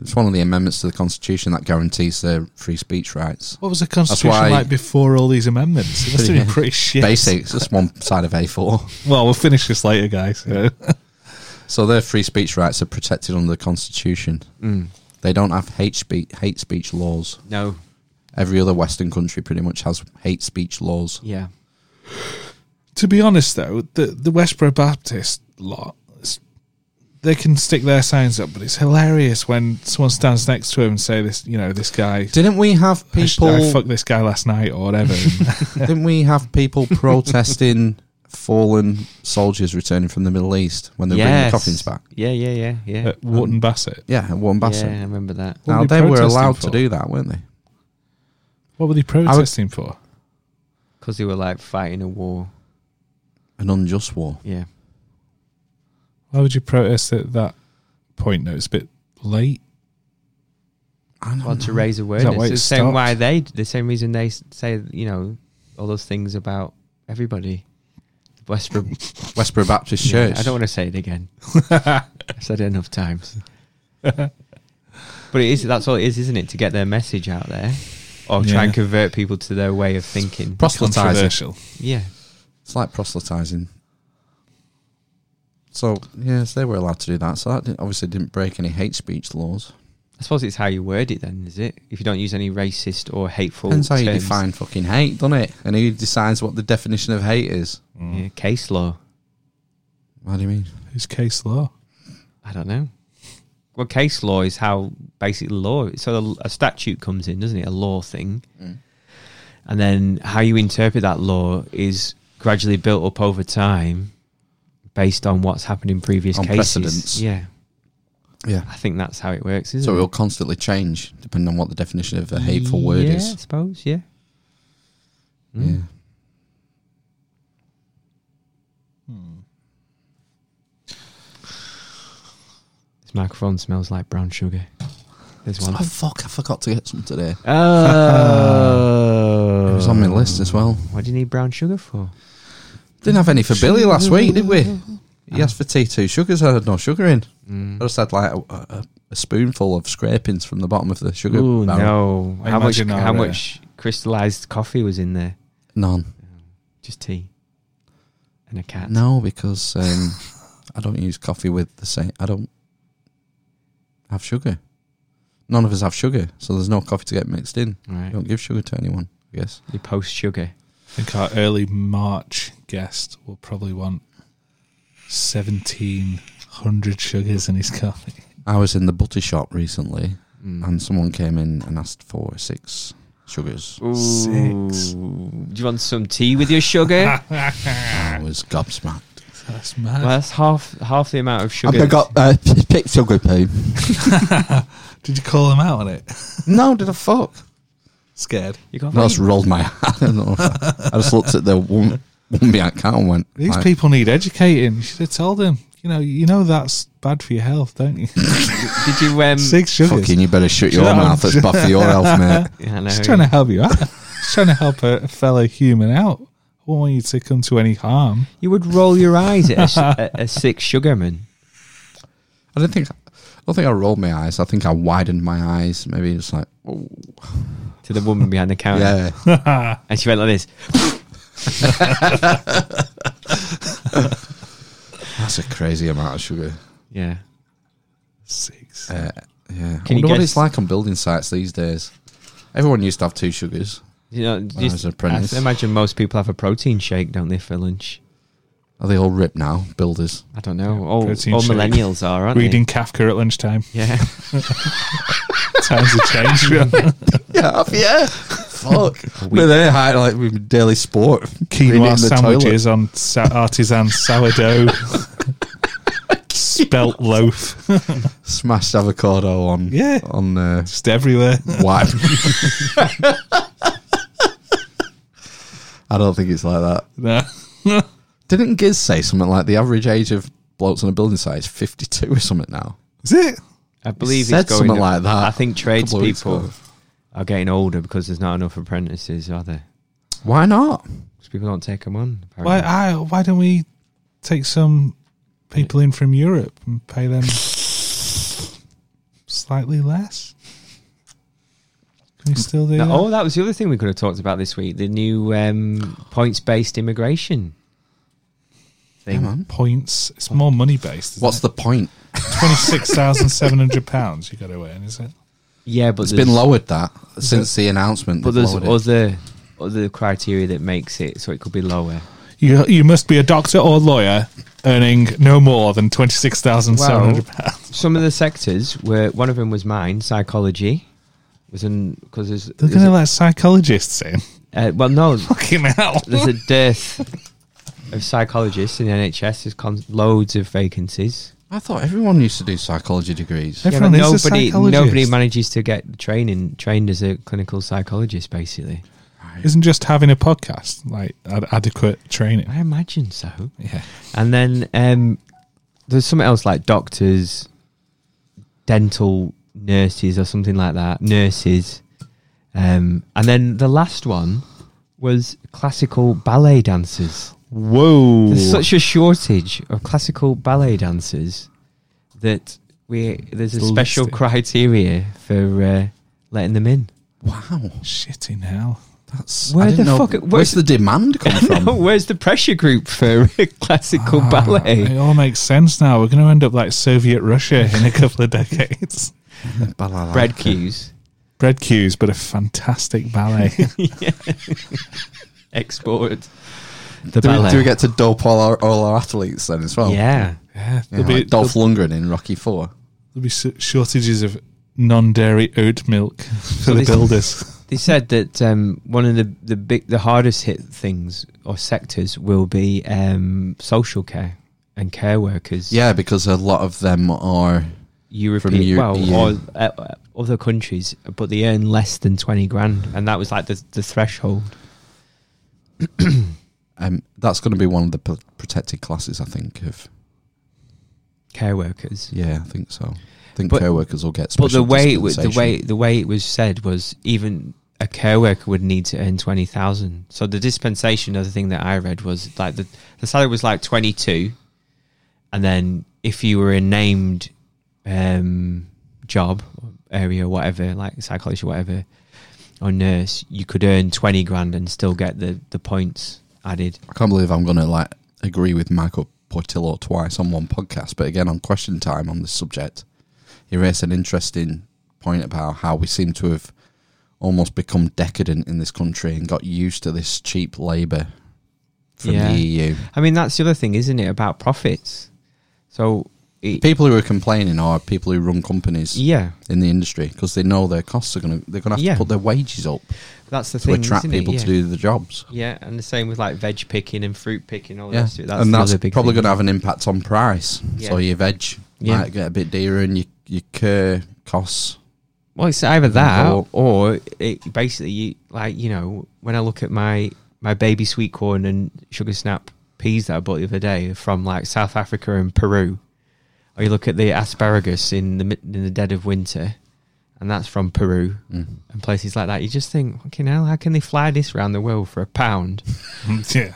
[SPEAKER 3] It's one of the amendments to the Constitution that guarantees their free speech rights.
[SPEAKER 2] What was the Constitution
[SPEAKER 3] why-
[SPEAKER 2] like before all these amendments? It must have been pretty shit.
[SPEAKER 3] Basics. That's one side of A4.
[SPEAKER 2] Well, we'll finish this later, guys.
[SPEAKER 3] So their free speech rights are protected under the Constitution.
[SPEAKER 1] Mm.
[SPEAKER 3] They don't have hate speech hate speech laws.
[SPEAKER 1] No.
[SPEAKER 3] Every other Western country pretty much has hate speech laws.
[SPEAKER 1] Yeah.
[SPEAKER 2] to be honest, though, the the Westboro Baptist lot, it's- they can stick their signs up, but it's hilarious when someone stands next to him and say this, you know, this guy.
[SPEAKER 3] Didn't we have
[SPEAKER 2] I
[SPEAKER 3] people?
[SPEAKER 2] fucked this guy last night or whatever.
[SPEAKER 3] didn't we have people protesting fallen soldiers returning from the Middle East when they were bringing the
[SPEAKER 1] Yes.
[SPEAKER 3] coffins back?
[SPEAKER 1] Yeah, yeah, yeah, yeah.
[SPEAKER 2] at Wharton Bassett.
[SPEAKER 3] Yeah, at Warren Bassett.
[SPEAKER 1] yeah, I remember that.
[SPEAKER 2] What
[SPEAKER 3] Now
[SPEAKER 2] were
[SPEAKER 3] they
[SPEAKER 2] you
[SPEAKER 3] were
[SPEAKER 2] protesting
[SPEAKER 3] allowed
[SPEAKER 2] for?
[SPEAKER 3] to do that, weren't they?
[SPEAKER 2] What were they protesting for?
[SPEAKER 1] Because they were like fighting a war.
[SPEAKER 3] An unjust war.
[SPEAKER 1] Yeah.
[SPEAKER 2] Why would you protest at that point? No, it's a bit late.
[SPEAKER 3] I don't
[SPEAKER 1] Well, to
[SPEAKER 3] know.
[SPEAKER 1] raise
[SPEAKER 2] why
[SPEAKER 1] awareness. It's
[SPEAKER 2] it
[SPEAKER 1] the same
[SPEAKER 2] stopped?
[SPEAKER 1] why they, the same reason they s- say, you know, all those things about everybody. Westbrook.
[SPEAKER 3] Westboro Baptist
[SPEAKER 1] Yeah,
[SPEAKER 3] Church.
[SPEAKER 1] I don't want to say it again. I said it enough times. but it is. That's all it is, isn't it? To get their message out there, or try
[SPEAKER 2] Yeah.
[SPEAKER 1] and convert people to their way of thinking.
[SPEAKER 3] proselytizing.
[SPEAKER 2] Controversial.
[SPEAKER 1] Yeah.
[SPEAKER 3] It's like proselytizing. So yes, they were allowed to do that. So that didn't, obviously didn't break any hate speech laws.
[SPEAKER 1] I suppose it's how you word it, then, is it? If you don't use any racist or hateful
[SPEAKER 3] Depends how you
[SPEAKER 1] terms.
[SPEAKER 3] define fucking hate, doesn't it? And who decides what the definition of hate is?
[SPEAKER 1] Yeah, case law.
[SPEAKER 3] What do you mean?
[SPEAKER 2] It's case law.
[SPEAKER 1] I don't know. Well, case law is how basic law. So a, a statute comes in, doesn't it? A law thing,
[SPEAKER 3] Mm.
[SPEAKER 1] and then how you interpret that law is gradually built up over time, based on what's happened in previous
[SPEAKER 3] On
[SPEAKER 1] cases.
[SPEAKER 3] precedents.
[SPEAKER 1] Yeah,
[SPEAKER 3] Yeah.
[SPEAKER 1] I think that's how it works, isn't
[SPEAKER 3] So
[SPEAKER 1] it?
[SPEAKER 3] it'll constantly change depending on what the definition of a hateful word
[SPEAKER 1] yeah, I
[SPEAKER 3] is.
[SPEAKER 1] suppose. Yeah. Hmm.
[SPEAKER 3] Yeah.
[SPEAKER 1] Hmm. This microphone smells like brown sugar. There's one.
[SPEAKER 3] Oh fuck! I forgot to get some today.
[SPEAKER 1] Oh,
[SPEAKER 3] It was on my list as well.
[SPEAKER 1] What do you need brown sugar for?
[SPEAKER 3] Didn't have any for Billy last week, did we? He asked for tea two sugars. I had no sugar in. I just had like a, a, a spoonful of scrapings from the bottom of the sugar.
[SPEAKER 1] Ooh,
[SPEAKER 3] barrel.
[SPEAKER 1] no!
[SPEAKER 2] I
[SPEAKER 1] how much?
[SPEAKER 2] imagine
[SPEAKER 1] How
[SPEAKER 2] our, uh,
[SPEAKER 1] much crystallized coffee was in there?
[SPEAKER 3] none.
[SPEAKER 1] Just tea and a cat.
[SPEAKER 3] No, because um, I don't use coffee with the same. I don't have sugar. None of us have sugar, so there's no coffee to get mixed in. I
[SPEAKER 1] right?
[SPEAKER 3] don't give sugar to anyone. I guess.
[SPEAKER 1] You post sugar.
[SPEAKER 2] I think our early March guest will probably want seventeen hundred sugars in his coffee.
[SPEAKER 3] I was in the butter shop recently, and someone came in and asked for six sugars.
[SPEAKER 2] Six.
[SPEAKER 1] Do you want some tea with your sugar?
[SPEAKER 3] I was gobsmacked.
[SPEAKER 2] That's mad.
[SPEAKER 1] well, that's half half the amount of sugar.
[SPEAKER 3] uh, pick sugar poo.
[SPEAKER 2] Did you call him out on it?
[SPEAKER 3] No, did I fuck?
[SPEAKER 2] Scared.
[SPEAKER 1] You got
[SPEAKER 3] No, I just
[SPEAKER 1] very-
[SPEAKER 3] rolled my eyes. I, don't know if I, I just looked at the woman, woman behind the counter and went,
[SPEAKER 2] These
[SPEAKER 3] like,
[SPEAKER 2] people need educating. You should have told them. You know, you know that's bad for your health, don't you?
[SPEAKER 1] Did you? Um,
[SPEAKER 2] Six sugars.
[SPEAKER 3] Fucking, you better shut your
[SPEAKER 2] Shut up.
[SPEAKER 3] mouth. That's bad for your health, mate.
[SPEAKER 1] yeah, I know.
[SPEAKER 2] Just trying to help you out. Just trying to help a, a fellow human out. I don't want you to come to any harm.
[SPEAKER 1] You would roll your eyes at a, s- at a six sugarman.
[SPEAKER 3] I don't think. I don't think I rolled my eyes. I think I widened my eyes. Maybe it's like, oh,
[SPEAKER 1] To the woman behind the counter,
[SPEAKER 3] yeah.
[SPEAKER 1] and she went like this.
[SPEAKER 3] That's a crazy amount of sugar.
[SPEAKER 1] Yeah,
[SPEAKER 2] Six.
[SPEAKER 3] Uh, yeah. I
[SPEAKER 1] Can you
[SPEAKER 3] wonder what
[SPEAKER 1] guess-
[SPEAKER 3] it's like on building sites these days. Everyone used to have two sugars.
[SPEAKER 1] you know.
[SPEAKER 3] I was
[SPEAKER 1] Just,
[SPEAKER 3] an apprentice.
[SPEAKER 1] I imagine most people have a protein shake, don't they, for lunch?
[SPEAKER 3] Are they all ripped now? Builders.
[SPEAKER 1] I don't know. all all
[SPEAKER 2] protein shake.
[SPEAKER 1] millennials are, aren't
[SPEAKER 2] Reading Kafka at lunchtime.
[SPEAKER 1] they? Yeah.
[SPEAKER 2] Times have changed. really.
[SPEAKER 3] Yeah, yeah. Fuck. But they're high like with daily sport. Reading
[SPEAKER 2] Quinoa
[SPEAKER 3] in the
[SPEAKER 2] sandwiches on sa- artisan sourdough. Spelt loaf.
[SPEAKER 3] smashed avocado on
[SPEAKER 2] Yeah.
[SPEAKER 3] on uh,
[SPEAKER 2] Just everywhere.
[SPEAKER 3] wipe. I don't think it's like that.
[SPEAKER 2] No.
[SPEAKER 3] Didn't Giz say something like the average age of blokes on a building site is fifty two or something now?
[SPEAKER 2] Is it?
[SPEAKER 1] I believe
[SPEAKER 3] said
[SPEAKER 1] it's going
[SPEAKER 3] something
[SPEAKER 1] up.
[SPEAKER 3] like that
[SPEAKER 1] I think
[SPEAKER 3] a couple of weeks
[SPEAKER 1] tradespeople
[SPEAKER 3] ago.
[SPEAKER 1] are getting older because there's not enough apprentices, are there?
[SPEAKER 3] Why not?
[SPEAKER 1] Because people don't take them on.
[SPEAKER 2] Why,
[SPEAKER 1] Apparently.
[SPEAKER 2] I, why don't we take some people in from Europe and pay them slightly less? Can we still do
[SPEAKER 1] Now-
[SPEAKER 2] that?
[SPEAKER 1] oh, that was the other thing we could have talked about this week: the new um, points-based immigration thing.
[SPEAKER 2] Points. It's more money based.
[SPEAKER 3] What's the point?
[SPEAKER 2] twenty six thousand seven hundred pounds you got to earn? Is it?
[SPEAKER 1] Yeah, but
[SPEAKER 3] It's
[SPEAKER 1] there's-
[SPEAKER 3] been lowered that since the announcement.
[SPEAKER 1] But
[SPEAKER 3] they've
[SPEAKER 1] there's
[SPEAKER 3] lowered it.
[SPEAKER 1] other other criteria that makes it so it could be lower.
[SPEAKER 2] You you must be a doctor or lawyer earning no more than twenty six thousand seven hundred pounds.
[SPEAKER 1] Some of the sectors were one of them was mine, psychology. Was in because there's,
[SPEAKER 2] They're
[SPEAKER 1] there's
[SPEAKER 2] going to let psychologists in.
[SPEAKER 1] a- uh, well no
[SPEAKER 2] Fucking hell!
[SPEAKER 1] there's a dearth of psychologists in the NHS. There's con- loads of vacancies.
[SPEAKER 3] I thought everyone used to do psychology degrees.
[SPEAKER 1] Yeah, but nobody, nobody manages to get the training trained as a clinical psychologist. Basically,
[SPEAKER 2] Isn't just having a podcast like ad- adequate training?
[SPEAKER 1] I imagine so.
[SPEAKER 2] Yeah.
[SPEAKER 1] And then um, there's something else like doctors, dental nurses, or something like that. Nurses. Um, and then the last one was classical ballet dancers.
[SPEAKER 2] Whoa.
[SPEAKER 1] There's such a shortage of classical ballet dancers that we there's a
[SPEAKER 2] It's
[SPEAKER 1] special
[SPEAKER 2] listed.
[SPEAKER 1] criteria for uh, letting them in.
[SPEAKER 3] Wow,
[SPEAKER 2] Shitting hell.
[SPEAKER 3] that's
[SPEAKER 1] Where
[SPEAKER 3] I didn't
[SPEAKER 1] the
[SPEAKER 3] know-
[SPEAKER 1] fuck-
[SPEAKER 3] Where's
[SPEAKER 1] where's-
[SPEAKER 3] the demand come from?
[SPEAKER 1] Where's the pressure group for classical
[SPEAKER 2] Ah, It
[SPEAKER 1] ballet?
[SPEAKER 2] all makes sense now. We're going to end up like Soviet Russia in a couple of decades.
[SPEAKER 3] Balalaika.
[SPEAKER 1] Bread cues.
[SPEAKER 2] Bread cues, but a fantastic ballet.
[SPEAKER 1] Export the
[SPEAKER 3] Do we,
[SPEAKER 1] ballet.
[SPEAKER 3] do we get to dope all our, all our athletes then as well?
[SPEAKER 1] yeah.
[SPEAKER 2] yeah,
[SPEAKER 3] Yeah,
[SPEAKER 2] there'll, be,
[SPEAKER 3] like Dolph Lundgren in Rocky Four.
[SPEAKER 2] there'll be s- shortages of non-dairy oat milk for the
[SPEAKER 1] this-
[SPEAKER 2] builders.
[SPEAKER 1] They said that um, one of the the big the hardest hit things or sectors will be um, social care and care workers.
[SPEAKER 3] Yeah, because a lot of them are
[SPEAKER 1] European,
[SPEAKER 3] From Eu-
[SPEAKER 1] well,
[SPEAKER 3] EU.
[SPEAKER 1] or uh, uh, other countries, but they earn less than twenty grand, and that was like the the threshold.
[SPEAKER 3] Um, that's going to be one of the p- protected classes, I think. Of
[SPEAKER 1] Care workers.
[SPEAKER 3] yeah, I think so. I think
[SPEAKER 1] But-
[SPEAKER 3] care workers will get. Special
[SPEAKER 1] But the way it was, the
[SPEAKER 3] dispensation.
[SPEAKER 1] way the way it was said was even a care worker would need to earn twenty thousand. So the dispensation of the thing that I read was like the the salary was like twenty two, and then if you were a named um, job or area or whatever, like psychologist or whatever, or nurse, you could earn twenty grand and still get the the points added.
[SPEAKER 3] I can't believe I'm going to like agree with Michael Portillo twice on one podcast, but again on Question Time on this subject, he raised an interesting point about how we seem to have almost become decadent in this country and got used to this cheap labour from
[SPEAKER 1] Yeah.
[SPEAKER 3] the E EU.
[SPEAKER 1] I mean, that's the other thing, isn't it, about profits? So it,
[SPEAKER 3] People who are complaining are people who run companies
[SPEAKER 1] yeah,
[SPEAKER 3] in the industry because they know their costs are going to they're going to have
[SPEAKER 1] Yeah.
[SPEAKER 3] to put their wages up
[SPEAKER 1] that's the
[SPEAKER 3] to
[SPEAKER 1] thing.
[SPEAKER 3] attract
[SPEAKER 1] isn't it?
[SPEAKER 3] people
[SPEAKER 1] Yeah.
[SPEAKER 3] to do the jobs.
[SPEAKER 1] Yeah, and the same with like veg picking and fruit picking, all the
[SPEAKER 3] Yeah,
[SPEAKER 1] rest of it. That's
[SPEAKER 3] and that's
[SPEAKER 1] another big
[SPEAKER 3] probably
[SPEAKER 1] thing.
[SPEAKER 3] going to have an impact on price. So
[SPEAKER 1] Yeah.
[SPEAKER 3] your veg
[SPEAKER 1] Yeah.
[SPEAKER 3] might get a bit dearer, and your your cur costs.
[SPEAKER 1] Well, it's either
[SPEAKER 3] go
[SPEAKER 1] that
[SPEAKER 3] up.
[SPEAKER 1] or it basically, you, like you know, when I look at my my baby sweet corn and sugar snap peas that I bought the other day from like South Africa and Peru, or you look at the asparagus in the mid- in the dead of winter, and that's from Peru
[SPEAKER 3] Mm.
[SPEAKER 1] and places like that. You just think, fucking hell, how can they fly this around the world for a pound?
[SPEAKER 2] yeah.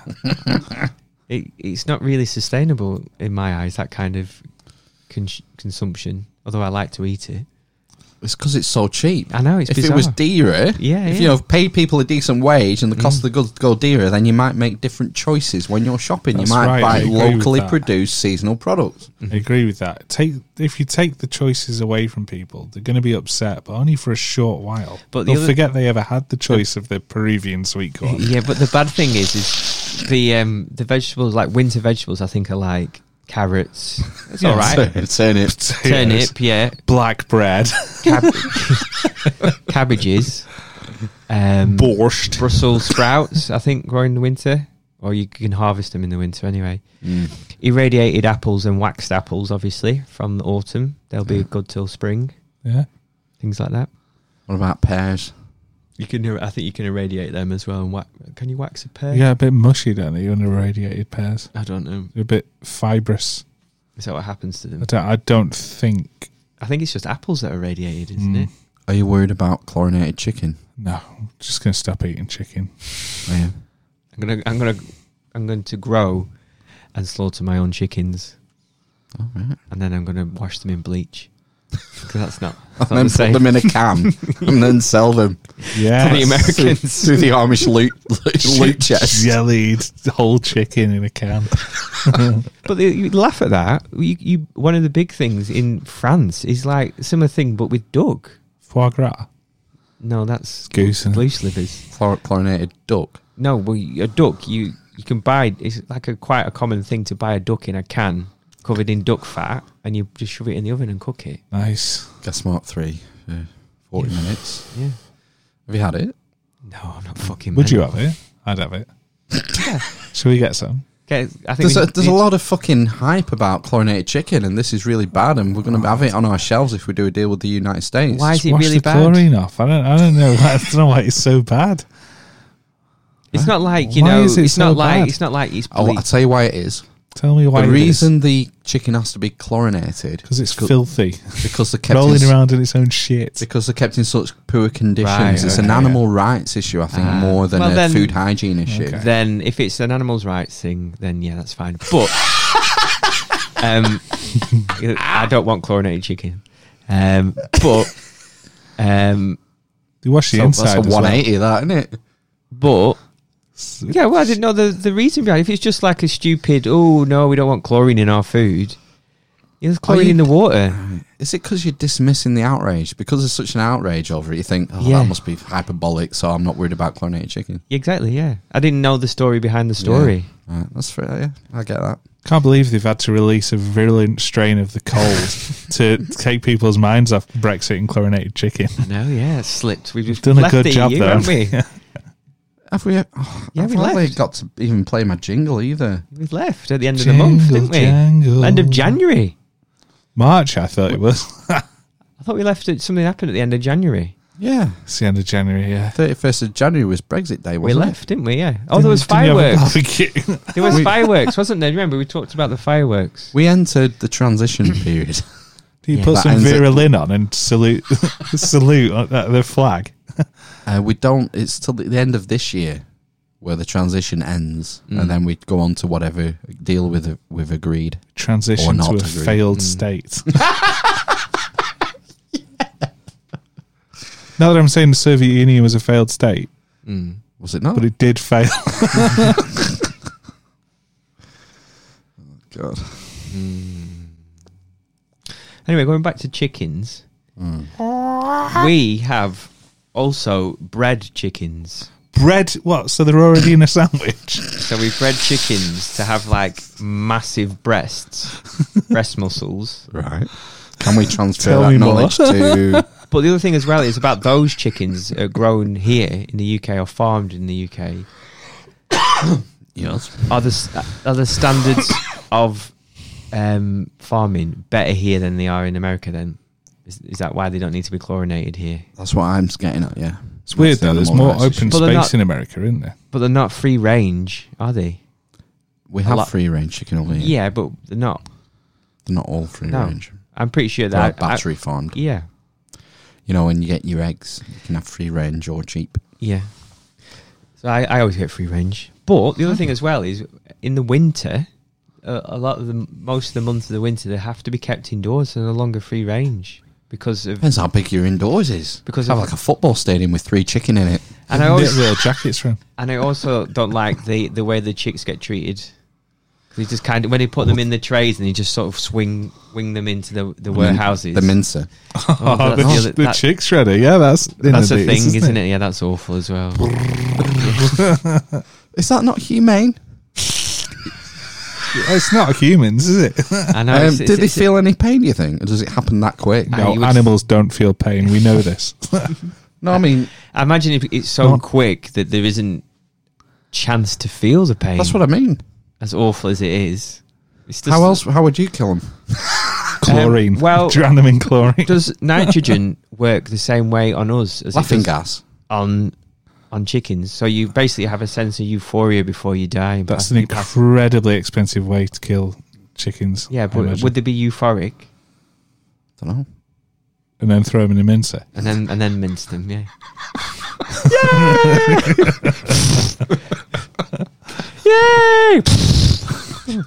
[SPEAKER 1] it, it's not really sustainable in my eyes that kind of cons- consumption although i like to eat it
[SPEAKER 3] It's because it's so cheap.
[SPEAKER 1] I know, it's
[SPEAKER 3] if it was
[SPEAKER 1] bizarre.
[SPEAKER 3] dearer,
[SPEAKER 1] Yeah, yeah.
[SPEAKER 3] if
[SPEAKER 1] Mm.
[SPEAKER 3] you have paid people a decent wage and the cost of the goods go dearer, then you might make different choices when you're shopping.
[SPEAKER 2] That's
[SPEAKER 3] you might
[SPEAKER 2] right, I
[SPEAKER 3] buy
[SPEAKER 2] agree with
[SPEAKER 3] locally
[SPEAKER 2] that.
[SPEAKER 3] produced seasonal products.
[SPEAKER 2] I agree with that. Take if you take the choices away from people, they're going to be upset, but only for a short while.
[SPEAKER 1] But
[SPEAKER 2] But
[SPEAKER 1] the
[SPEAKER 2] they'll
[SPEAKER 1] other-
[SPEAKER 2] forget they ever had the choice of the Peruvian sweet corn.
[SPEAKER 1] yeah but the bad thing is is the um the vegetables like winter vegetables i think are like carrots it's all right
[SPEAKER 3] Turnips.
[SPEAKER 1] turnip yeah
[SPEAKER 2] black bread,
[SPEAKER 1] Cab- cabbages um
[SPEAKER 2] borscht.
[SPEAKER 1] brussels sprouts i think grow in the winter or you can harvest them in the winter anyway irradiated apples and waxed apples obviously from the autumn they'll be good till spring
[SPEAKER 2] Yeah,
[SPEAKER 1] things like that
[SPEAKER 3] What about pears?
[SPEAKER 1] You can. ir- I think you can irradiate them as well. And whack, can you wax a pear?
[SPEAKER 2] yeah, a bit mushy, don't they? You under radiated pears,
[SPEAKER 1] I don't know.
[SPEAKER 2] they're a bit fibrous.
[SPEAKER 1] Is that what happens to
[SPEAKER 2] I
[SPEAKER 1] them?
[SPEAKER 2] don't, I don't think.
[SPEAKER 1] I think it's just apples that are radiated, isn't
[SPEAKER 2] Mm.
[SPEAKER 1] it?
[SPEAKER 3] Are you worried about chlorinated chicken?
[SPEAKER 2] No, I'm just going to stop eating chicken.
[SPEAKER 3] Yeah.
[SPEAKER 1] I'm gonna. I'm gonna. I'm going to grow and slaughter my own chickens,
[SPEAKER 3] All right.
[SPEAKER 1] and then I'm gonna wash them in bleach. 'Cause that's not. That's not
[SPEAKER 3] And then
[SPEAKER 1] the
[SPEAKER 3] put
[SPEAKER 1] same.
[SPEAKER 3] them in a can and then sell them
[SPEAKER 2] Yeah,
[SPEAKER 1] the Americans.
[SPEAKER 3] to the Amish loot loot chest.
[SPEAKER 2] jellied whole chicken in a can.
[SPEAKER 1] But the, you laugh at that. You, you. One of the big things in France is like similar thing, but with duck.
[SPEAKER 2] Foie gras,
[SPEAKER 1] No, that's
[SPEAKER 2] goose, and
[SPEAKER 1] loose livers.
[SPEAKER 3] Chlor- chlorinated duck.
[SPEAKER 1] No, well, y- a duck you you can buy. It's like a quite a common thing to buy a duck in a can covered in duck fat, and you just shove it in the oven and cook it.
[SPEAKER 2] nice.
[SPEAKER 3] Gas Mark 3 for 40 uh, minutes.
[SPEAKER 1] Yeah.
[SPEAKER 3] Have you had it?
[SPEAKER 1] No, I'm not fucking.
[SPEAKER 2] Would
[SPEAKER 1] mad.
[SPEAKER 2] you have it? I'd have it. Shall we get some?
[SPEAKER 1] Okay, I think
[SPEAKER 3] There's,
[SPEAKER 1] we
[SPEAKER 3] a,
[SPEAKER 1] need-
[SPEAKER 3] there's a
[SPEAKER 1] need-
[SPEAKER 3] lot of fucking hype about chlorinated chicken, and this is really bad, and we're going to have it on our shelves if we do a deal with the United States.
[SPEAKER 1] Why is it
[SPEAKER 2] Wash
[SPEAKER 1] really
[SPEAKER 2] the
[SPEAKER 1] bad?
[SPEAKER 2] chlorine off. I don't. I don't know. I don't know why it's so bad.
[SPEAKER 1] It's not like you
[SPEAKER 2] Why
[SPEAKER 1] know.
[SPEAKER 2] is it
[SPEAKER 1] it's
[SPEAKER 2] so
[SPEAKER 1] not like
[SPEAKER 2] bad?
[SPEAKER 1] it's not like it's.
[SPEAKER 3] Oh, I'll
[SPEAKER 1] bleak.
[SPEAKER 3] tell you why it is.
[SPEAKER 2] Tell me why.
[SPEAKER 3] the reason the chicken has to be chlorinated
[SPEAKER 2] because it's
[SPEAKER 3] co-
[SPEAKER 2] filthy,
[SPEAKER 3] because they're kept
[SPEAKER 2] rolling
[SPEAKER 3] in,
[SPEAKER 2] around in its own shit.
[SPEAKER 3] because they're kept in such poor conditions.
[SPEAKER 1] Right,
[SPEAKER 3] it's
[SPEAKER 1] okay,
[SPEAKER 3] an animal rights issue, I think,
[SPEAKER 1] Ah.
[SPEAKER 3] more than
[SPEAKER 1] Well,
[SPEAKER 3] a
[SPEAKER 1] then-
[SPEAKER 3] food hygiene issue.
[SPEAKER 1] Then if it's an animals' rights thing, then yeah, that's fine. But um, I don't want chlorinated chicken. Um, but um,
[SPEAKER 2] They wash the
[SPEAKER 3] So that's
[SPEAKER 2] inside.
[SPEAKER 3] a
[SPEAKER 2] as well.
[SPEAKER 3] 180, that isn't it?
[SPEAKER 1] but yeah, well, I didn't know the the reason behind. it. If it's just like a stupid, oh no, we don't want chlorine in our food. yeah, There's chlorine
[SPEAKER 3] you-
[SPEAKER 1] in the water.
[SPEAKER 3] Is it because you're dismissing the outrage? Because there's such an outrage over it, you think, oh,
[SPEAKER 1] Yeah.
[SPEAKER 3] that must be hyperbolic, so I'm not worried about chlorinated chicken.
[SPEAKER 1] Exactly. Yeah, I didn't know the story behind the story.
[SPEAKER 3] Right, that's fair, yeah, I get that.
[SPEAKER 2] Can't believe they've had to release a virulent strain of the cold to take people's minds off Brexit and chlorinated chicken.
[SPEAKER 1] No, yeah, it's slipped. We've just
[SPEAKER 2] Done a
[SPEAKER 1] left
[SPEAKER 2] good
[SPEAKER 1] the
[SPEAKER 2] job
[SPEAKER 1] EU,
[SPEAKER 2] there.
[SPEAKER 1] haven't we?
[SPEAKER 3] Have we? Oh,
[SPEAKER 1] Yeah,
[SPEAKER 3] I've
[SPEAKER 1] we
[SPEAKER 3] hardly
[SPEAKER 1] left.
[SPEAKER 3] got to even play my jingle either.
[SPEAKER 1] We've left at the end of the month,
[SPEAKER 2] Jingle,
[SPEAKER 1] didn't we?
[SPEAKER 2] jangle.
[SPEAKER 1] End of January.
[SPEAKER 2] March, I thought it was.
[SPEAKER 1] I thought we left it. Something happened at the end of January.
[SPEAKER 3] Yeah,
[SPEAKER 2] it's the end of January. Yeah.
[SPEAKER 3] 31st of January was Brexit Day. Wasn't
[SPEAKER 1] We
[SPEAKER 3] it?
[SPEAKER 1] left, didn't we? Yeah. Oh, there was
[SPEAKER 2] Didn't you have a
[SPEAKER 1] fireworks.
[SPEAKER 2] barbecue?
[SPEAKER 1] There was fireworks, wasn't there? Remember, we talked about the fireworks.
[SPEAKER 3] We entered the transition period.
[SPEAKER 2] Do you
[SPEAKER 1] Yeah.
[SPEAKER 2] put
[SPEAKER 3] That
[SPEAKER 2] some
[SPEAKER 3] ends it.
[SPEAKER 2] Vera Lynn on and salute salute at the- the flag?
[SPEAKER 3] Uh, we don't. It's till the end of this year where the transition ends, and then we go on to whatever deal with we've agreed. Or
[SPEAKER 2] Transition
[SPEAKER 3] not
[SPEAKER 2] to a
[SPEAKER 3] agree.
[SPEAKER 2] failed state. Now that I'm saying the Soviet Union was a failed state,
[SPEAKER 3] Was it not?
[SPEAKER 2] but it did fail.
[SPEAKER 3] God.
[SPEAKER 1] Anyway, going back to chickens,
[SPEAKER 2] Hmm.
[SPEAKER 1] we have also bred chickens.
[SPEAKER 2] Bread, what? So they're already in a sandwich.
[SPEAKER 1] So we bred chickens to have like massive breasts, breast muscles.
[SPEAKER 3] Right. Can we transfer
[SPEAKER 2] Tell me
[SPEAKER 3] that
[SPEAKER 2] more.
[SPEAKER 3] knowledge to?
[SPEAKER 1] But the other thing as well is about those chickens uh, grown here in the UK or farmed in the UK
[SPEAKER 3] Yes.
[SPEAKER 1] are the s- uh, are the standards of um, farming better here than they are in America? Then is, is that why they don't need to be chlorinated here?
[SPEAKER 3] That's what I'm getting at. Yeah.
[SPEAKER 2] It's weird though. There's more open
[SPEAKER 1] But they're
[SPEAKER 2] space
[SPEAKER 1] not-
[SPEAKER 2] in America, isn't there?
[SPEAKER 1] But they're not free range, are they?
[SPEAKER 3] We
[SPEAKER 1] a lot-
[SPEAKER 3] have free range chicken over
[SPEAKER 1] Yeah,
[SPEAKER 3] here.
[SPEAKER 1] but they're not.
[SPEAKER 3] They're not all free
[SPEAKER 1] No,
[SPEAKER 3] range.
[SPEAKER 1] I'm pretty sure
[SPEAKER 3] They're like
[SPEAKER 1] that I-
[SPEAKER 3] battery farmed.
[SPEAKER 1] yeah,
[SPEAKER 3] You know, when you get your eggs, you can have free range or cheap.
[SPEAKER 1] yeah. So I, I always get free range. But the other thing as well is in the winter. A a lot of the most of the months of the winter, they have to be kept indoors, so they're no longer free range because of.
[SPEAKER 3] Depends how big your indoors is.
[SPEAKER 1] Because
[SPEAKER 3] have
[SPEAKER 1] if-
[SPEAKER 3] like a football stadium with three chicken in it.
[SPEAKER 1] And I always
[SPEAKER 2] Knit real jackets from.
[SPEAKER 1] And I also don't like the, the way the chicks get treated. 'Cause They just kind of when they put them in the trays and they just sort of swing wing them into the, the warehouses.
[SPEAKER 3] The mincer.
[SPEAKER 1] Oh, that's
[SPEAKER 2] the,
[SPEAKER 1] the other-
[SPEAKER 2] the
[SPEAKER 1] that-
[SPEAKER 2] chick shredder. Yeah, that's in
[SPEAKER 1] That's
[SPEAKER 2] the
[SPEAKER 1] a
[SPEAKER 2] news,
[SPEAKER 1] thing, isn't, it? Yeah, that's awful as well.
[SPEAKER 3] Is that not humane?
[SPEAKER 2] It's not humans, is it?
[SPEAKER 1] I know.
[SPEAKER 3] Um,
[SPEAKER 1] it's-
[SPEAKER 3] did
[SPEAKER 1] it's-
[SPEAKER 3] they
[SPEAKER 1] it's-
[SPEAKER 3] feel any pain? Do you think, or does it happen that quick?
[SPEAKER 1] No,
[SPEAKER 2] no,
[SPEAKER 1] you would-
[SPEAKER 2] animals don't feel pain. We know this.
[SPEAKER 1] Um,
[SPEAKER 3] No, I mean
[SPEAKER 1] I imagine if it's so
[SPEAKER 2] Not-
[SPEAKER 1] quick that there isn't chance to feel the pain.
[SPEAKER 3] that's what I mean.
[SPEAKER 1] as awful as it is. It's just-
[SPEAKER 3] How else? How would you kill them?
[SPEAKER 2] chlorine.
[SPEAKER 1] well-
[SPEAKER 2] drown them in chlorine.
[SPEAKER 1] does nitrogen work the same way on us as it
[SPEAKER 3] Laughing
[SPEAKER 1] does
[SPEAKER 3] gas.
[SPEAKER 1] on on chickens? So you basically have a sense of euphoria before you die. but
[SPEAKER 2] That's
[SPEAKER 1] I
[SPEAKER 2] an
[SPEAKER 1] think you pass-
[SPEAKER 2] incredibly expensive way to kill chickens. I
[SPEAKER 1] Yeah, but
[SPEAKER 2] imagine.
[SPEAKER 1] would they be euphoric
[SPEAKER 3] Don't know.
[SPEAKER 2] and then throw them in a mincer.
[SPEAKER 1] and then and then mince them? Yeah. Yay! Yay!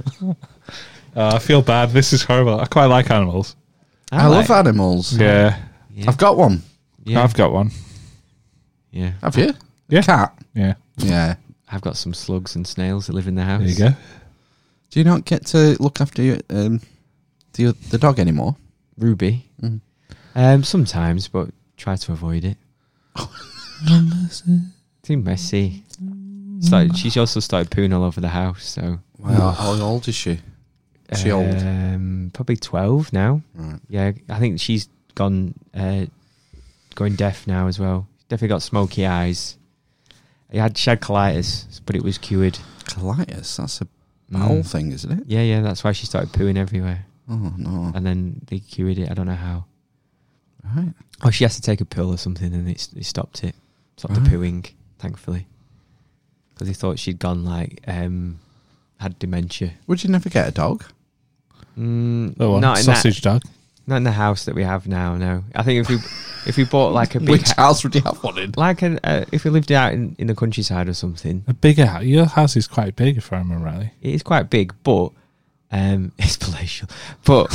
[SPEAKER 2] Uh, I feel bad. This is horrible. I quite like animals.
[SPEAKER 3] I, love animals.
[SPEAKER 2] Yeah,
[SPEAKER 1] Yeah.
[SPEAKER 3] I've got one.
[SPEAKER 1] Yeah,
[SPEAKER 2] I've got one.
[SPEAKER 1] yeah.
[SPEAKER 3] Have you?
[SPEAKER 2] Yeah.
[SPEAKER 3] Cat.
[SPEAKER 2] Yeah,
[SPEAKER 3] Yeah.
[SPEAKER 1] I've got some slugs and snails that live in the house.
[SPEAKER 2] there you go.
[SPEAKER 3] Do you not get to look after your, um, the the dog anymore?
[SPEAKER 1] Ruby.
[SPEAKER 3] Mm.
[SPEAKER 1] Um, sometimes, but try to avoid it. Too messy. Started, she's also started pooing all over the house. So
[SPEAKER 3] Wow. How old is she? She old.
[SPEAKER 1] Um, probably twelve now.
[SPEAKER 3] Right.
[SPEAKER 1] Yeah, I think she's gone uh, going deaf now as well. Definitely got smoky eyes. He had she had colitis, but it was cured.
[SPEAKER 3] Colitis. That's a bowel
[SPEAKER 1] Mm.
[SPEAKER 3] thing, isn't it?
[SPEAKER 1] Yeah, yeah. That's why she started pooing everywhere.
[SPEAKER 3] Oh no!
[SPEAKER 1] And then they cured it. I don't know how.
[SPEAKER 3] Right.
[SPEAKER 1] Oh, she has to take a pill or something, and it, it stopped it. Stopped the
[SPEAKER 3] Right.
[SPEAKER 1] pooing, thankfully. Because they thought she'd gone like um, had dementia.
[SPEAKER 3] Would you never get a dog?
[SPEAKER 1] Mm,
[SPEAKER 2] Oh, well,
[SPEAKER 1] not in that,
[SPEAKER 2] sausage dog.
[SPEAKER 1] not in the house that we have now. No, I think if we if we bought like a big
[SPEAKER 3] Which
[SPEAKER 1] ha-
[SPEAKER 3] house would you have one in?
[SPEAKER 1] like an, uh, if we lived out in, in the countryside or something,
[SPEAKER 2] A bigger house. Your house is quite big, if I remember rightly.
[SPEAKER 1] it is quite big, but um, it's palatial. But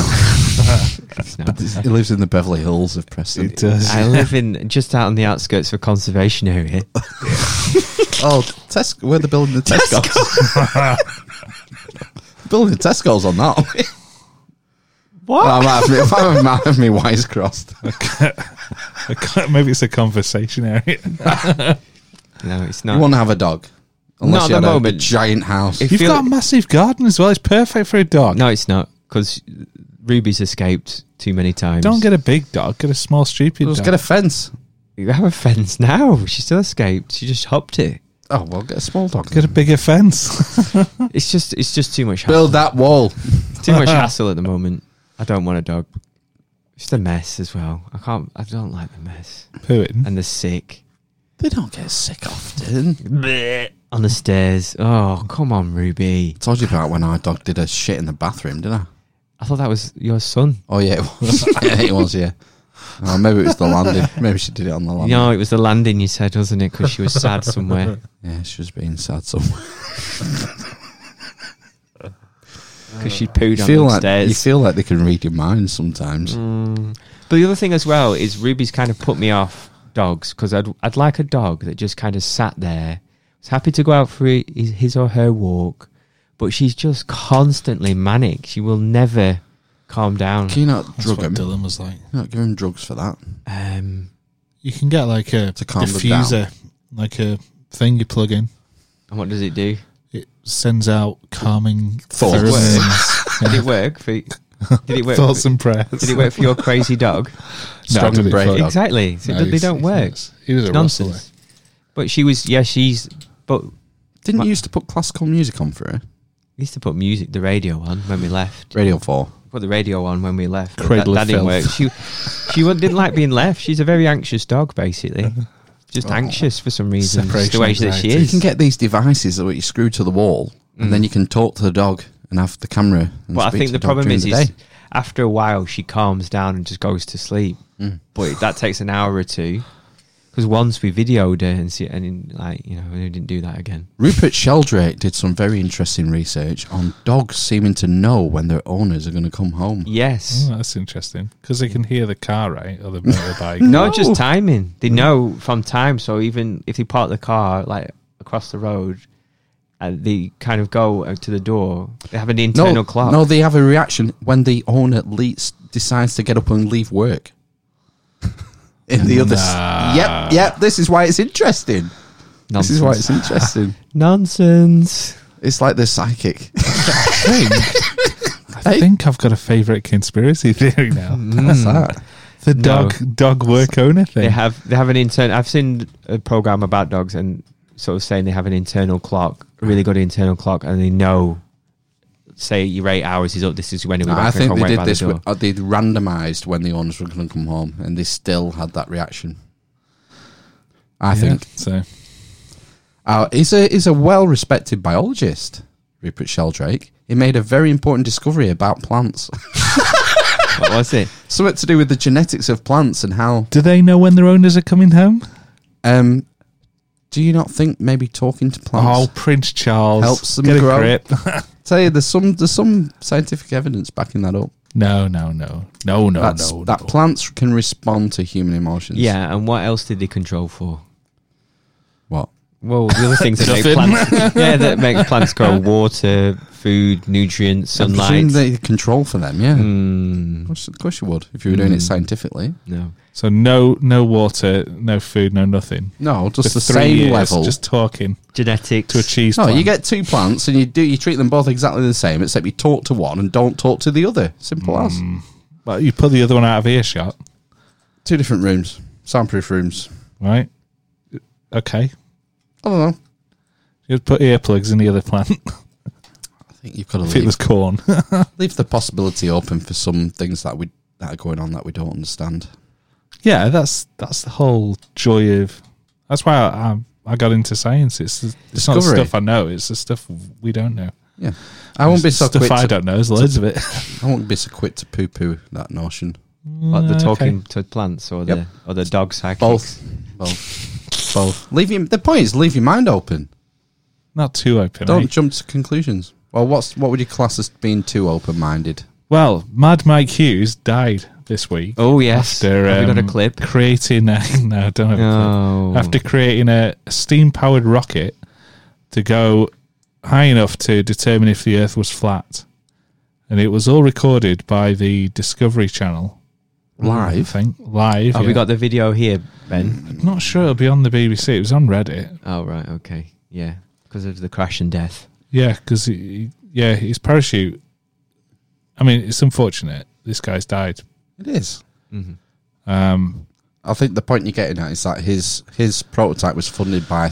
[SPEAKER 1] It's not.
[SPEAKER 3] He lives in the Beverly Hills of Preston.
[SPEAKER 2] does.
[SPEAKER 1] I live in just out on the outskirts of a conservation area.
[SPEAKER 3] Oh, Tesco! Where they're building the Tesco? building the Tesco's on that.
[SPEAKER 1] What?
[SPEAKER 3] I might have me, I might have me wires crossed.
[SPEAKER 2] I can't- Maybe it's a conversation area.
[SPEAKER 1] No, it's
[SPEAKER 3] You
[SPEAKER 1] not.
[SPEAKER 3] want to have a dog?
[SPEAKER 1] Not
[SPEAKER 3] Unless
[SPEAKER 1] at
[SPEAKER 3] you
[SPEAKER 1] the
[SPEAKER 3] had a- a
[SPEAKER 1] moment.
[SPEAKER 3] giant house.
[SPEAKER 1] If
[SPEAKER 2] You've
[SPEAKER 1] you-
[SPEAKER 2] got a massive garden as well. It's perfect for a dog.
[SPEAKER 1] No, it's not because Ruby's escaped too many times.
[SPEAKER 2] Don't get a big dog. Get a small, stupid
[SPEAKER 3] Just
[SPEAKER 2] dog.
[SPEAKER 3] get a fence.
[SPEAKER 1] you have a fence now. She still escaped. She just hopped it.
[SPEAKER 3] Oh well, get a small dog.
[SPEAKER 2] Get a bigger fence.
[SPEAKER 1] It's just it's just too much hassle.
[SPEAKER 3] Build that wall.
[SPEAKER 1] too much hassle at the moment. I don't want a dog. It's just a mess as well. I can't. I don't like the mess
[SPEAKER 2] Pooing.
[SPEAKER 1] and the sick
[SPEAKER 3] They don't get sick often.
[SPEAKER 1] on the stairs. Oh come on, Ruby.
[SPEAKER 3] I told you about when our dog did a shit in the bathroom, didn't I?
[SPEAKER 1] I thought that was your son.
[SPEAKER 3] Oh yeah, it was. yeah, it was. Yeah. Oh, maybe it was the landing. Maybe she did it on the landing.
[SPEAKER 1] No, it was the landing you said, wasn't it? Because she was sad somewhere.
[SPEAKER 3] Yeah, she was being sad somewhere.
[SPEAKER 1] Because she pooed
[SPEAKER 3] You
[SPEAKER 1] on
[SPEAKER 3] feel
[SPEAKER 1] the
[SPEAKER 3] like
[SPEAKER 1] stairs.
[SPEAKER 3] you feel like they can read your mind sometimes.
[SPEAKER 1] Mm. But the other thing as well is Ruby's kind of put me off dogs because I'd I'd like a dog that just kind of sat there, was happy to go out for hi- his, his or her walk, but she's just constantly manic. She will never calm down.
[SPEAKER 3] Can you not drug him?
[SPEAKER 2] Dylan was like.
[SPEAKER 3] Not give him drugs for that.
[SPEAKER 1] Um,
[SPEAKER 2] You can get like a
[SPEAKER 3] To calm them
[SPEAKER 2] diffuser, like a thing you plug in.
[SPEAKER 1] and what does it do?
[SPEAKER 2] It sends out calming
[SPEAKER 3] Thoughts.
[SPEAKER 2] pheromones.
[SPEAKER 1] Did it work for? Did it work?
[SPEAKER 2] Thoughts
[SPEAKER 1] For,
[SPEAKER 2] and prayers.
[SPEAKER 1] did it work for your crazy dog?
[SPEAKER 2] No, I did it
[SPEAKER 3] brain.
[SPEAKER 2] for-
[SPEAKER 3] Dog.
[SPEAKER 1] Exactly. So
[SPEAKER 2] No,
[SPEAKER 1] they
[SPEAKER 2] he's-
[SPEAKER 1] don't
[SPEAKER 2] he's
[SPEAKER 1] work.
[SPEAKER 2] nuts. He was a
[SPEAKER 1] Nonsense.
[SPEAKER 2] rustler.
[SPEAKER 1] But she was. Yeah, she's. But
[SPEAKER 3] Didn't
[SPEAKER 1] What?
[SPEAKER 3] you used to put classical music on for her?
[SPEAKER 1] we used to put music, the radio on when we left.
[SPEAKER 3] Radio Four.
[SPEAKER 1] put the radio on when we left. but
[SPEAKER 2] Cradle
[SPEAKER 1] that,
[SPEAKER 2] of
[SPEAKER 1] that didn't work.
[SPEAKER 2] filth.
[SPEAKER 1] She she wa- didn't like being left. She's a very anxious dog, basically. Just anxious for some reason. It's
[SPEAKER 2] Separation
[SPEAKER 1] the way that she
[SPEAKER 2] anxiety.
[SPEAKER 3] Oh. You can
[SPEAKER 1] is.
[SPEAKER 3] get these devices that you screw to the wall, and then you can talk to the dog and have the camera.
[SPEAKER 1] Mm.
[SPEAKER 3] And
[SPEAKER 1] But I
[SPEAKER 3] speak
[SPEAKER 1] think
[SPEAKER 3] to
[SPEAKER 1] the
[SPEAKER 3] dog
[SPEAKER 1] problem
[SPEAKER 3] during
[SPEAKER 1] is,
[SPEAKER 3] the
[SPEAKER 1] is
[SPEAKER 3] day.
[SPEAKER 1] after a while she calms down and just goes to sleep.
[SPEAKER 3] Mm.
[SPEAKER 1] But that takes an hour or two. Because once we videoed her and see, and in, like you know, we didn't do that again.
[SPEAKER 3] Rupert Sheldrake did some very interesting research on dogs seeming to know when their owners are going to come home.
[SPEAKER 1] Yes.
[SPEAKER 2] Oh, that's interesting because they can hear the car, right, or the motorbike.
[SPEAKER 3] Oh.
[SPEAKER 1] No, just timing. They know from time. So even if they park the car like across the road, and they kind of go uh, to the door, they have an internal
[SPEAKER 3] No,
[SPEAKER 1] clock.
[SPEAKER 3] no, they have a reaction when the owner leaves, decides to get up and leave work. In the other, s- yep, yep. This is why it's interesting. This is why it's interesting.
[SPEAKER 1] Nonsense.
[SPEAKER 3] It's like the psychic.
[SPEAKER 2] I think I've got a favourite conspiracy theory now.
[SPEAKER 3] That's that.
[SPEAKER 2] The
[SPEAKER 1] No.
[SPEAKER 2] dog dog work owner thing.
[SPEAKER 1] They have they have an internal. I've seen a program about dogs and sort of saying they have an internal clock, a really good internal clock, and they know. Say your eight hours is up. This is when we
[SPEAKER 3] I
[SPEAKER 1] back
[SPEAKER 3] think
[SPEAKER 1] and
[SPEAKER 3] they
[SPEAKER 1] wait
[SPEAKER 3] did
[SPEAKER 1] by
[SPEAKER 3] this.
[SPEAKER 1] The door.
[SPEAKER 3] with- uh, they randomised when the owners were going to come home, and they still had that reaction.
[SPEAKER 2] Yeah,
[SPEAKER 3] I think
[SPEAKER 2] so.
[SPEAKER 3] uh, he's a he's a well respected biologist, Rupert Sheldrake. He made a very important discovery about plants,
[SPEAKER 1] what was it?
[SPEAKER 3] something to do with the genetics of plants and how.
[SPEAKER 2] Do they know when their owners are coming home?
[SPEAKER 3] Um, do you not think maybe talking to plants?
[SPEAKER 2] Oh, Prince Charles
[SPEAKER 3] Helps them
[SPEAKER 2] Get a
[SPEAKER 3] grow.
[SPEAKER 2] grip.
[SPEAKER 3] Tell you, there's some there's some scientific evidence backing that up.
[SPEAKER 2] no, no, no, no, no,
[SPEAKER 3] That's,
[SPEAKER 2] Oh, no.
[SPEAKER 3] that
[SPEAKER 2] no.
[SPEAKER 3] plants can respond to human emotions.
[SPEAKER 1] Yeah, and what else did they control for?
[SPEAKER 3] What?
[SPEAKER 1] Well, the other things that make
[SPEAKER 2] Nothing.
[SPEAKER 1] plants, yeah, that make plants grow: water, food, nutrients,
[SPEAKER 3] I presume
[SPEAKER 1] sunlight.
[SPEAKER 3] they control for them.
[SPEAKER 1] Mm,
[SPEAKER 3] Yeah.
[SPEAKER 2] Hmm.
[SPEAKER 3] Of course, of course you would, if you were doing it scientifically.
[SPEAKER 1] no,
[SPEAKER 2] So no, no water, no food, no nothing.
[SPEAKER 3] No, just
[SPEAKER 2] For
[SPEAKER 3] the
[SPEAKER 2] three
[SPEAKER 3] same
[SPEAKER 2] years,
[SPEAKER 3] level.
[SPEAKER 2] Just talking
[SPEAKER 1] genetics.
[SPEAKER 2] to a cheese.
[SPEAKER 3] no,
[SPEAKER 2] plant.
[SPEAKER 3] you get two plants and you do you treat them both exactly the same, except you talk to one and don't talk to the other. Simple as.
[SPEAKER 2] Well, you put the other one out of earshot,
[SPEAKER 3] Two different rooms, soundproof rooms.
[SPEAKER 2] right? Okay,
[SPEAKER 3] I don't know.
[SPEAKER 2] you put earplugs in the other plant.
[SPEAKER 3] I think think you've got to
[SPEAKER 2] If
[SPEAKER 3] leave.
[SPEAKER 2] it was corn.
[SPEAKER 3] leave the possibility open for some things that we that are going on that we don't understand.
[SPEAKER 2] yeah, that's that's the whole joy of. That's why I I, I got into science. It's the- it's not the
[SPEAKER 3] Discovery.
[SPEAKER 2] stuff I know. It's the stuff we don't know.
[SPEAKER 3] Yeah, I won't be so
[SPEAKER 2] stuff
[SPEAKER 3] quick.
[SPEAKER 2] I
[SPEAKER 3] to-
[SPEAKER 2] don't know. There's loads of it.
[SPEAKER 3] I won't be so quick to poo poo that notion.
[SPEAKER 1] Like the
[SPEAKER 2] Okay.
[SPEAKER 1] talking to plants or the
[SPEAKER 3] Yep.
[SPEAKER 1] or the dog psychics.
[SPEAKER 3] Both, both, both. Leave your, the point is leave your mind open.
[SPEAKER 2] Not too open. eh?
[SPEAKER 3] Don't jump to conclusions. Well, what's what would you class as being too open minded?
[SPEAKER 2] Well, Mad Mike Hughes died this week.
[SPEAKER 1] Oh yes,
[SPEAKER 2] After,
[SPEAKER 1] have we got a
[SPEAKER 2] um,
[SPEAKER 1] clip?
[SPEAKER 2] Creating a, no, I don't have a
[SPEAKER 1] No.
[SPEAKER 2] clip. After creating a steam powered rocket to go high enough to determine if the Earth was flat, and it was all recorded by the Discovery Channel I
[SPEAKER 3] Live.
[SPEAKER 2] think live.
[SPEAKER 1] Have
[SPEAKER 2] yeah. Mm-hmm.
[SPEAKER 1] we got the video here, Ben?
[SPEAKER 2] I'm not sure it'll be on the BBC. It was on Reddit.
[SPEAKER 1] Oh right, okay, yeah, because of the crash and death.
[SPEAKER 2] Yeah, because yeah, his parachute. I mean, it's unfortunate this guy's died.
[SPEAKER 3] It is.
[SPEAKER 2] Um,
[SPEAKER 3] I think the point you're getting at is that his his prototype was funded by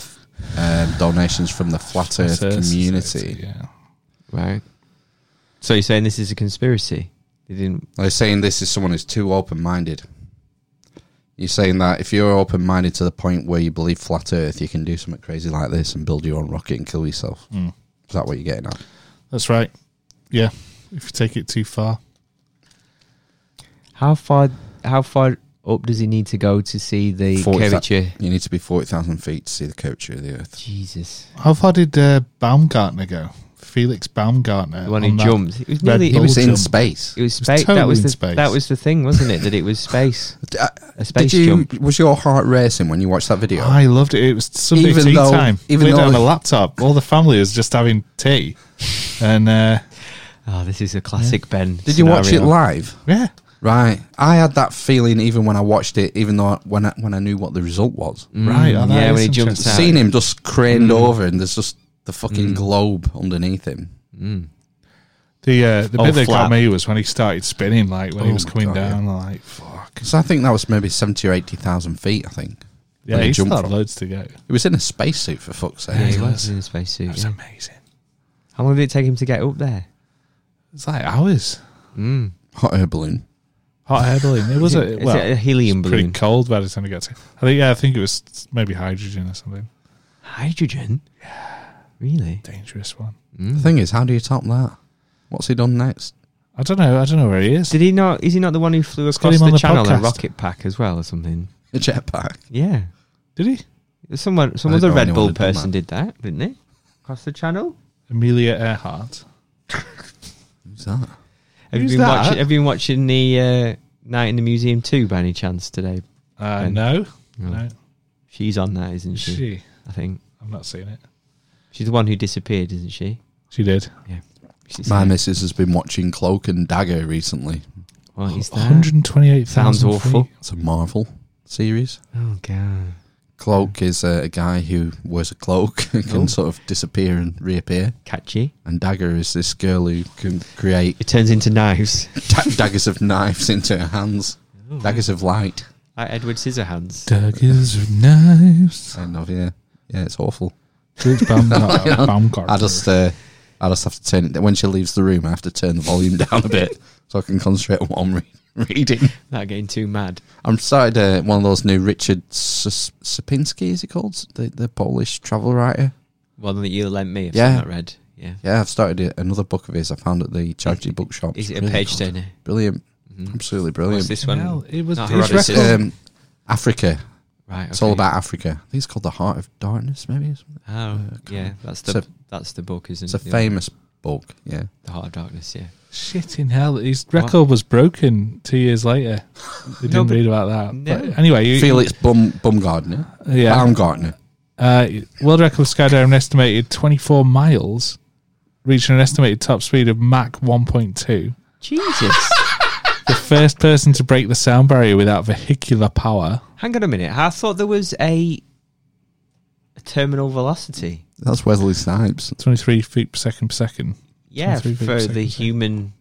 [SPEAKER 3] um, donations from the flat Earth
[SPEAKER 2] so it's-
[SPEAKER 3] community.
[SPEAKER 2] Yeah.
[SPEAKER 1] Right. So you're saying this is a conspiracy? They didn't.
[SPEAKER 3] They're saying this is someone who's too open minded. You're saying that if you're open minded to the point where you believe flat Earth, you can do something crazy like this and build your own rocket and kill yourself.
[SPEAKER 1] Hmm.
[SPEAKER 3] Is that what you're getting at?
[SPEAKER 2] That's right. Yeah, if you take it too far.
[SPEAKER 1] How far? How far up does he need to go to see the
[SPEAKER 3] 40,000
[SPEAKER 1] curvature?
[SPEAKER 3] You need to be forty thousand feet to see the curvature of the Earth.
[SPEAKER 1] Jesus,
[SPEAKER 2] How far did uh, Baumgartner go? Felix Baumgartner.
[SPEAKER 1] when he
[SPEAKER 2] on that-
[SPEAKER 1] jumped, it was
[SPEAKER 2] Red
[SPEAKER 1] nearly. It
[SPEAKER 3] He
[SPEAKER 1] was,
[SPEAKER 3] was in
[SPEAKER 2] jump.
[SPEAKER 3] space.
[SPEAKER 1] it was
[SPEAKER 2] was
[SPEAKER 1] space. that
[SPEAKER 2] totally
[SPEAKER 1] was
[SPEAKER 2] in
[SPEAKER 1] the
[SPEAKER 2] space.
[SPEAKER 1] that was the thing, wasn't it? That it was space.
[SPEAKER 3] D- uh,
[SPEAKER 1] A space
[SPEAKER 3] Did you?
[SPEAKER 1] jump.
[SPEAKER 3] Was your heart racing when you watched that video?
[SPEAKER 2] Ah, I loved it. It was Sunday
[SPEAKER 3] Even
[SPEAKER 2] tea
[SPEAKER 3] though-
[SPEAKER 2] time. Even
[SPEAKER 3] even
[SPEAKER 2] We're
[SPEAKER 3] though-
[SPEAKER 2] on a laptop. All the family was just having tea, and uh,
[SPEAKER 1] Oh, this is a classic Ben.
[SPEAKER 3] Did you watch it
[SPEAKER 1] scenario.
[SPEAKER 3] live?
[SPEAKER 2] yeah,
[SPEAKER 3] Right. I had that feeling even when I watched it, even though I- when I, when I knew what the result was.
[SPEAKER 2] right. oh, that
[SPEAKER 1] Mm, yeah,
[SPEAKER 2] is
[SPEAKER 1] when he jumped
[SPEAKER 2] interesting.
[SPEAKER 1] out.
[SPEAKER 3] Seeing him just craned over and there's just the fucking globe underneath him.
[SPEAKER 2] The uh, the
[SPEAKER 1] Oh,
[SPEAKER 2] bit that
[SPEAKER 1] flap.
[SPEAKER 2] got me was when he started spinning, like when he
[SPEAKER 3] Oh
[SPEAKER 2] was
[SPEAKER 3] my
[SPEAKER 2] coming
[SPEAKER 3] God, yeah.
[SPEAKER 2] down, like fuck.
[SPEAKER 3] So I think that was maybe 70 or 80,000 feet, I think.
[SPEAKER 2] Yeah,
[SPEAKER 3] he
[SPEAKER 2] he still
[SPEAKER 3] jumped
[SPEAKER 2] had
[SPEAKER 3] from.
[SPEAKER 2] loads to go.
[SPEAKER 3] He was in a spacesuit, for fuck's sake.
[SPEAKER 1] Yeah, he
[SPEAKER 2] was.
[SPEAKER 1] was in a spacesuit.
[SPEAKER 2] It's
[SPEAKER 1] Yeah.
[SPEAKER 2] amazing.
[SPEAKER 1] How long did it take him to get up there?
[SPEAKER 2] It's like hours.
[SPEAKER 3] Hot air balloon.
[SPEAKER 2] Hot air balloon. It was
[SPEAKER 1] Is
[SPEAKER 2] a
[SPEAKER 1] it- is
[SPEAKER 2] well,
[SPEAKER 1] it a helium
[SPEAKER 2] it's pretty
[SPEAKER 1] balloon?
[SPEAKER 2] cold by the time he got to. I think yeah, I think it was maybe hydrogen or something.
[SPEAKER 1] Hydrogen. Yeah. Really?
[SPEAKER 2] Dangerous one.
[SPEAKER 3] The thing is, how do you top that? What's he done next?
[SPEAKER 2] I don't know. I don't know where he is.
[SPEAKER 1] Did he not? Is he not the one who flew
[SPEAKER 2] get
[SPEAKER 1] across
[SPEAKER 2] him
[SPEAKER 1] the,
[SPEAKER 2] on the
[SPEAKER 1] channel in a
[SPEAKER 2] podcast.
[SPEAKER 1] rocket pack as well, or something?
[SPEAKER 3] A jetpack.
[SPEAKER 1] Yeah.
[SPEAKER 2] Did he?
[SPEAKER 1] Someone, some
[SPEAKER 3] I didn't
[SPEAKER 1] other
[SPEAKER 3] know
[SPEAKER 1] Red
[SPEAKER 3] anyone
[SPEAKER 1] Bull
[SPEAKER 3] had done
[SPEAKER 1] person did that, didn't they? Across the channel.
[SPEAKER 2] Amelia Earhart.
[SPEAKER 3] Who's that?
[SPEAKER 1] Have
[SPEAKER 2] Who's
[SPEAKER 1] you been
[SPEAKER 2] that?
[SPEAKER 1] watching? Have you been watching the uh, Night in the Museum too, by any chance today?
[SPEAKER 2] Uh,
[SPEAKER 1] Ben.
[SPEAKER 2] no, no,
[SPEAKER 1] She's on that, isn't
[SPEAKER 2] Is
[SPEAKER 1] she?
[SPEAKER 2] she.
[SPEAKER 1] I think
[SPEAKER 2] I've not seen it.
[SPEAKER 1] she's the one who disappeared, isn't she?
[SPEAKER 2] She did.
[SPEAKER 1] She's
[SPEAKER 3] My missus has been watching Cloak and Dagger recently.
[SPEAKER 1] What is that?
[SPEAKER 2] 128,000.
[SPEAKER 1] Sounds awful.
[SPEAKER 2] feet.
[SPEAKER 3] It's a Marvel series.
[SPEAKER 1] Oh god.
[SPEAKER 3] Cloak is a, a guy who wears a cloak and
[SPEAKER 1] Oh.
[SPEAKER 3] can sort of disappear and reappear.
[SPEAKER 1] Catchy.
[SPEAKER 3] And Dagger is this girl who can create
[SPEAKER 1] It turns into knives.
[SPEAKER 3] da- daggers of knives into her hands, daggers of light.
[SPEAKER 1] like Edward Scissorhands.
[SPEAKER 2] Daggers of knives.
[SPEAKER 3] Kind of, yeah, yeah, it's awful.
[SPEAKER 2] George Baumgartner. Baumgartner.
[SPEAKER 3] I just, uh, I just have to turn it when she leaves the room. I have to turn the volume down a bit so I can concentrate on what I'm re- reading.
[SPEAKER 1] Not getting too mad.
[SPEAKER 3] I'm started uh, one of those new Richard S- Sapinski. Is he called the the Polish travel writer?
[SPEAKER 1] One that you lent me. I've
[SPEAKER 3] Yeah.
[SPEAKER 1] seen that read. Yeah.
[SPEAKER 3] Yeah, I've started a- another book of his. I found at the charity bookshop.
[SPEAKER 1] Is it a
[SPEAKER 3] Really
[SPEAKER 1] page
[SPEAKER 3] good.
[SPEAKER 1] turner?
[SPEAKER 3] Brilliant, absolutely
[SPEAKER 1] What's
[SPEAKER 3] brilliant.
[SPEAKER 1] this one?
[SPEAKER 2] Hell, it was-
[SPEAKER 1] Not
[SPEAKER 2] it was
[SPEAKER 1] Herodotus.
[SPEAKER 2] record-
[SPEAKER 3] Um, Africa.
[SPEAKER 1] right.
[SPEAKER 3] It's all
[SPEAKER 1] okay.
[SPEAKER 3] about Africa. I think it's called The Heart of Darkness, maybe. or something.
[SPEAKER 1] Oh, yeah. That's the
[SPEAKER 3] uh, It's a-
[SPEAKER 1] that's the book, isn't
[SPEAKER 3] It's a
[SPEAKER 1] it? The-
[SPEAKER 3] famous book. Yeah.
[SPEAKER 1] The Heart of Darkness. Yeah.
[SPEAKER 2] Shitting hell. His record was broken two years later. They didn't
[SPEAKER 1] but-
[SPEAKER 2] read about that.
[SPEAKER 1] no.
[SPEAKER 2] But anyway, you,
[SPEAKER 3] Felix Bum Bumgardner.
[SPEAKER 2] Yeah.
[SPEAKER 3] Baumgartner.
[SPEAKER 2] Uh, world record for skydiving estimated 24 miles, reaching an estimated top speed of Mach 1.2.
[SPEAKER 1] Jesus.
[SPEAKER 2] The first person to break the sound barrier without vehicular power.
[SPEAKER 1] Hang on a minute. I thought there was a, a terminal velocity.
[SPEAKER 3] That's Wesley Snipes.
[SPEAKER 2] 23 feet per second per second.
[SPEAKER 1] Yeah,
[SPEAKER 2] 23 feet per
[SPEAKER 1] for
[SPEAKER 2] second,
[SPEAKER 1] the
[SPEAKER 2] so-
[SPEAKER 1] human,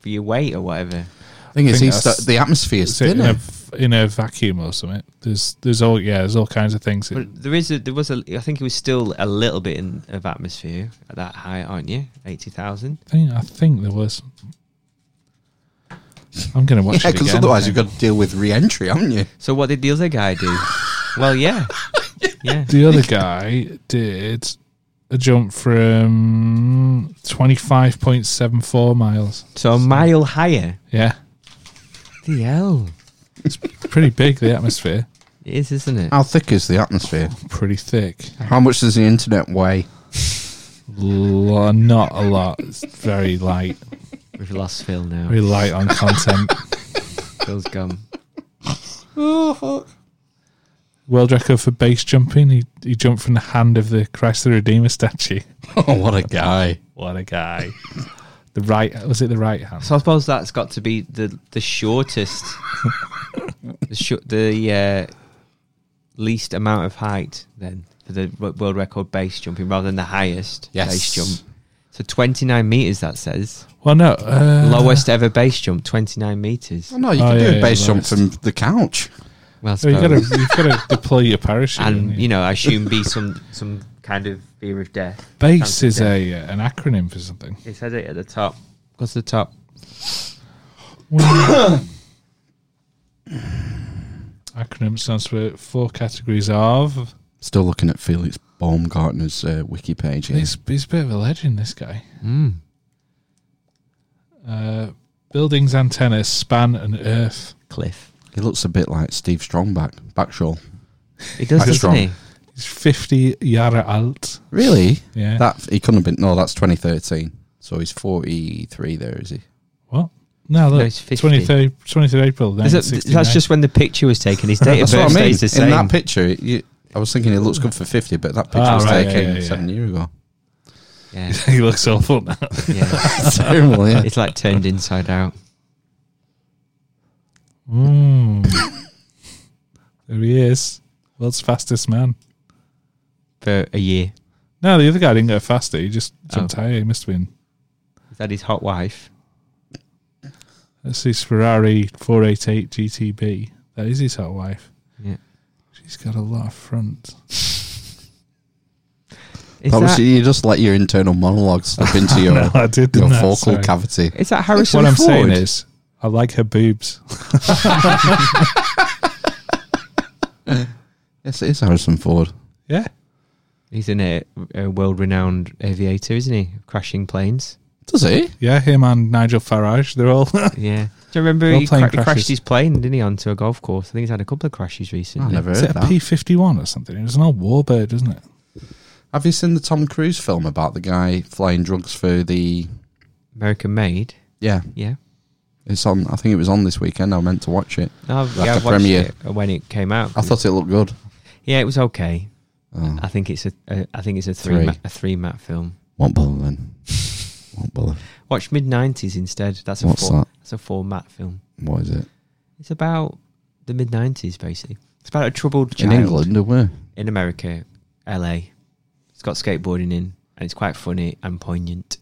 [SPEAKER 1] for your weight or whatever.
[SPEAKER 3] I thing is,
[SPEAKER 2] think
[SPEAKER 3] he's
[SPEAKER 2] that's-
[SPEAKER 3] the, the atmosphere's
[SPEAKER 2] Is it in,
[SPEAKER 3] thinner.
[SPEAKER 2] a, in a vacuum or something. There's there's all yeah there's all kinds of things. that-
[SPEAKER 1] But there is a, there was a I think it was still a little bit in, of atmosphere at that height, aren't you? Eighty thousand.
[SPEAKER 2] I think, I think there was. I'm gonna watch
[SPEAKER 3] yeah,
[SPEAKER 2] it
[SPEAKER 3] because
[SPEAKER 2] again.
[SPEAKER 3] otherwise you've got to deal with re-entry, haven't you?
[SPEAKER 1] So what did the other guy do? well, yeah, yeah.
[SPEAKER 2] the other guy did a jump from 25.74 miles.
[SPEAKER 1] So a mile higher.
[SPEAKER 2] Yeah,
[SPEAKER 1] The hell
[SPEAKER 2] pretty big the atmosphere,
[SPEAKER 1] it is, isn't it?
[SPEAKER 3] How thick is the atmosphere?
[SPEAKER 2] pretty thick.
[SPEAKER 3] How much does the internet weigh?
[SPEAKER 2] L- not a lot. It's very light,
[SPEAKER 1] We've lost Phil now.
[SPEAKER 2] very light on content.
[SPEAKER 1] Phil's gone.
[SPEAKER 2] World record for base jumping. He he jumped from the hand of the Christ the Redeemer statue.
[SPEAKER 3] Oh, what a guy!
[SPEAKER 2] What a guy! the right was it the right hand?
[SPEAKER 1] So I suppose that's got to be the the shortest, the shor- the uh, least amount of height then for the wo- world record base jumping, rather than the highest
[SPEAKER 3] Yes.
[SPEAKER 1] base jump. So twenty nine meters that says
[SPEAKER 2] Well, no, uh,
[SPEAKER 3] Uh-huh.
[SPEAKER 1] lowest ever base jump twenty nine meters.
[SPEAKER 3] Oh, no, you
[SPEAKER 2] Oh,
[SPEAKER 3] can do
[SPEAKER 2] yeah,
[SPEAKER 3] a
[SPEAKER 2] yeah,
[SPEAKER 3] base jump
[SPEAKER 2] lowest.
[SPEAKER 3] from the couch.
[SPEAKER 1] Well, I
[SPEAKER 2] So you
[SPEAKER 1] suppose.
[SPEAKER 2] gotta you've gotta deploy your parachute.
[SPEAKER 1] and
[SPEAKER 2] And
[SPEAKER 1] you know, I assume be some some kind of fear of death.
[SPEAKER 2] base
[SPEAKER 1] chance of
[SPEAKER 2] is
[SPEAKER 1] death.
[SPEAKER 2] a uh, an acronym for something.
[SPEAKER 1] It says it at the top. What's the top?
[SPEAKER 2] Acronym stands for four categories of.
[SPEAKER 3] Still looking at Felix Baumgartner's uh, wiki page. Here.
[SPEAKER 2] He's, he's a bit of a legend, this guy.
[SPEAKER 1] Hmm.
[SPEAKER 2] Uh, buildings, antennas, span, and earth.
[SPEAKER 1] Cliff.
[SPEAKER 3] He looks a bit like Steve Strongback, Backshall.
[SPEAKER 1] It does,
[SPEAKER 3] That's
[SPEAKER 1] doesn't
[SPEAKER 3] wrong.
[SPEAKER 1] it?
[SPEAKER 2] He's 50 Jahre alt.
[SPEAKER 3] Really?
[SPEAKER 2] Yeah.
[SPEAKER 3] That he couldn't have been. No, that's 2013. So he's 43. There is he?
[SPEAKER 2] What? No, look.
[SPEAKER 1] No, he's 50.
[SPEAKER 2] 23rd, 23rd April.
[SPEAKER 1] Is that- that's
[SPEAKER 2] 1969.
[SPEAKER 1] just when the picture was taken. His date of
[SPEAKER 3] That's what
[SPEAKER 1] birth
[SPEAKER 3] I mean.
[SPEAKER 1] stays the same.
[SPEAKER 3] In that picture, it- you, I was thinking it looks good for 50, but that picture
[SPEAKER 2] Ah,
[SPEAKER 3] was
[SPEAKER 2] right,
[SPEAKER 3] taken
[SPEAKER 2] yeah, yeah, yeah.
[SPEAKER 3] seven years ago.
[SPEAKER 1] yeah,
[SPEAKER 2] he looks awful now.
[SPEAKER 1] yeah.
[SPEAKER 3] Terrible, yeah.
[SPEAKER 1] it's like turned inside out.
[SPEAKER 2] Mm. there he is. World's fastest man.
[SPEAKER 1] for a year.
[SPEAKER 2] No, the other guy didn't go faster. He just jumped
[SPEAKER 1] Oh.
[SPEAKER 2] higher. He must have been.
[SPEAKER 1] Is that his hot wife?
[SPEAKER 2] That's his Ferrari 488 GTB. That is his hot wife.
[SPEAKER 1] Yeah.
[SPEAKER 2] She's got a lot of front.
[SPEAKER 1] Is
[SPEAKER 3] Obviously,
[SPEAKER 1] that,
[SPEAKER 3] you just let your internal monologue slip into your,
[SPEAKER 2] No, I did
[SPEAKER 3] your
[SPEAKER 2] that,
[SPEAKER 3] vocal
[SPEAKER 2] sorry.
[SPEAKER 3] cavity.
[SPEAKER 1] is that Harrison
[SPEAKER 2] what I'm
[SPEAKER 1] Ford?
[SPEAKER 2] saying is, I like her boobs.
[SPEAKER 3] Yes, it is Harrison Ford.
[SPEAKER 2] Yeah.
[SPEAKER 1] He's in a, a world-renowned aviator, isn't he? Crashing planes.
[SPEAKER 3] Does he?
[SPEAKER 2] Yeah, him and Nigel Farage, they're all.
[SPEAKER 1] Yeah. Do you remember
[SPEAKER 2] Well,
[SPEAKER 1] he,
[SPEAKER 2] plane
[SPEAKER 1] cra- he
[SPEAKER 2] crashes.
[SPEAKER 1] crashed his plane, didn't he, onto a golf course? I think he's had a couple of crashes
[SPEAKER 3] I
[SPEAKER 1] recently.
[SPEAKER 3] never
[SPEAKER 2] is
[SPEAKER 3] heard
[SPEAKER 2] it a
[SPEAKER 3] that.
[SPEAKER 2] P 51 or something? It was an old warbird, isn't it?
[SPEAKER 3] Have you seen the Tom Cruise film about the guy flying drugs for the?
[SPEAKER 1] American Made.
[SPEAKER 3] Yeah,
[SPEAKER 1] Yeah.
[SPEAKER 3] it's on. I think it was on this weekend. I meant to watch it.
[SPEAKER 1] No, I've,
[SPEAKER 3] Like
[SPEAKER 1] yeah,
[SPEAKER 3] a
[SPEAKER 1] I've watched
[SPEAKER 3] premiere.
[SPEAKER 1] it when it came out.
[SPEAKER 3] I thought it looked good.
[SPEAKER 1] yeah, it was okay.
[SPEAKER 3] Oh,
[SPEAKER 1] I think it's a, a I think it's a three,
[SPEAKER 3] Three.
[SPEAKER 1] Ma- a three mat film.
[SPEAKER 3] won't bother then. Won't bother.
[SPEAKER 1] Watch mid nineties instead. That's a
[SPEAKER 3] What's
[SPEAKER 1] four.
[SPEAKER 3] that?
[SPEAKER 1] That's a four mat film.
[SPEAKER 3] What is it?
[SPEAKER 1] It's about the mid nineties basically. It's about a troubled
[SPEAKER 3] In
[SPEAKER 1] child.
[SPEAKER 3] England or where?
[SPEAKER 1] in America, LA. It's got skateboarding in, and it's quite funny and poignant.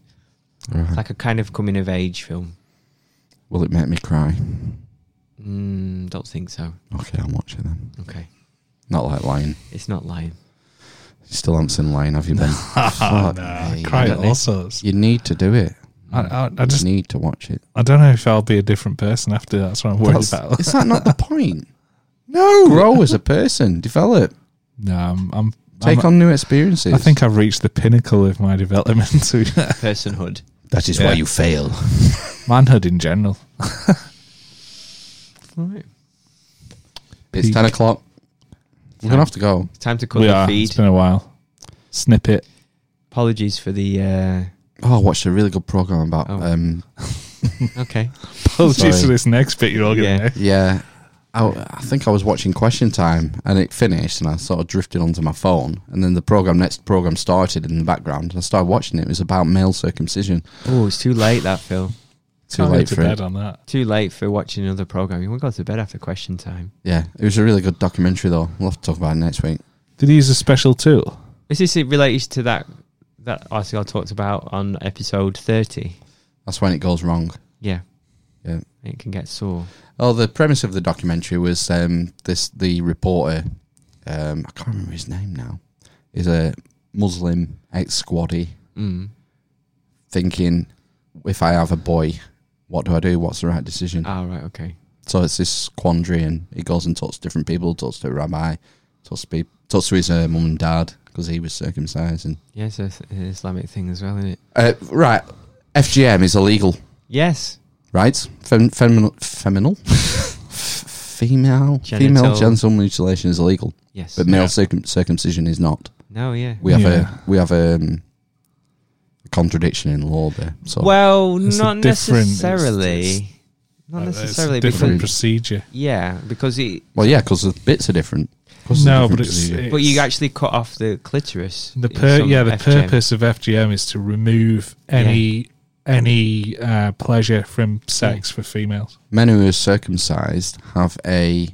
[SPEAKER 1] It's
[SPEAKER 3] Right.
[SPEAKER 1] like a kind of coming of age film.
[SPEAKER 3] Will it make me cry?
[SPEAKER 1] Mm, don't think so.
[SPEAKER 3] Okay, I'll watch it then.
[SPEAKER 1] Okay,
[SPEAKER 3] Not like lying.
[SPEAKER 1] it's not lying.
[SPEAKER 3] Still haven't seen lying, have you been? Fuck me.
[SPEAKER 2] Cry at all sorts.
[SPEAKER 3] You need to do it.
[SPEAKER 2] I, I, I
[SPEAKER 3] You
[SPEAKER 2] just,
[SPEAKER 3] need to watch it.
[SPEAKER 2] I don't know if I'll be a different person after that. That's what I'm worried
[SPEAKER 3] That's-
[SPEAKER 2] about.
[SPEAKER 3] Is that not the point? no. Grow as a person. Develop.
[SPEAKER 2] No, I'm. I'm
[SPEAKER 3] Take
[SPEAKER 2] I'm-
[SPEAKER 3] on new experiences.
[SPEAKER 2] I think I've reached the pinnacle of my development to
[SPEAKER 1] Personhood.
[SPEAKER 3] that is
[SPEAKER 2] Yeah.
[SPEAKER 3] where you fail.
[SPEAKER 2] manhood in general.
[SPEAKER 1] All right.
[SPEAKER 3] It's
[SPEAKER 2] Peak.
[SPEAKER 3] ten o'clock. We're gonna have to go.
[SPEAKER 1] It's time to cut
[SPEAKER 2] We
[SPEAKER 1] the
[SPEAKER 2] are.
[SPEAKER 1] feed.
[SPEAKER 2] It's been a while. Snippet.
[SPEAKER 1] Apologies for the. Uh,
[SPEAKER 3] Oh, I watched a really good program about.
[SPEAKER 1] Oh.
[SPEAKER 3] Um,
[SPEAKER 1] okay.
[SPEAKER 2] Apologies
[SPEAKER 3] Oh, Sorry.
[SPEAKER 2] for this next bit. You're all
[SPEAKER 1] Yeah.
[SPEAKER 2] going to know.
[SPEAKER 3] yeah, I, I think I was watching Question Time, and it finished, and I sort of drifted onto my phone, and then the program next program started in the background, and I started watching it. It was about male circumcision.
[SPEAKER 1] Oh, it's too late. That Phil.
[SPEAKER 3] Too
[SPEAKER 2] I'll go
[SPEAKER 3] late
[SPEAKER 2] to
[SPEAKER 3] for
[SPEAKER 2] bed
[SPEAKER 3] it.
[SPEAKER 2] on that.
[SPEAKER 1] Too late for watching another program. You won't go to bed after question time.
[SPEAKER 3] Yeah, it was a really good documentary, though. We'll have to talk about it next week.
[SPEAKER 2] Did he use a special tool?
[SPEAKER 1] Is this it related to that that article I talked about on episode thirty?
[SPEAKER 3] That's when it goes wrong.
[SPEAKER 1] Yeah.
[SPEAKER 3] Yeah.
[SPEAKER 1] It can get sore.
[SPEAKER 3] Oh, the premise of the documentary was um, this: the reporter, um, I can't remember his name now, is a Muslim ex-squaddy,
[SPEAKER 1] Mm.
[SPEAKER 3] thinking, if I have a boy, what do I do? What's the right decision?
[SPEAKER 1] Ah, right, okay.
[SPEAKER 3] So it's this quandary, and he goes and talks to different people, talks to a rabbi, talks to people, talks to his uh, mum and dad because he was circumcised, and
[SPEAKER 1] Yeah, it's a th- an Islamic thing as well, isn't it?
[SPEAKER 3] uh, right, FGM is illegal.
[SPEAKER 1] Yes.
[SPEAKER 3] right? Fem- feminal, feminal, F- female, female
[SPEAKER 1] Genital.
[SPEAKER 3] genital mutilation is illegal.
[SPEAKER 1] Yes.
[SPEAKER 3] but male
[SPEAKER 1] Yeah.
[SPEAKER 3] circum- circumcision is not.
[SPEAKER 1] No, yeah.
[SPEAKER 3] We have
[SPEAKER 2] Yeah.
[SPEAKER 3] a we have a, um, a contradiction in law there. So
[SPEAKER 1] well,
[SPEAKER 2] It's a
[SPEAKER 1] not
[SPEAKER 2] different- it's-
[SPEAKER 1] necessarily.
[SPEAKER 2] it's-
[SPEAKER 1] not
[SPEAKER 2] Uh, it's a
[SPEAKER 1] necessarily.
[SPEAKER 2] different
[SPEAKER 1] Because,
[SPEAKER 2] procedure.
[SPEAKER 1] yeah, because it.
[SPEAKER 3] well, yeah, because the bits are different. 'Cause of
[SPEAKER 2] No,
[SPEAKER 3] different uh,
[SPEAKER 2] but it's,
[SPEAKER 3] procedure.
[SPEAKER 1] But you
[SPEAKER 2] it's-
[SPEAKER 1] actually cut off the clitoris.
[SPEAKER 2] the
[SPEAKER 1] in
[SPEAKER 2] pur-
[SPEAKER 1] some
[SPEAKER 2] yeah the
[SPEAKER 1] FGM.
[SPEAKER 2] purpose of FGM is to remove any any uh, pleasure from sex for females.
[SPEAKER 3] men who are circumcised have a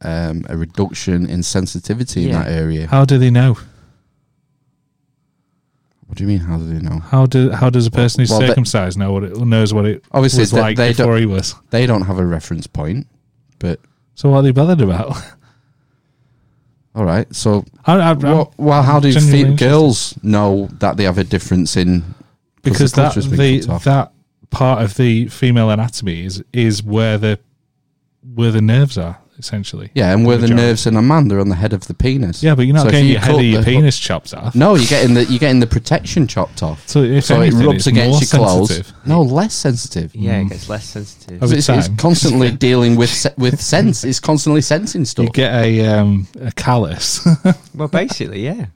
[SPEAKER 3] um, a reduction in sensitivity in
[SPEAKER 1] Yeah.
[SPEAKER 3] that area.
[SPEAKER 2] How do they know?
[SPEAKER 3] What do you mean? How do they know?
[SPEAKER 2] How do how does a person who's
[SPEAKER 3] Well, they-
[SPEAKER 2] circumcised know what it knows what it
[SPEAKER 3] Obviously,
[SPEAKER 2] was
[SPEAKER 3] they-
[SPEAKER 2] like
[SPEAKER 3] they
[SPEAKER 2] before
[SPEAKER 3] don't-
[SPEAKER 2] he was?
[SPEAKER 3] They don't have a reference point. But
[SPEAKER 2] So what are they bothered about?
[SPEAKER 3] all right, so
[SPEAKER 2] I, I, I'm-
[SPEAKER 3] Well, well, how do
[SPEAKER 2] Um, genuinely
[SPEAKER 3] fe-
[SPEAKER 2] interested.
[SPEAKER 3] girls know that they have a difference in
[SPEAKER 2] because that
[SPEAKER 3] culture's been
[SPEAKER 2] the
[SPEAKER 3] cut off?
[SPEAKER 2] that part of the female anatomy is is where the where the nerves are essentially.
[SPEAKER 3] yeah, and where the
[SPEAKER 2] Vagina.
[SPEAKER 3] nerves in a man, they're on the head of the penis.
[SPEAKER 2] Yeah, but you're not
[SPEAKER 3] So if
[SPEAKER 2] getting
[SPEAKER 3] you
[SPEAKER 2] your head
[SPEAKER 3] cut
[SPEAKER 2] or your
[SPEAKER 3] the-
[SPEAKER 2] penis chopped off.
[SPEAKER 3] No, you're getting the you're getting the protection chopped off.
[SPEAKER 2] So if anything, it's more sensitive.
[SPEAKER 3] No, less sensitive.
[SPEAKER 1] Yeah,
[SPEAKER 2] Mm.
[SPEAKER 1] it gets less sensitive.
[SPEAKER 2] Over
[SPEAKER 3] It's, it's
[SPEAKER 2] time.
[SPEAKER 3] constantly dealing with se- with sense. It's constantly sensing stuff.
[SPEAKER 2] You get a um, a callus.
[SPEAKER 1] Well, basically, yeah.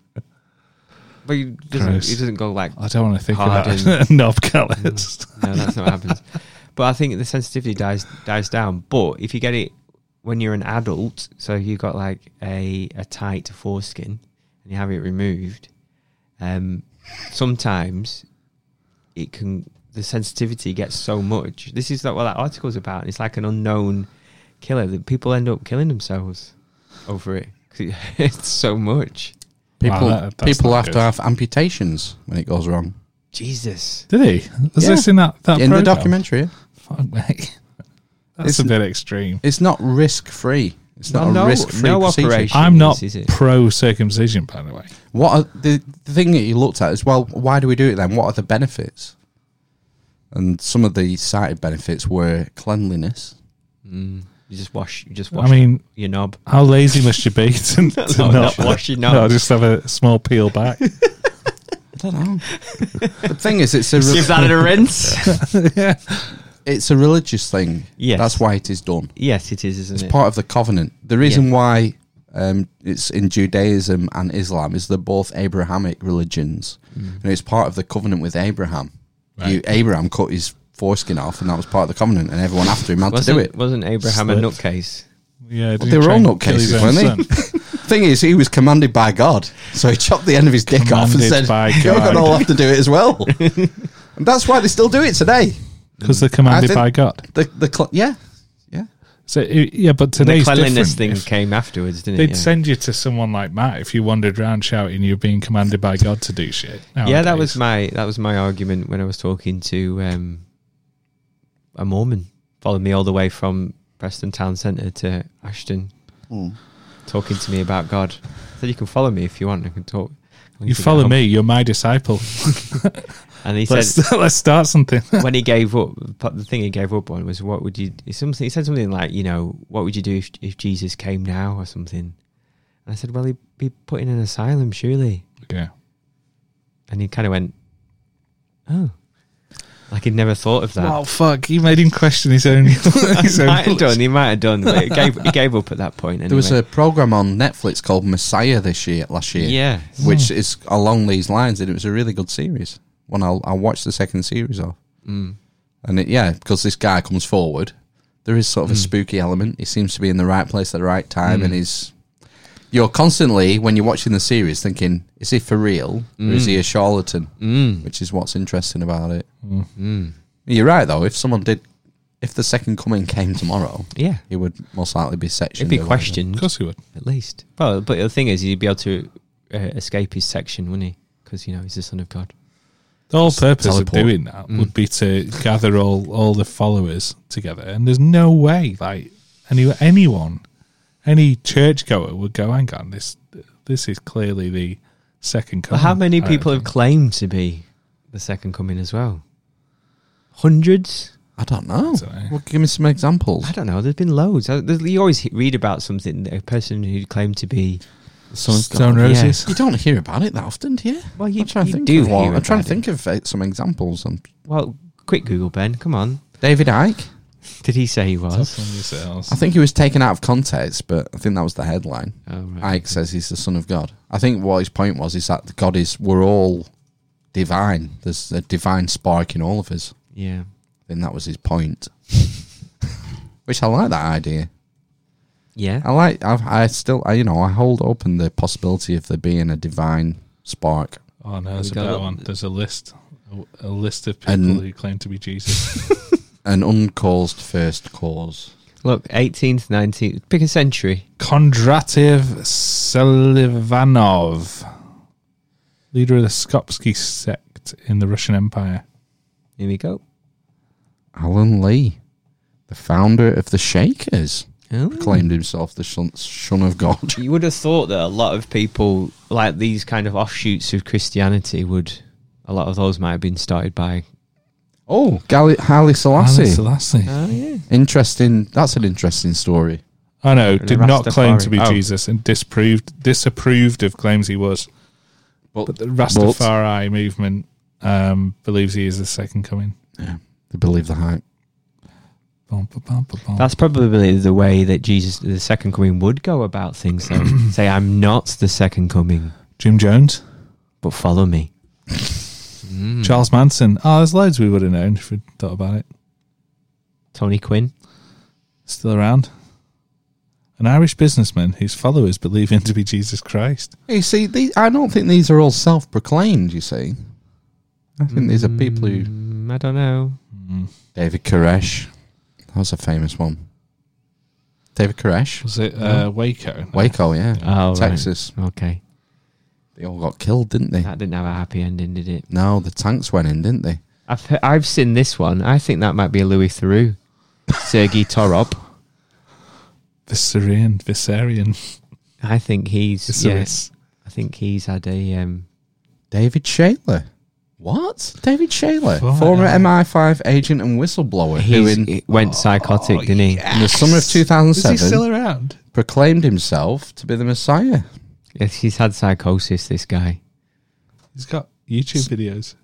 [SPEAKER 1] But you doesn't,
[SPEAKER 2] Gross.
[SPEAKER 1] it doesn't go like.
[SPEAKER 2] I don't want to think about
[SPEAKER 1] Hardened.
[SPEAKER 2] a knob callus.
[SPEAKER 1] No, that's not what happens. But I think the sensitivity dies dies down. But if you get it when you're an adult, so you've got like a, a tight foreskin and you have it removed, um, sometimes it can the sensitivity gets so much. This is not what that article's about. And it's like an unknown killer that people end up killing themselves over it because it hurts so much.
[SPEAKER 3] People
[SPEAKER 2] Wow, Ah, that- that's
[SPEAKER 3] people
[SPEAKER 2] not
[SPEAKER 3] have
[SPEAKER 2] good.
[SPEAKER 3] to have amputations when it goes wrong.
[SPEAKER 1] Jesus.
[SPEAKER 2] Did he? Was
[SPEAKER 3] Yeah.
[SPEAKER 2] this in that, that
[SPEAKER 3] in the
[SPEAKER 2] programme?
[SPEAKER 3] documentary,
[SPEAKER 2] Fuck me. That's
[SPEAKER 3] It's-
[SPEAKER 2] a bit extreme.
[SPEAKER 3] it's not risk free. It's not
[SPEAKER 1] Well,
[SPEAKER 3] a
[SPEAKER 1] no-
[SPEAKER 3] risk free
[SPEAKER 1] no
[SPEAKER 3] procedure.
[SPEAKER 1] operation.
[SPEAKER 2] I'm not
[SPEAKER 1] is it?
[SPEAKER 2] pro circumcision, by the way.
[SPEAKER 3] What are the, the thing that you looked at is well, why do we do it then? What are the benefits? And some of the cited benefits were cleanliness.
[SPEAKER 1] Mm. You just wash. You just
[SPEAKER 2] I
[SPEAKER 1] wash.
[SPEAKER 2] mean,
[SPEAKER 1] your knob.
[SPEAKER 2] how lazy must you be to, to
[SPEAKER 1] No, not
[SPEAKER 2] not,
[SPEAKER 1] wash your
[SPEAKER 2] No,
[SPEAKER 1] knob.
[SPEAKER 2] just have a small peel back.
[SPEAKER 3] I don't know. the thing is, it's a
[SPEAKER 1] Give
[SPEAKER 3] re-
[SPEAKER 1] that a rinse.
[SPEAKER 3] it's a religious thing.
[SPEAKER 1] Yes.
[SPEAKER 3] that's why it is done.
[SPEAKER 1] yes, it is, isn't
[SPEAKER 3] It's
[SPEAKER 1] it?
[SPEAKER 3] part of the covenant. The reason why um, it's in Judaism and Islam is they're both Abrahamic religions,
[SPEAKER 1] Mm.
[SPEAKER 3] and it's part of the covenant with Abraham. You, Abraham cut his foreskin off, and that was part of the covenant, and everyone after him had to
[SPEAKER 1] wasn't,
[SPEAKER 3] do it.
[SPEAKER 1] Wasn't Abraham a
[SPEAKER 2] Slipped.
[SPEAKER 1] nutcase?
[SPEAKER 2] yeah,
[SPEAKER 3] They were all nutcases, weren't
[SPEAKER 2] they?
[SPEAKER 3] Thing is, he was commanded by God, so he chopped the end of his dick off and
[SPEAKER 2] Commanded
[SPEAKER 3] said,
[SPEAKER 2] by
[SPEAKER 3] "You're
[SPEAKER 2] God."
[SPEAKER 3] gonna all have to do it as well." and that's why they still do it today.
[SPEAKER 2] Because they're
[SPEAKER 3] I
[SPEAKER 2] commanded
[SPEAKER 3] think-
[SPEAKER 2] by God.
[SPEAKER 3] The the cl- yeah, yeah.
[SPEAKER 2] So i- yeah, but
[SPEAKER 1] The
[SPEAKER 2] today's
[SPEAKER 1] cleanliness
[SPEAKER 2] different.
[SPEAKER 1] thing
[SPEAKER 2] If
[SPEAKER 1] came afterwards, didn't
[SPEAKER 2] They'd
[SPEAKER 1] it?
[SPEAKER 2] send you to someone like Matt if you wandered around shouting you're being commanded by God to do shit.
[SPEAKER 1] yeah, that was
[SPEAKER 2] nowadays.
[SPEAKER 1] my that was my argument when I was talking to um, a Mormon. Followed me all the way from Preston Town Centre to Ashton, talking to me about God. I said you can follow me if you want. I can talk. I
[SPEAKER 2] You
[SPEAKER 1] can
[SPEAKER 2] follow
[SPEAKER 1] help."
[SPEAKER 2] me, you're my disciple.
[SPEAKER 1] and he said
[SPEAKER 2] Let's let's start something.
[SPEAKER 1] when he gave up, but the thing he gave up on was what would you? it's Something he said something like, you know, what would you do if, if Jesus came now or something? And I said, well, he'd be put in an asylum, surely.
[SPEAKER 2] yeah.
[SPEAKER 1] And he kind of went, oh, like he'd never thought of that.
[SPEAKER 2] Oh fuck! You made him question his own. his
[SPEAKER 1] he
[SPEAKER 2] own
[SPEAKER 1] might have done. He might have done. But it gave, he gave up at that point. Anyway.
[SPEAKER 3] There was a program on Netflix called Messiah this year, last year,
[SPEAKER 1] yeah.
[SPEAKER 3] which is along these lines, and it was a really good series. One I'll, I watched the second series of,
[SPEAKER 1] Mm.
[SPEAKER 3] and it, yeah, because this guy comes forward, there is sort of a
[SPEAKER 1] Hmm.
[SPEAKER 3] spooky element. He seems to be in the right place at the right time, and he's you're constantly when you're watching the series thinking, is he for real or is he
[SPEAKER 1] Hmm.
[SPEAKER 3] a charlatan?
[SPEAKER 1] Mm.
[SPEAKER 3] Which is what's interesting about it. Hmm.
[SPEAKER 1] Mm.
[SPEAKER 3] You're right though. If someone did, if the second coming came tomorrow,
[SPEAKER 1] Yeah.
[SPEAKER 3] he would most likely be
[SPEAKER 1] It'd
[SPEAKER 3] sectioned.
[SPEAKER 1] be
[SPEAKER 3] or whatever.
[SPEAKER 1] questioned
[SPEAKER 2] Of course he would.
[SPEAKER 1] at least. Well, but the thing is, he'd be able to uh, escape his section, wouldn't he? Because you know he's the son of God.
[SPEAKER 2] The whole purpose of
[SPEAKER 3] teleport.
[SPEAKER 2] doing that
[SPEAKER 1] Mm.
[SPEAKER 2] would be to gather all, all the followers together, and there's no way like any anyone, any churchgoer would go. Hang on, this this is clearly the second
[SPEAKER 1] But
[SPEAKER 2] coming. Uh,
[SPEAKER 1] how many
[SPEAKER 2] Mm-hmm. I
[SPEAKER 1] people have
[SPEAKER 2] don't
[SPEAKER 1] claimed to be the second coming as well? Hundreds?
[SPEAKER 3] I don't know.
[SPEAKER 2] know.
[SPEAKER 3] Well, give me some examples.
[SPEAKER 1] I don't know. There's been loads. Uh, there's- You always he- read about something, a person who claimed to be.
[SPEAKER 3] Someone's got-
[SPEAKER 2] Stone Roses.
[SPEAKER 3] You don't hear about it that often, do you?
[SPEAKER 1] Well, you-
[SPEAKER 3] I'm trying
[SPEAKER 1] you
[SPEAKER 3] to think
[SPEAKER 1] do
[SPEAKER 3] Of one.
[SPEAKER 1] hear
[SPEAKER 3] I'm trying to
[SPEAKER 1] about it.
[SPEAKER 3] think of uh, some examples. Um,
[SPEAKER 1] Well, quick Google, Ben. Come on.
[SPEAKER 3] David Icke.
[SPEAKER 1] Did he say he
[SPEAKER 2] Tough
[SPEAKER 1] was?
[SPEAKER 2] on yourselves.
[SPEAKER 3] I think he was taken out of context, but I think that was the headline.
[SPEAKER 1] Oh, right.
[SPEAKER 3] Ike says he's the son of God. I think what his point was is that God is we're all divine. There's a divine spark in all of us.
[SPEAKER 1] Yeah.
[SPEAKER 3] I think that was his point. Which I like that idea.
[SPEAKER 1] Yeah.
[SPEAKER 3] I like. I've, I still. I, you know. I hold open the possibility of there being a divine spark.
[SPEAKER 2] Oh no, there's a
[SPEAKER 1] got
[SPEAKER 2] better
[SPEAKER 1] a-
[SPEAKER 2] one. There's a list, a, a list of people
[SPEAKER 3] And-
[SPEAKER 2] who claim to be Jesus.
[SPEAKER 3] An uncaused first cause.
[SPEAKER 1] Look, 18th, 19th. Pick a century.
[SPEAKER 2] Kondrativ Selivanov, leader of the Skopsky sect in the Russian Empire.
[SPEAKER 1] Here we go.
[SPEAKER 3] Alan Lee, the founder of the Shakers,
[SPEAKER 1] Oh.
[SPEAKER 3] claimed himself the son, son of God.
[SPEAKER 1] You would have thought that a lot of people, like these kind of offshoots of Christianity, would. A lot of those might have been started by.
[SPEAKER 3] Oh, Gali- Haile Selassie.
[SPEAKER 2] Haile Selassie.
[SPEAKER 1] Oh, yeah.
[SPEAKER 3] Interesting. That's an interesting story.
[SPEAKER 2] I know,
[SPEAKER 1] The
[SPEAKER 2] did not claim
[SPEAKER 1] Rastafari.
[SPEAKER 2] to be
[SPEAKER 1] Oh.
[SPEAKER 2] Jesus and disproved disapproved of claims he was.
[SPEAKER 3] But,
[SPEAKER 2] But the Rastafari movement um, believes he is the second coming.
[SPEAKER 3] they believe the hype.
[SPEAKER 2] Bum, ba, bum, ba, bum.
[SPEAKER 1] That's probably the way that Jesus, the second coming, would go about things, though. Say, I'm not the second coming,
[SPEAKER 2] Jim Jones,
[SPEAKER 1] but follow me.
[SPEAKER 2] Charles Manson. Oh, there's loads we would have known if we'd thought about it.
[SPEAKER 1] Tony Quinn.
[SPEAKER 2] Still around. An Irish businessman whose followers believe him to be Jesus Christ.
[SPEAKER 3] You see, these, I don't think these are all self-proclaimed. You see, I think these are people who
[SPEAKER 1] Mm, I don't know.
[SPEAKER 3] David Koresh. That was a famous one. David Koresh,
[SPEAKER 2] Was it uh, Waco? No.
[SPEAKER 3] Waco, yeah,
[SPEAKER 1] Oh, right.
[SPEAKER 3] Texas.
[SPEAKER 1] Okay.
[SPEAKER 3] They all got killed, didn't they?
[SPEAKER 1] That didn't have a happy ending, did it?
[SPEAKER 3] No, the tanks went in, didn't they?
[SPEAKER 1] I've, he- I've seen this one. I think that might be a Louis Theroux. Sergei Torop.
[SPEAKER 2] Viserion. Viserion.
[SPEAKER 1] I think he's. Yes.
[SPEAKER 2] Viserys.
[SPEAKER 1] I think he's had a. Um,
[SPEAKER 3] David Shaler. What? David Shaler,
[SPEAKER 2] Fuck.
[SPEAKER 3] former MI5 agent and whistleblower, who
[SPEAKER 1] he's-
[SPEAKER 3] in,
[SPEAKER 1] he went psychotic, didn't he?
[SPEAKER 3] in the summer of
[SPEAKER 2] Is he
[SPEAKER 3] 2007
[SPEAKER 2] still around?
[SPEAKER 3] proclaimed himself to be the Messiah.
[SPEAKER 1] Yes, he's had psychosis, this guy.
[SPEAKER 2] He's got YouTube videos.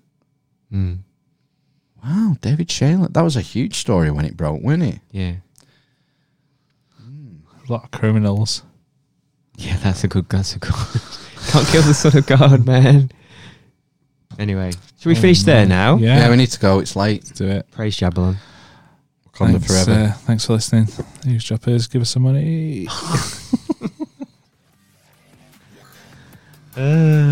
[SPEAKER 3] Wow, David Shaler. That was a huge story when it broke, wasn't it?
[SPEAKER 1] Yeah.
[SPEAKER 2] A lot of criminals.
[SPEAKER 1] Yeah, that's a good. That's a good. Can't kill the son of God, man. Anyway, should we finish there now?
[SPEAKER 2] Yeah.
[SPEAKER 3] Oh, Yeah, we need to go. It's late.
[SPEAKER 2] do it.
[SPEAKER 1] Praise Jablon.
[SPEAKER 3] Wakanda forever.
[SPEAKER 2] Uh, thanks for listening. Newsdroppers, give us some money.
[SPEAKER 1] Uh,